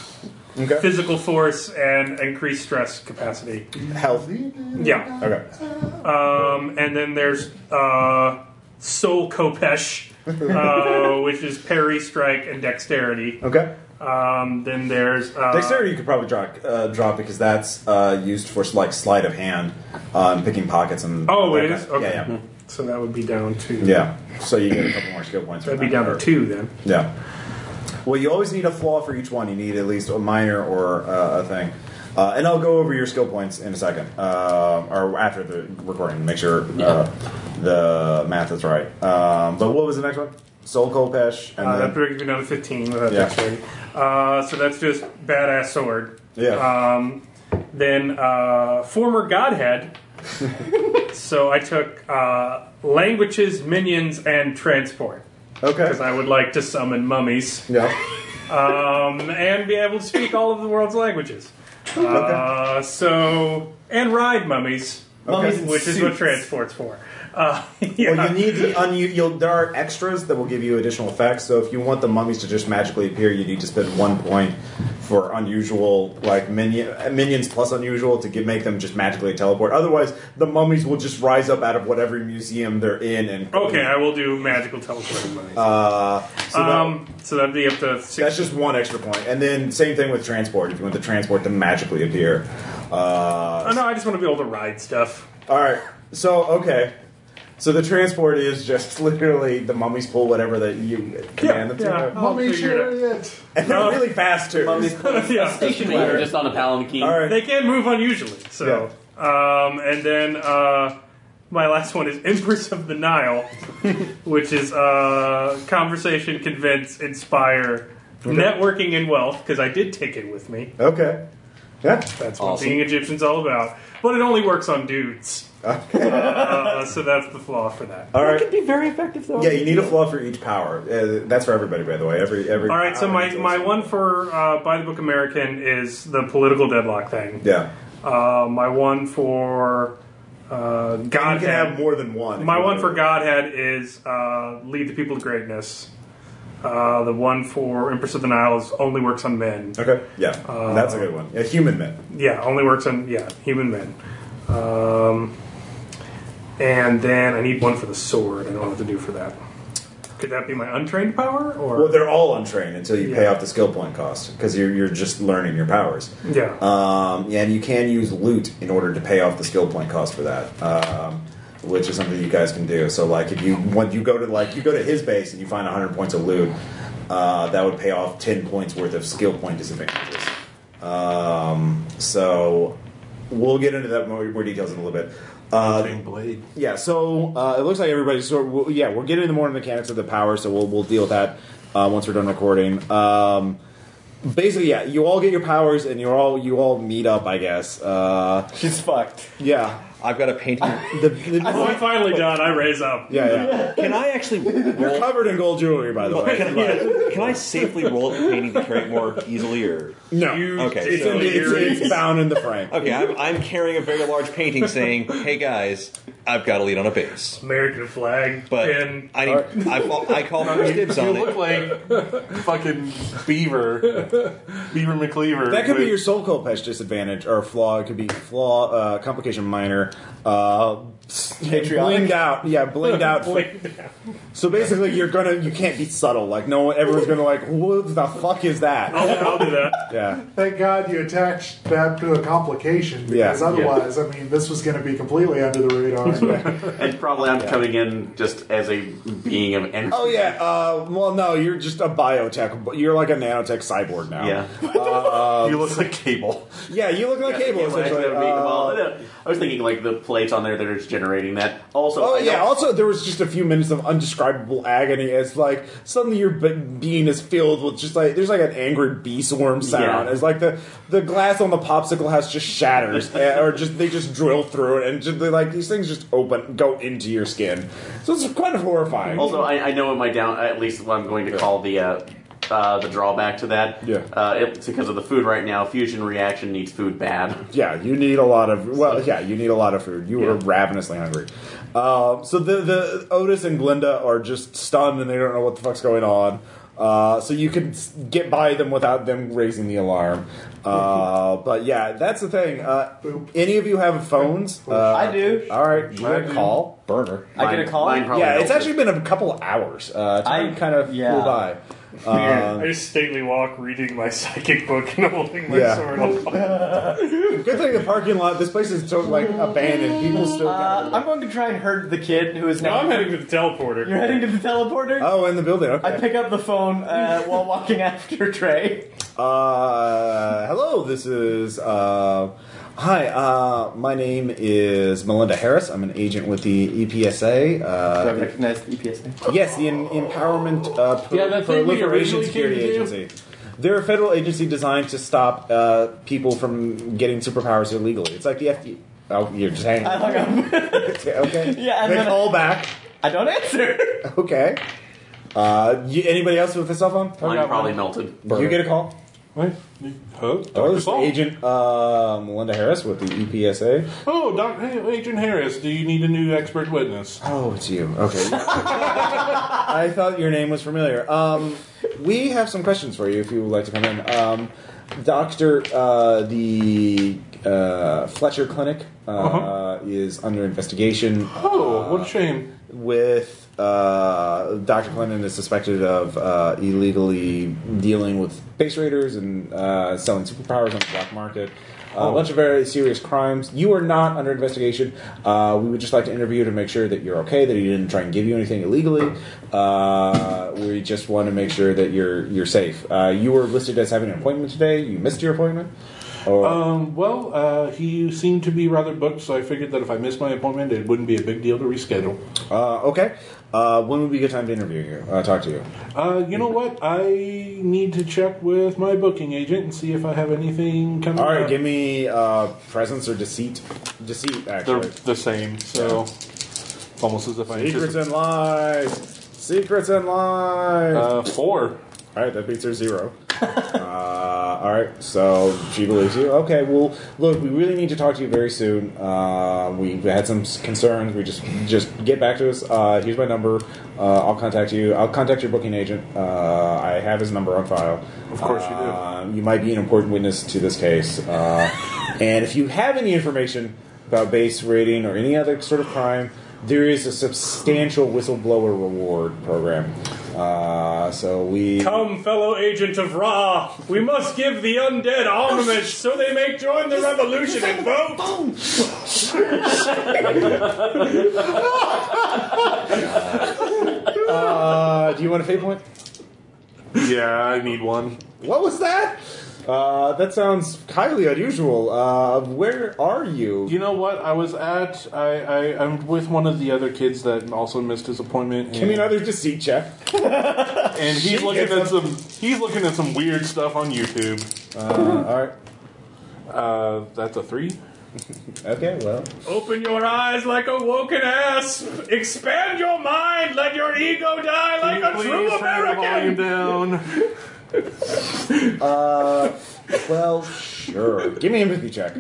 A: Okay.
F: physical force, and increased stress capacity.
A: Health.
F: Yeah.
A: Okay.
F: Um, and then there's uh, Soul Kopesh,
A: *laughs*
F: uh, which is parry, strike, and dexterity.
A: Okay.
F: Um, then there's uh,
A: Dexterity you could probably draw, uh, drop because that's uh, used for like sleight of hand, um, picking pockets and.
F: Oh,
A: that
F: it
A: kind-
F: is okay.
A: Yeah,
F: So that would be down to
A: yeah. yeah. So you get a couple more skill points.
F: That'd
A: from
F: be down to two then.
A: Yeah. Well, you always need a flaw for each one. You need at least a minor or uh, a thing. Uh, and I'll go over your skill points in a second, uh, or after the recording, to make sure uh, the math is right. Um, but what was the next one? Soul Kopesh, and
F: Uh, that
A: then,
F: brings me down to fifteen without
A: Yeah.
F: dexterity. Uh, so that's just badass sword.
A: Yeah.
F: Um, then uh, former
A: *laughs*
F: godhead. so I took uh, languages, minions, and transport.
A: okay,
F: *laughs* because uh, I would like to summon mummies
A: yeah,
F: um, and be able to speak all of the world's languages. Uh, so and ride mummies,
A: Mummies
G: in
F: which is what
G: suits.
F: transport's for. Uh, *laughs* yeah.
A: Well, you need the unu- you'll, there are extras that will give you additional effects. So if you want the mummies to just magically appear, you need to spend one point for unusual, like minion, minions plus unusual, to get, make them just magically teleport. Otherwise, the mummies will just rise up out of whatever museum they're in. And
F: okay, I will do magical teleporting mummies.
A: uh, so that-
F: um, so that'd be up to
A: that's
F: six.
A: just one extra point. And then same thing with transport. If you want the transport to magically appear, uh,
F: Oh, no, I just want to be able to ride stuff. *laughs*
A: All right. So okay. So the transport is just *laughs* literally the mummies pull whatever that you command them to.
F: yeah. I'll
D: Let me
F: figure it out.
D: share it.
A: And they're really fast too.
F: yeah.
J: Station leader just on a palanquin.
A: All right.
F: They can move unusually. So, um, and then uh, my last one is Empress of
A: *laughs*
F: the Nile, which is uh, conversation, convince, inspire, networking, and wealth. Because I did take it with me.
A: Okay. Yeah.
F: That's what being Egyptian's all about. But it only works on dudes.
A: *laughs*
F: uh, so that's the flaw for that.
A: All right.
G: be very effective though.
A: Yeah, you need a flaw for each power. Uh, that's for everybody, by the way. Every every.
F: All right, so
A: power
F: my,
A: needs
F: my
A: those.
F: one for uh, by the book American is the political deadlock thing.
A: Yeah.
F: Uh, my one for uh,
A: You
F: Godhead.
A: can have more than one.
F: My one for Godhead is uh, lead the people to greatness. Uh, the one for Empress of the Nile is only works on men.
A: Okay. Yeah. that's a good one. Yeah, human men.
F: Yeah, only works on yeah human men. Um, and then I need one for the sword. I don't know what to do for that. Could that be my untrained power or
A: Well, they're all untrained until you pay
F: Yeah.
A: off the skill point cost because you're you're just learning your powers.
F: yeah?
A: Um, yeah, and you can use loot in order to pay off the skill point cost for that, um, which is something you guys can do. So, like, if you when you go to like you go to his base and you find 100 points of loot, uh, that would pay off 10 points worth of skill point disadvantages. Um, so, we'll get into that more, more details in a little bit. Uh,
B: blade.
A: yeah, so uh, it looks like everybody's sort. Of, we'll, yeah, we're getting into more mechanics of the power, so we'll we'll deal with that uh, once we're done recording. Um, basically, yeah, you all get your powers, and you're all you all meet up, I guess. Uh,
G: She's fucked.
A: yeah,
H: I've got a painting.
A: the, the-
F: Oh, I'm finally done. I raise up.
A: *laughs* yeah, yeah.
H: Can I actually?
A: You're
H: Roll,
A: covered in gold jewelry, by the way.
H: *laughs* can, I, can I safely roll up the painting to carry it more easily? Or
A: No,
F: You
H: Okay,
F: did
H: so-
F: the
A: it's,
F: earrings.
A: it's bound in the frame.
H: okay, I'm, I'm carrying a very large painting saying, "Hey guys, I've got a lead on a base."
F: American flag
H: But
F: pin.
H: I need, I, fall- I
B: *laughs*
H: call first dibs
B: You
H: on
B: look
H: it.
B: like fucking *laughs* Beaver, Beaver McLeaver.
A: That could be
B: with-
A: your soul copesh disadvantage or flaw. It could be flaw, uh, complication minor, uh, Patriotic? Blinged out. Yeah, blinged out. So basically, you're gonna you can't be subtle. Like no, everyone's gonna like, what the fuck is that?
F: I'll, I'll do that.
A: Yeah,
D: Thank God you attached that to a complication because
A: Yeah.
D: otherwise, I mean, this was going to be completely under the radar.
J: And probably I'm coming in just as a being of energy.
A: Oh yeah. Uh, well, no, you're just a biotech. but You're like a nanotech cyborg now. *laughs*
J: Yeah.
S: you look like Cable.
A: Yeah, you look like Cable.
J: Yeah, well,
A: essentially.
J: that would be-
A: Uh,
J: well, I don't- I was thinking like the plates on there that are just generating that. Also,
A: Oh
J: I
A: yeah.
J: don't-
A: Also, there was just a few minutes of undescribable agony. It's like suddenly your be- being is filled with just like there's like an angry bee swarm sound.
J: Yeah.
A: It's like the the glass on the popsicle house just
J: *laughs*
A: shatters, eh, or just they just drill through it, and just, they, like these things just open go into your skin. So it's quite horrifying.
J: Also, I, I know what my down. At least what I'm going to call the uh, uh, the drawback to that.
A: Yeah.
J: Uh, it's because of the food right now. Fusion reaction needs food bad. *laughs*
A: Yeah, you need a lot of well, yeah, you need a lot of food. You are ravenously hungry. Uh, so the the Otis and Glinda are just stunned and they don't know what the fuck's going on. Uh, so you can s- get by them without them raising the alarm. Uh,
G: Mm-hmm.
A: but yeah, that's the thing. Uh, any of you have phones? Uh,
G: I do.
A: All right, you got a call burner.
G: I get a call.
J: Mine probably
A: yeah, it's
J: don't.
A: actually been a couple hours. Uh, time
G: I-
A: kind of
G: yeah.
A: flew
G: *laughs*
A: by. Uh, Um,
F: I just stately walk reading my *laughs* psychic book and holding my
A: Yeah.
F: sword. up.
A: Good thing the parking lot. This place is so like abandoned. People still.
G: Uh, I'm going to try and herd the kid who is
F: No,
G: now.
F: I'm heading to the teleporter.
G: You're *laughs* heading to the teleporter.
A: oh, in the building.
G: I
A: Okay.
G: pick up the phone uh, while walking after Trey.
A: Uh, hello, this is. Uh, hi, uh, my name is Melinda Harris. I'm an agent with the E EPSA.
G: Do I
A: Uh,
G: recognize the EPSA?
A: yes, the en- Empowerment uh, Pro-
B: Yeah, that thing we
A: Proliferation
B: originally
A: Security
B: came to do.
A: Agency. They're a federal agency designed to stop uh, people from getting superpowers illegally. It's like the FDA. Oh, you're just hanging.
G: I hung up.
A: *laughs*
B: *laughs*
A: okay.
G: Yeah, and
A: They
G: then-
A: call back. *laughs*
G: I don't answer.
A: Okay. Uh, you, anybody else with a cell phone?
J: Mine probably melted.
A: You get a call.
B: Wait, huh?
A: Oh,
B: Dr.
A: this is
B: Saul.
A: Agent uh, Melinda Harris with the E EPSA.
B: Oh, Dr. Hey, Agent Harris, do you need a new expert witness?
A: Oh, it's you. Okay. *laughs* I thought your name was familiar. Um, we have some questions for you if you would like to come in. Um, Doctor, uh, the uh, Fletcher Clinic uh,
B: Uh-huh.
A: is under investigation.
B: Oh,
A: uh,
B: what a shame.
A: With uh, Dr. Clinton is suspected of uh, illegally dealing with base raiders and uh, selling superpowers on the black market. Uh, A bunch of very serious crimes. You are not under investigation. Uh, we would just like to interview to make sure that you're okay, that he didn't try and give you anything illegally. Uh, we just want to make sure that you're you're safe. Uh, you were listed as having an appointment today. You missed your appointment. Or,
B: Um, well, uh, he seemed to be rather booked, so I figured that if I missed my appointment, it wouldn't be a big deal to reschedule.
A: uh, okay. Uh, when would be a good time to interview you? Uh, talk to you.
B: Uh, you know what? I need to check with my booking agent and see if I have anything coming
A: All right,
B: up.
A: give me uh, presence or deceit. Deceit,
B: They're
A: actually.
B: the same, so it's almost as if I
A: Secrets
B: anticipated-
A: and lies. Secrets and lies.
B: uh, four.
A: all right, that beats her zero. uh, all right, so she believes you. Okay, well, look, we really need to talk to you very soon. Uh, we had some s- concerns. We just just get back to us. Uh, here's my number. Uh, I'll contact you. I'll contact your booking agent. Uh, I have his number on file.
B: Of course you do.
A: Uh, you might be an important witness to this case.
B: *laughs*
A: Uh, and if you have any information about base raiding or any other sort of crime, there is a substantial whistleblower reward program. Uh, so we.
F: Come, fellow agent of Ra, we must give the undead armaments so they may join the revolution and vote.
A: Uh, do you want a fate point?
B: Yeah, I need one.
A: What was that? Uh, that sounds highly unusual. Uh, where are you?
B: You know what? I was at. I, I I'm with one of the other kids that also missed his appointment. And,
A: Give me another deceit check.
B: and he's looking at some. He's looking at some weird stuff on YouTube.
A: Uh, all right.
B: Uh, that's a three.
A: Okay. Well.
F: Open your eyes like a woken ass. Expand your mind. Let your ego die like a true American.
B: down.
A: Uh, well, sure. Give me an empathy check.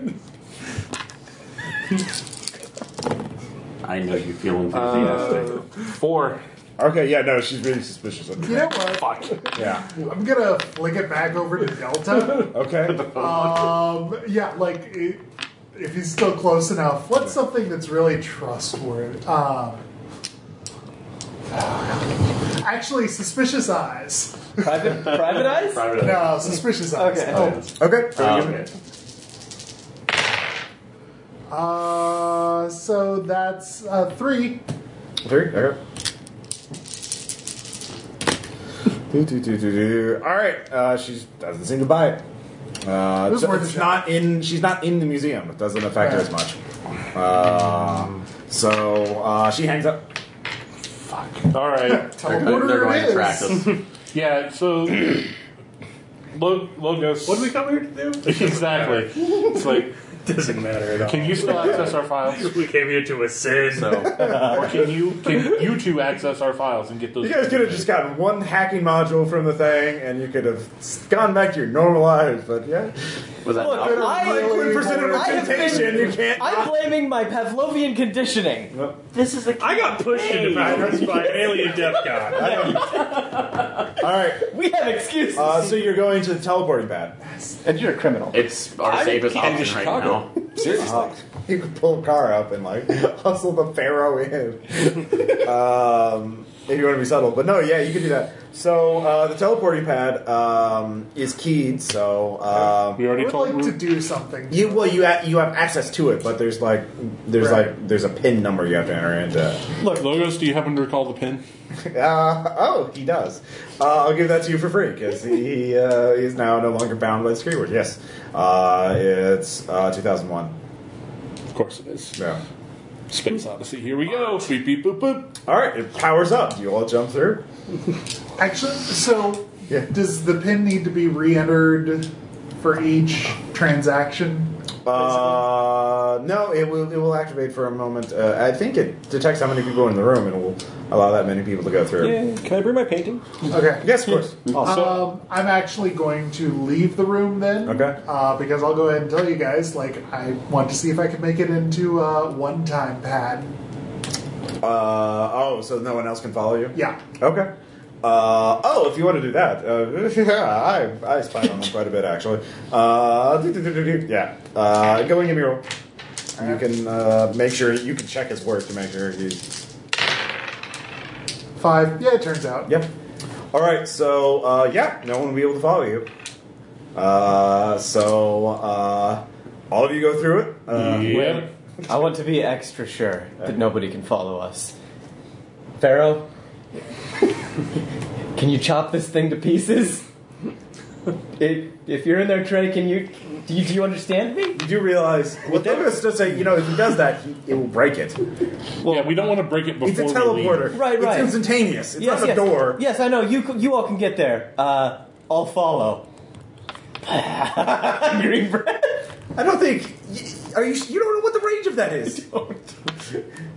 J: I know you feel enthusiastic.
B: Uh, Four.
A: Okay. Yeah. No, she's really suspicious of
D: you know what?
A: Yeah.
D: I'm
A: *laughs*
D: gonna flick it back over to Delta.
A: Okay.
D: Um, yeah, like it, if he's still close enough, what's something that's really trustworthy? Um, actually, suspicious eyes.
G: *laughs* Private, private eyes?
F: Private
D: No, suspicious eyes.
G: Okay.
D: Oh,
A: Okay. so
E: Um,
A: give me- Oh.
D: Uh, so that's uh, three.
A: Three. Okay. do, do, do, do, do. All right. Uh, she doesn't seem to buy it. Uh,
D: It was
A: so
D: worth a
A: it's
D: shot.
A: not in. She's not in the museum. It doesn't affect her as much. Uh, so uh, she hangs up.
B: All right.
D: Teleporter
E: they're
D: it
E: going to
D: is.
E: practice.
B: Yeah, so. Lo- Logos.
F: What do we come here to do?
B: *laughs* Exactly. It's like,
F: Doesn't matter at all.
B: can you still access our files?
F: We came here to assist.
E: So,
B: Or can you can you two access our files and get those?
A: You guys could have just gotten one hacking module from the thing, and you could have gone back to your normal lives. But yeah,
E: was that
G: Look,
E: not-
G: I-
A: liquid percentage of
G: I have been-
A: temptation. You can't.
G: I'm blaming my Pavlovian conditioning. This is the.
F: I got pushed into progress by an alien death god.
A: All right.
G: We have excuses.
A: Uh, so you're going to the teleporting pad.
G: and you're a criminal.
E: It's our
J: I'm
E: safest
J: heading to
E: option right
J: Chicago.
E: now.
J: Seriously.
A: *laughs* You could pull a car up and like *laughs* hustle the pharaoh *laughs* in. um, if you want to be subtle, but no, yeah, you could do that. So uh, the teleporting pad um, is keyed, so um,
B: We already
D: Would
B: told
D: like to do something.
A: you well you ha- you have access to it, but there's like there's
D: Right.
A: like there's a pin number you have to enter into.
B: Look, Logos, do you happen to recall the pin?
A: Uh, *laughs* oh, he does. Uh, I'll give that to you for free because he he, uh, is now no longer bound by the screen word. Yes, uh, it's uh, 2001.
B: Of course it is.
A: Yeah.
B: Space Odyssey. Here we go. Beep beep boop boop.
A: All right, it powers up. Do you all jump through?
D: Actually, so
A: Yeah.
D: does the pin need to be re-entered for each transaction?
A: Uh, no, it will it will activate for a moment. Uh, I think it detects how many people are in the room and will allow that many people to go through.
J: Yeah, Can I bring my painting?
D: Okay.
A: Yes, of course.
D: Um, I'm actually going to leave the room then.
A: Okay.
D: Uh, because I'll go ahead and tell you guys, like, I want to see if I can make it into a one-time pad.
A: Uh, oh, so no one else can follow you?
D: Yeah.
A: Okay. Uh, oh, if you want to do that, uh, *laughs* yeah, I, I spied on them quite a bit actually. Uh, do, do, do, do, do. yeah, uh, go and give me a roll. You can uh, make sure you can check his work to make sure he's
D: Five. Yeah, it turns out.
A: Yep. All right. So uh, yeah, no one will be able to follow you. Uh, so uh, all of you go through it. Uh,
B: Yeah.
G: I want to be extra sure that nobody can follow us. Pharaoh, can you chop this thing to pieces? If, if you're in there, Trey, can you do, you do you understand me?
A: You do realize what Douglas does say. You know, if he does that, he, it will break it.
B: yeah, we don't want to break it before
A: He's a
B: we leave.
A: teleporter.
G: Right, right.
A: It's instantaneous. It's not a
G: yes.
A: door.
G: Yes, I know. You c- you all can get there. Uh, I'll follow. *laughs* Green bread.
A: I don't think. y- Are you? You don't know what the range of that *laughs* is.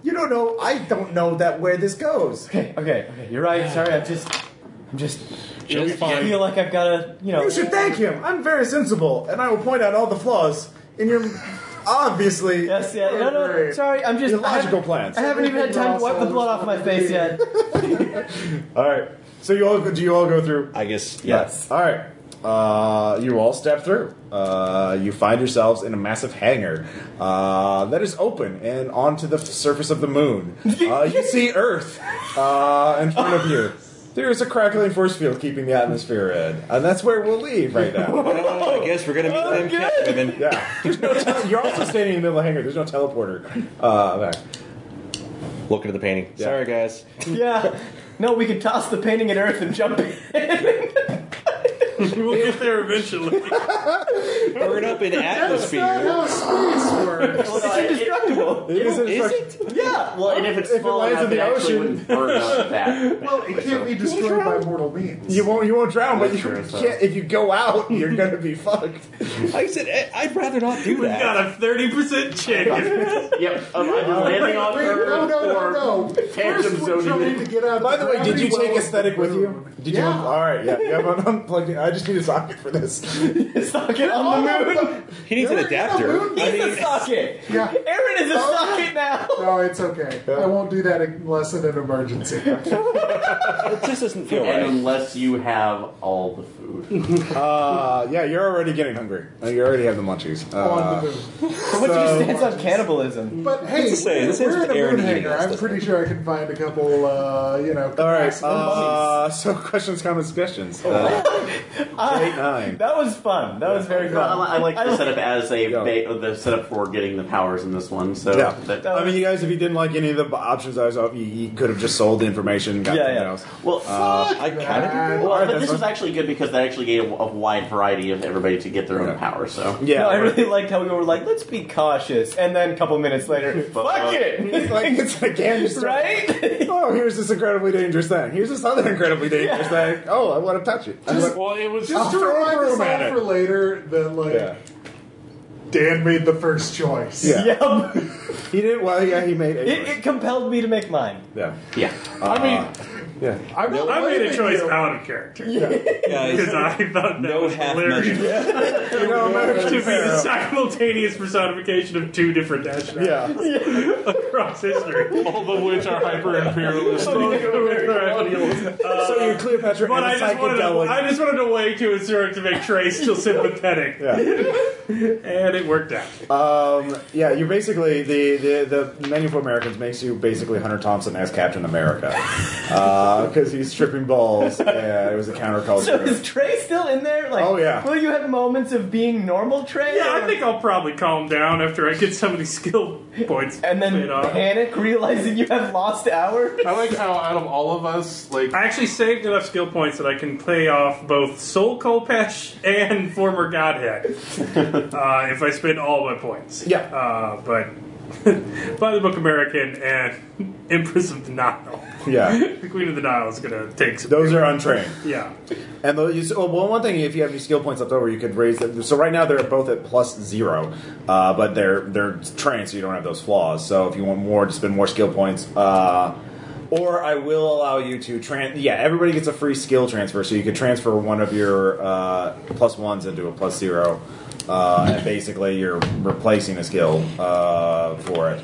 A: You don't know. I don't know that where this goes.
G: Okay, okay, okay. You're right. Sorry, I'm just, I'm just.
B: You'll be
G: I
B: fine.
G: feel like I've got to, you know.
A: You should thank him. I'm very sensible, and I will point out all the flaws in your obviously
G: Yes, yeah. No, no. Sorry, I'm just. I haven't-
A: illogical plans.
G: I haven't even had time to wipe the
A: *laughs*
G: blood off my face yet.
A: All right. So you all do you all go through?
H: I guess.
G: Yes.
A: All right. Uh, you all step through. Uh, you find yourselves in a massive hangar uh, that is open and onto the f- surface of the
E: *laughs*
A: moon. Uh, you see Earth uh, in front of you. There is a crackling force field keeping the atmosphere in, and that's where we'll leave right
E: *laughs*
H: Oh,
A: now.
H: I guess we're gonna
A: Oh,
H: meet them cat women.
A: Yeah, There's no tele- you're also standing in the middle of the hangar. There's no teleporter. Uh, back.
H: Look into the painting.
A: Yeah.
H: Sorry, guys.
G: Yeah. No, we could toss the painting at Earth and jump *laughs* in.
F: We'll get there eventually.
H: Burn
A: *laughs*
H: up in atmosphere.
D: How space works.
G: it's indestructible.
A: It is
H: Is
A: instruct-
H: it?
J: Uh,
G: yeah.
E: Well, and if it's
A: If it
E: small
A: lands
E: enough,
A: in the
E: it actually
A: ocean.
E: wouldn't burn
A: *laughs*
E: up that.
D: Well, Oh, it can't be destroyed by mortal means.
A: You won't. You won't drown, but
E: That's
A: you
E: true, so-
A: can't. If you go out, you're gonna be fucked.
H: I said eh, I'd rather not do
F: We've
H: that.
F: got a 30% chance.
E: Yep, of either landing on
D: Wait,
E: Earth
D: no, no,
E: or
D: no, no.
E: tandem
D: First, we're
E: zoning
D: trying
E: it.
D: to get out of
A: By the way, did
D: gravity
A: you take
D: well
A: aesthetic with you?
D: room.
A: Did
D: yeah.
A: you? All right, yeah. You have un- unplugged. it. I just need a socket for this. Oh,
G: socket
D: Oh,
G: on the moon.
H: He needs an adapter.
G: *laughs* He's a socket.
D: Yeah.
G: Aaron is a
A: Oh, *laughs*
G: socket now.
D: No, it's okay. I won't do that unless in an emergency.
E: This doesn't feel
J: And
E: right.
J: unless you have all the food.
A: *laughs* Uh, yeah, you're already getting hungry. Uh, You already have the munchies.
D: on
A: Uh,
D: the moon.
G: What's your stance on cannibalism?
D: But hey,
E: the same. This
D: we're
E: is
D: in a
E: Aaron
D: moon
E: eating
D: hangar.
E: us,
D: I'm
E: doesn't
D: pretty sure I can find a couple, uh, you know.
A: all right.
D: capacity
A: Uh, so *laughs* questions, comments, suggestions. Uh, eight, nine.
G: That was fun. That was very
J: No, I,
G: fun.
J: li- I like the setup as a
A: Yeah.
J: ba- the setup for getting the powers in this one. So
A: Yeah.
J: that,
A: I mean, you guys, if you didn't like any of the b- options I was up, you, you could have just sold the information. Got
G: Yeah,
A: something
G: yeah.
A: Else.
J: well,
H: I kind of.
D: buddies.
J: well,
A: alright,
J: but
A: that's
J: this was
A: fine.
J: actually good because that actually gave a, a wide variety of everybody to get their own
A: Yeah.
J: power. So
A: Yeah.
G: no, I
A: or-
G: really liked how we were like, let's be cautious, and then a couple minutes
A: *laughs*
G: later, fuck it,
A: like it's again, just
G: right?
A: *laughs* Oh, here's this incredibly dangerous thing. Here's this other incredibly dangerous thing. Oh, I want to touch it. I want-
B: Well, it was
D: Just to
A: throw a
D: remind us
A: broom at
D: all
A: it.
D: for later that, like,
A: yeah.
D: Dan made the first choice.
A: Yeah.
G: *laughs* Yep.
A: He did well. Yeah, he made it.
G: It, it compelled me to make mine.
A: yeah, Uh,
J: yeah,
B: I mean,
A: yeah.
F: I, *laughs* I made a choice out of character *laughs* because
E: Guys,
F: I thought that
E: no
F: was
E: half
F: hilarious.
E: measures.
A: You know,
F: *laughs* To
A: American
F: be the
A: Pharaoh.
F: simultaneous personification of two different nationalities
A: Yeah,
F: *laughs* across history.
B: all of which are hyper imperialist.
A: so you're Cleopatra
F: Uh, But
A: and a
F: I just, wanted to,
A: psychedelic.
F: I just wanted a way to assert to make Trey still sympathetic.
A: Yeah.
F: And it worked out.
A: Um, yeah, you're basically the, the, the menu for Americans makes you basically Hunter Thompson as Captain
F: *laughs*
A: America because he's stripping balls. Yeah, it was a
F: *laughs*
A: counterculture.
G: So is Trey still in there? Like,
A: Oh, yeah.
G: Will you have moments of being normal, Trey?
F: Yeah, I
G: or-
F: think I'll probably calm down after I get some of these skill points
G: And then
F: paid off.
G: panic, realizing you have lost hour.
B: I like how out of all of us, like
F: I actually saved enough skill points that I can play off both Soul Kopesh and *laughs* former Godhead uh, if I spend all my points.
A: Yeah.
F: Uh, but *laughs* by the book American and *laughs* Empress of the Nile.
A: yeah,
F: The Queen of the Nile is going to take some.
A: those are untrained.
F: Yeah.
A: And though you, so, well, one thing, if you have any skill points left over, you could raise them. So right now they're both at plus zero, uh, but they're they're trained, so you don't have those flaws. So if you want more, to spend more skill points. Uh, or I will allow you to trans. Yeah, everybody gets a free skill transfer, so you could transfer one of your uh, plus ones into a plus zero, uh, and basically you're replacing a skill uh, for it.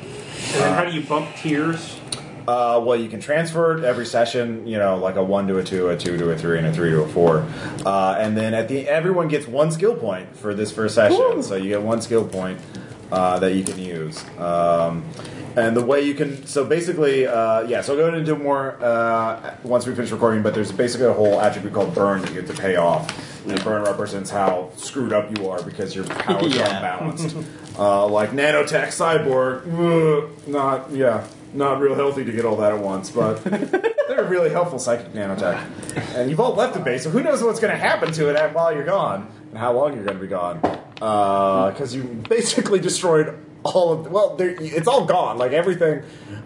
F: And then how do you bump tiers?
A: Uh, well, you can transfer it every session, you know, like a one to a two, a two to a three, and a three to a four, uh, and then at the everyone gets one skill point for this first session. So you get one skill point uh, that you can use, um, and the way you can. So basically, uh, yeah. So I'll go into more uh, once we finish recording. But there's basically a whole attribute called burn that you get to pay off. And burn represents how screwed up you are because your powers
G: Yeah.
A: are unbalanced. uh, like nanotech cyborg, ugh, not yeah, not real healthy to get all that at once, but they're really helpful psychic nanotech. And you've all left the base, so who knows what's going to happen to it at- while you're gone and how long you're going to be gone? Because you basically destroyed all of well, there- it's all gone. Like everything,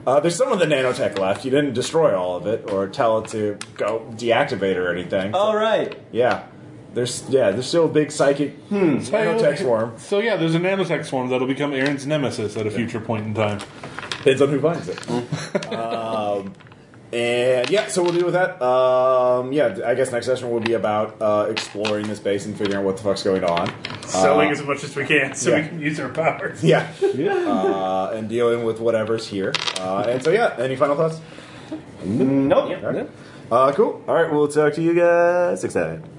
A: uh, there's some of the nanotech left. You didn't destroy all of it or tell it to go deactivate or anything.
G: All right.
A: Yeah. There's yeah, there's still a big psychic nanotech swarm.
B: So yeah, there's a nanotech swarm that'll become Aaron's nemesis at a future point in time.
A: Depends on who finds it. um, and yeah, so we'll deal with that. Um, yeah, I guess next session will be about uh, exploring this base and figuring out what the fuck's going on. *laughs*
F: Selling as much as we can so
A: Uh, yeah.
F: we can use our powers.
A: Yeah. uh, and dealing with whatever's here. Uh, and so yeah, any final thoughts?
G: Nope.
A: Uh, cool. All right, we'll talk to you guys next time.